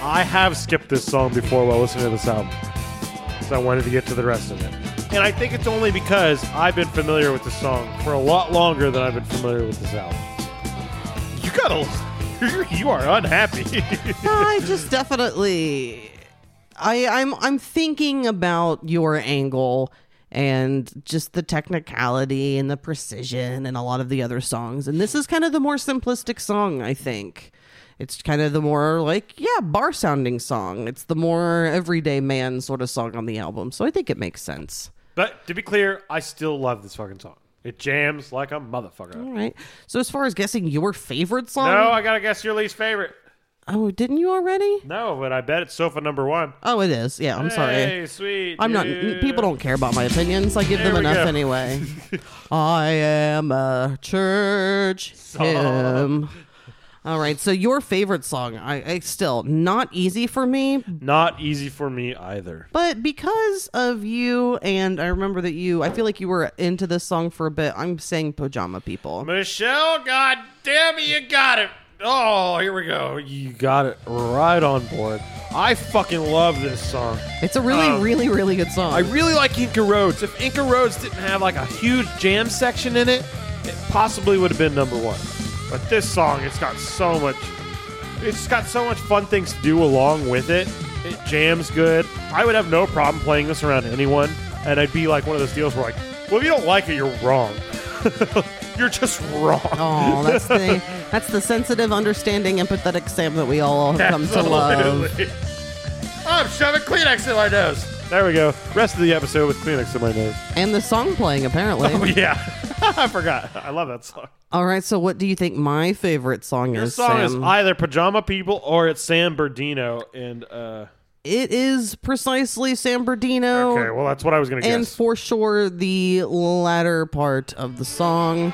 [SPEAKER 2] I have skipped this song before while listening to this album. So I wanted to get to the rest of it. And I think it's only because I've been familiar with this song for a lot longer than I've been familiar with this album. You gotta. You are unhappy.
[SPEAKER 1] I just definitely I I'm I'm thinking about your angle and just the technicality and the precision and a lot of the other songs and this is kind of the more simplistic song I think. It's kind of the more like yeah, bar sounding song. It's the more everyday man sort of song on the album. So I think it makes sense.
[SPEAKER 2] But to be clear, I still love this fucking song. It jams like a motherfucker.
[SPEAKER 1] All right. So as far as guessing your favorite song?
[SPEAKER 2] No, I gotta guess your least favorite.
[SPEAKER 1] oh, didn't you already?
[SPEAKER 2] No, but I bet it's sofa number one.
[SPEAKER 1] Oh, it is. Yeah, I'm sorry.
[SPEAKER 2] Hey, sweet.
[SPEAKER 1] I'm not.
[SPEAKER 2] dude.
[SPEAKER 1] People don't care about my opinions. I give
[SPEAKER 2] There
[SPEAKER 1] them
[SPEAKER 2] we
[SPEAKER 1] enough
[SPEAKER 2] go.
[SPEAKER 1] anyway. I am a church hymn. All right. So your favorite song? I, I still not easy for me,
[SPEAKER 2] Not easy for me either.
[SPEAKER 1] but because of you, and I remember that you. I feel like you were into this song for a bit. I'm saying pajama people.
[SPEAKER 2] Michelle, god damn it, you got it. Oh, here we go. You got it right on board. I fucking love this song.
[SPEAKER 1] It's a really,
[SPEAKER 2] Um,
[SPEAKER 1] really, really good song.
[SPEAKER 2] I really like Inca Roads. If Inca Roads didn't have like a huge jam section in it, it possibly would have been number one. But this song, it's got so much. It's got so much fun things to do along with it. It jams good. I would have no problem playing this around anyone, and I'd be like one of those deals where like, well, if you don't like it, you're wrong. you're just wrong.
[SPEAKER 1] Oh, that's the that's the sensitive, understanding, empathetic Sam that we all have come to love.
[SPEAKER 2] Absolutely. I'm shoving Kleenex in my nose. There we go. Rest of the episode with Kleenex in my nose.
[SPEAKER 1] And the song playing apparently.
[SPEAKER 2] Oh yeah, I forgot. I love that song.
[SPEAKER 1] All right, so what do you think my favorite song
[SPEAKER 2] Your
[SPEAKER 1] is?
[SPEAKER 2] song
[SPEAKER 1] Sam?
[SPEAKER 2] is either Pajama People or it's Sam Bernardino. And uh,
[SPEAKER 1] it is precisely San Bernardino.
[SPEAKER 2] okay, well that's what I was gonna
[SPEAKER 1] Oh, and
[SPEAKER 2] guess.
[SPEAKER 1] for sure the latter part of the song.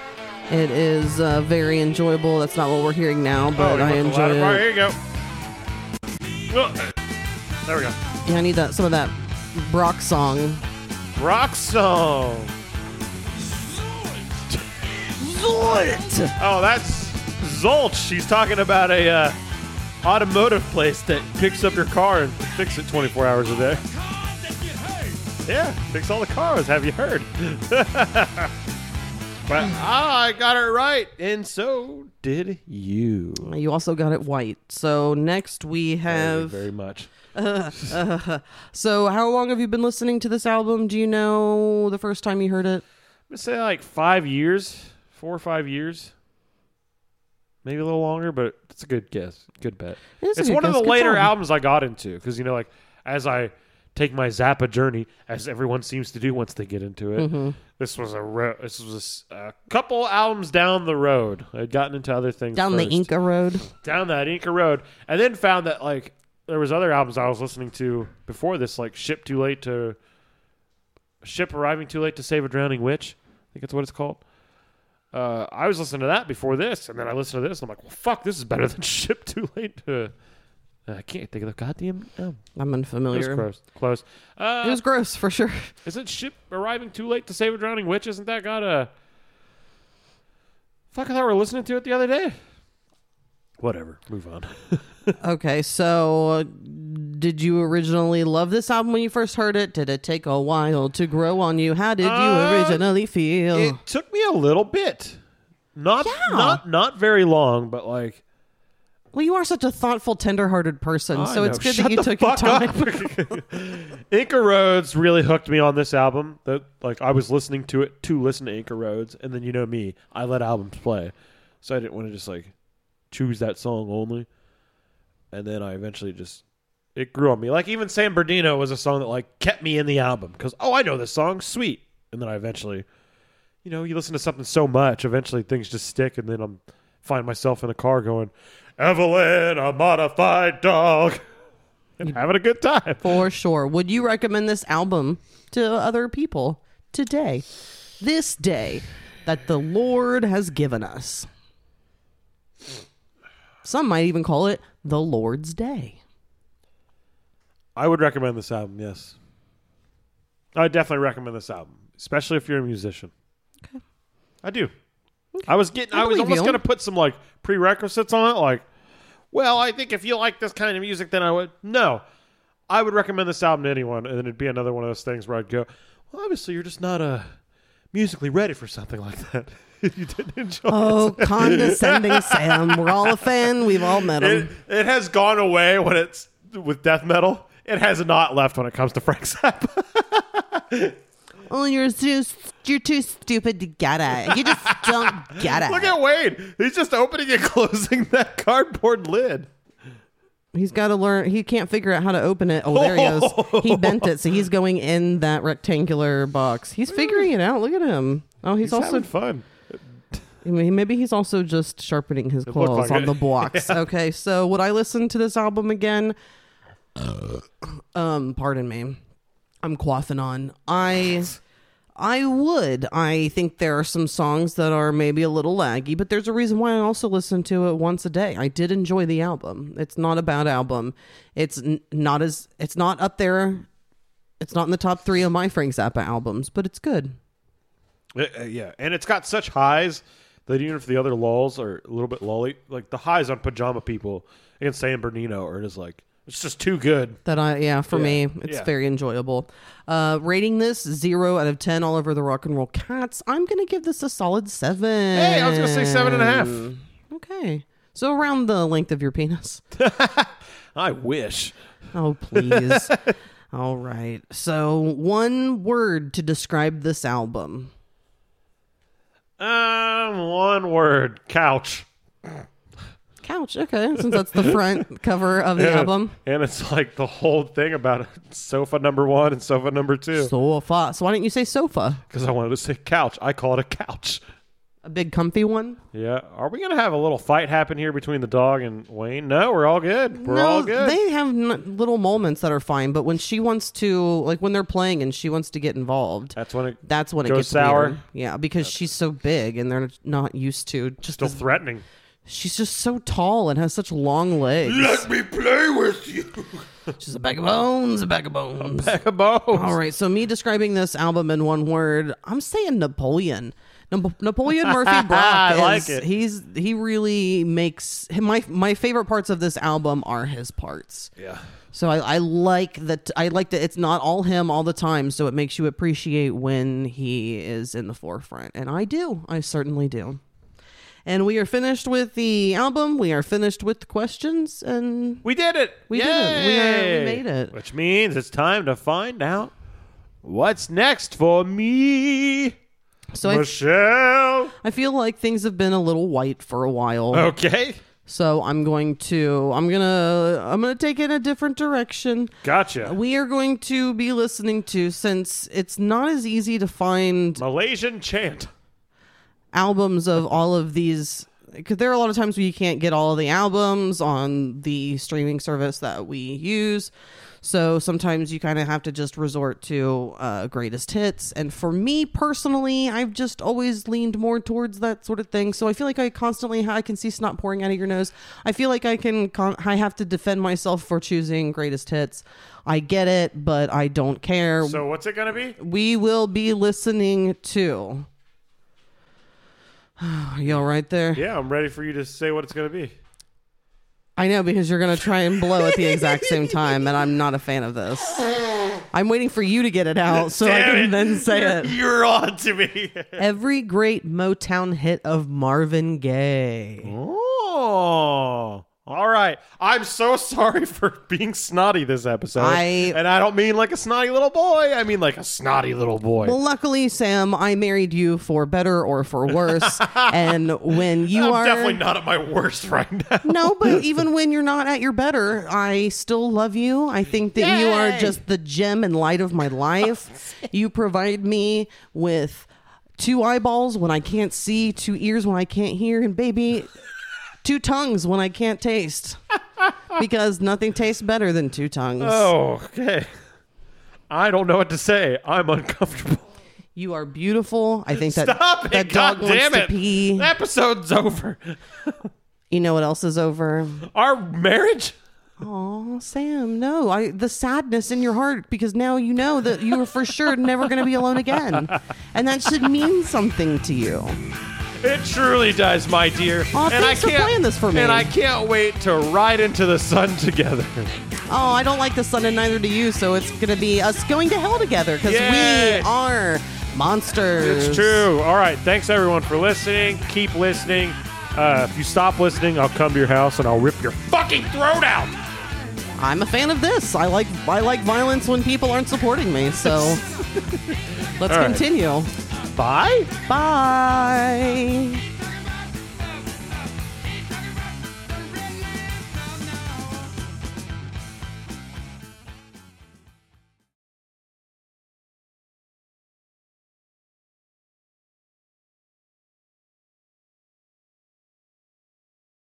[SPEAKER 1] It is uh, very enjoyable. That's not what we're hearing now,
[SPEAKER 2] Oh,
[SPEAKER 1] but I
[SPEAKER 2] you want the
[SPEAKER 1] enjoy
[SPEAKER 2] latter part?
[SPEAKER 1] it.
[SPEAKER 2] Here you go. Well, There we go.
[SPEAKER 1] Yeah, I need that some of that Brock song.
[SPEAKER 2] Rock song.
[SPEAKER 1] Zolt.
[SPEAKER 2] Oh, that's Zolch. She's talking about a uh, automotive place that picks up your car and fixes it 24 hours a day. Yeah, fix all the cars. Have you heard? but ah, I got it right, and so did you.
[SPEAKER 1] You also got it white. So next we have.
[SPEAKER 2] very much.
[SPEAKER 1] so how long have you been listening to this album? Do you know the first time you heard it?
[SPEAKER 2] Let's say like five years, four or five years, maybe a little longer, but it's a good guess, good bet.
[SPEAKER 1] It is a
[SPEAKER 2] it's
[SPEAKER 1] good
[SPEAKER 2] one of
[SPEAKER 1] guess.
[SPEAKER 2] the
[SPEAKER 1] Good
[SPEAKER 2] later
[SPEAKER 1] song.
[SPEAKER 2] albums I got into because you know, like as I take my Zappa journey, as everyone seems to do once they get into it.
[SPEAKER 1] Mhm.
[SPEAKER 2] This was a ro- this was a s- a, couple albums down the road. I'd gotten into other things
[SPEAKER 1] Down the
[SPEAKER 2] first.
[SPEAKER 1] Inca Road.
[SPEAKER 2] down that Inca Road, and then found that like there was other albums I was listening to before this, like "Ship Too Late to Ship Arriving Too Late to Save a Drowning Witch." I think that's what it's called. Uh, I was listening to that before this, and then I listened to this, and I'm like, "Well, fuck, this is better than Ship Too Late to." uh, I can't think of the goddamn. album.
[SPEAKER 1] I'm unfamiliar.
[SPEAKER 2] It was gross. Close. Uh,
[SPEAKER 1] it was gross for sure.
[SPEAKER 2] Isn't ship arriving too late to save a drowning witch? Isn't that got a fuck? I thought we were listening to it the other day. Whatever. Move on.
[SPEAKER 1] okay, so uh, did you originally love this album when you first heard it? Did it take a while to grow on you? How did you
[SPEAKER 2] Uh,
[SPEAKER 1] originally feel?
[SPEAKER 2] It took me a little bit. Not not not very long, but like
[SPEAKER 1] well, you are such a thoughtful, tender-hearted person,
[SPEAKER 2] I
[SPEAKER 1] so it's
[SPEAKER 2] know.
[SPEAKER 1] good
[SPEAKER 2] Shut
[SPEAKER 1] that you
[SPEAKER 2] the
[SPEAKER 1] took your
[SPEAKER 2] fuck up.
[SPEAKER 1] time.
[SPEAKER 2] Inca Roads really hooked me on this album. That like I was listening to it to listen to Inca Roads, and then you know me, I let albums play, so I didn't want to just like choose that song only. And then I eventually just it grew on me. Like even San Bernardino was a song that like kept me in the album because oh I know this song, sweet. And then I eventually, you know, you listen to something so much, eventually things just stick, and then I'm find myself in a car going, Evelyn, a modified dog. And having a good time.
[SPEAKER 1] For sure. Would you recommend this album to other people today? This day that the Lord has given us. Some might even call it the Lord's Day.
[SPEAKER 2] I would recommend this album, yes. I would definitely recommend this album, especially if you're a musician. I do. I was getting
[SPEAKER 5] I
[SPEAKER 2] I, was
[SPEAKER 5] believe
[SPEAKER 2] almost
[SPEAKER 5] you.
[SPEAKER 2] gonna put some like prerequisites on it, like, well, I think if you like this kind of music, then I would no. I would recommend this album to anyone, and then it'd be another one of those things where I'd go, Well, obviously you're just not uh musically ready for something like that. if you didn't enjoy
[SPEAKER 1] Oh,
[SPEAKER 2] it.
[SPEAKER 1] condescending Sam. We're all a fan. We've all met him.
[SPEAKER 2] It, it has gone away when it's with death metal. It has not left when it comes to Frank Zappa.
[SPEAKER 1] Oh, you're too, you're too stupid to get it. You just don't get it.
[SPEAKER 2] Look at Wade. He's just opening and closing that cardboard lid.
[SPEAKER 1] He's got to learn. He can't figure out how to open it. Oh, there he goes. He bent it, so he's going in that rectangular box. He's figuring it out. Look at him. Oh, he's,
[SPEAKER 2] He's
[SPEAKER 1] also
[SPEAKER 2] having fun.
[SPEAKER 1] I mean, maybe he's also just sharpening his
[SPEAKER 2] looked
[SPEAKER 1] claws
[SPEAKER 2] like
[SPEAKER 1] on
[SPEAKER 2] it.
[SPEAKER 1] the blocks.
[SPEAKER 2] Yeah.
[SPEAKER 1] Okay, so would I listen to this album again? um, pardon me. I'm quaffing on. I I would. I think there are some songs that are maybe a little laggy, but there's a reason why I also listen to it once a day. I did enjoy the album. It's not a bad album. It's n- not as it's not up there. It's not in the top 3 of my Frank Zappa albums, but it's good.
[SPEAKER 2] Uh, uh, yeah, and it's got such highs that even if the other lulls are a little bit lolly, like the highs on Pajama People and San Bernardino are just like it's just too good.
[SPEAKER 1] That I yeah, for me,
[SPEAKER 2] Yeah.
[SPEAKER 1] it's
[SPEAKER 2] Yeah.
[SPEAKER 1] very enjoyable. Uh rating this zero out of ten all over the rock and roll cats. I'm gonna give this a solid seven.
[SPEAKER 2] Hey, I was gonna say seven and a half.
[SPEAKER 1] Okay. So around the length of your penis.
[SPEAKER 2] I wish.
[SPEAKER 1] Oh please. all right. So one word to describe this album.
[SPEAKER 2] Um, one word: couch.
[SPEAKER 1] Couch, okay, since that's the front cover of the
[SPEAKER 2] And-
[SPEAKER 1] album.
[SPEAKER 2] and it's like the whole thing about sofa number one and sofa number two.
[SPEAKER 1] Sofa. So why didn't you say sofa?
[SPEAKER 2] Because I wanted to say couch. I call it a couch.
[SPEAKER 1] A big comfy one?
[SPEAKER 2] Yeah. Are we gonna have a little fight happen here between the dog and Wayne? No, we're all good. We're
[SPEAKER 1] no,
[SPEAKER 2] all good.
[SPEAKER 1] They have n- little moments that are fine, but when she wants to, like when they're playing and she wants to get involved,
[SPEAKER 2] That's when it
[SPEAKER 1] that's when it
[SPEAKER 2] goes
[SPEAKER 1] gets
[SPEAKER 2] sour.
[SPEAKER 1] weird. Yeah, because she's so big and they're not used to just
[SPEAKER 2] Still
[SPEAKER 1] this-
[SPEAKER 2] threatening.
[SPEAKER 1] She's just so tall and has such long legs.
[SPEAKER 6] Let me play with you.
[SPEAKER 1] She's a bag of bones, a bag of bones.
[SPEAKER 2] bag of bones.
[SPEAKER 1] All right, so me describing this album in one word, I'm saying Napoleon. Nap- Napoleon Murphy Brock.
[SPEAKER 2] I
[SPEAKER 1] is-
[SPEAKER 2] like it.
[SPEAKER 1] He's he really makes my my favorite parts of this album are his parts.
[SPEAKER 2] Yeah.
[SPEAKER 1] So I, I like that. I like that it's not all him all the time. So it makes you appreciate when he is in the forefront, and I do. I certainly do. And we are finished with the album. We are finished with the questions, and
[SPEAKER 2] We did it.
[SPEAKER 1] We did it. We are- we
[SPEAKER 2] Yay.
[SPEAKER 1] made it.
[SPEAKER 2] Which means it's time to find out what's next for me.
[SPEAKER 1] So I-
[SPEAKER 2] Michelle. Oh.
[SPEAKER 1] I feel like things have been a little white for a while.
[SPEAKER 2] okay.
[SPEAKER 1] So I'm going to I'm gonna I'm gonna take it in a different direction.
[SPEAKER 2] Gotcha.
[SPEAKER 1] We are going to be listening to since it's not as easy to find
[SPEAKER 2] Malaysian chant
[SPEAKER 1] albums of all of these because there are a lot of times where you can't get all of the albums on the streaming service that we use. So sometimes you kind of have to just resort to uh, greatest hits. And for me personally, I've just always leaned more towards that sort of thing. So I feel like I constantly I can see snot pouring out of your nose. I feel like I can con- I have to defend myself for choosing greatest hits. I get it, but I don't care.
[SPEAKER 2] So what's it gonna be?
[SPEAKER 1] we will be listening to. Are you all right there?
[SPEAKER 2] Yeah, I'm ready for you to say what it's gonna be.
[SPEAKER 1] I know because you're gonna try and blow at the exact same time, and I'm not a fan of this. I'm waiting for you to get it out so I
[SPEAKER 2] Damn
[SPEAKER 1] can
[SPEAKER 2] it.
[SPEAKER 1] then say
[SPEAKER 2] You're-
[SPEAKER 1] it.
[SPEAKER 2] You're on to me.
[SPEAKER 1] Every great Motown hit of Marvin Gaye.
[SPEAKER 2] Oh, all right. I'm so sorry for being snotty this episode.
[SPEAKER 1] I-
[SPEAKER 2] and I don't mean like a snotty little boy. I mean like a snotty little boy.
[SPEAKER 1] Well, luckily, Sam, I married you for better or for worse. and when you
[SPEAKER 2] I'm
[SPEAKER 1] are
[SPEAKER 2] definitely not at my worst right now.
[SPEAKER 1] no, but even when you're not at your better, I still love you. I think that you are
[SPEAKER 2] Yay!
[SPEAKER 1] just the gem and light of my life. you provide me with two eyeballs when I can't see, two ears when I can't hear, and baby, two tongues when I can't taste. Because nothing tastes better than two tongues.
[SPEAKER 2] Oh, okay. I don't know what to say. I'm uncomfortable.
[SPEAKER 1] You are beautiful. I think that
[SPEAKER 2] Stop it.
[SPEAKER 1] that
[SPEAKER 2] God
[SPEAKER 1] dog wants
[SPEAKER 2] damn
[SPEAKER 1] to
[SPEAKER 2] it.
[SPEAKER 1] pee.
[SPEAKER 2] Episode's over.
[SPEAKER 1] You know what else is over?
[SPEAKER 2] Our marriage?
[SPEAKER 1] Oh, Sam, no. I the sadness in your heart because now you know that you are for sure never going to be alone again. And that should mean something to you.
[SPEAKER 2] It truly does, my dear.
[SPEAKER 1] Aw,
[SPEAKER 2] and I
[SPEAKER 1] thanks for
[SPEAKER 2] can't,
[SPEAKER 1] playing this for me.
[SPEAKER 2] And I can't wait to ride into the sun together.
[SPEAKER 1] Oh, I don't like the sun and neither do you, so it's going to be us going to hell together cuz
[SPEAKER 2] Yay.
[SPEAKER 1] we are monsters.
[SPEAKER 2] It's true. All right. Thanks, everyone, for listening. Keep listening. Uh, if you stop listening, I'll come to your house and I'll rip your fucking throat out.
[SPEAKER 1] I'm a fan of this. I like I like violence when people aren't supporting me. So let's
[SPEAKER 2] All right.
[SPEAKER 1] continue.
[SPEAKER 2] Bye.
[SPEAKER 1] Bye.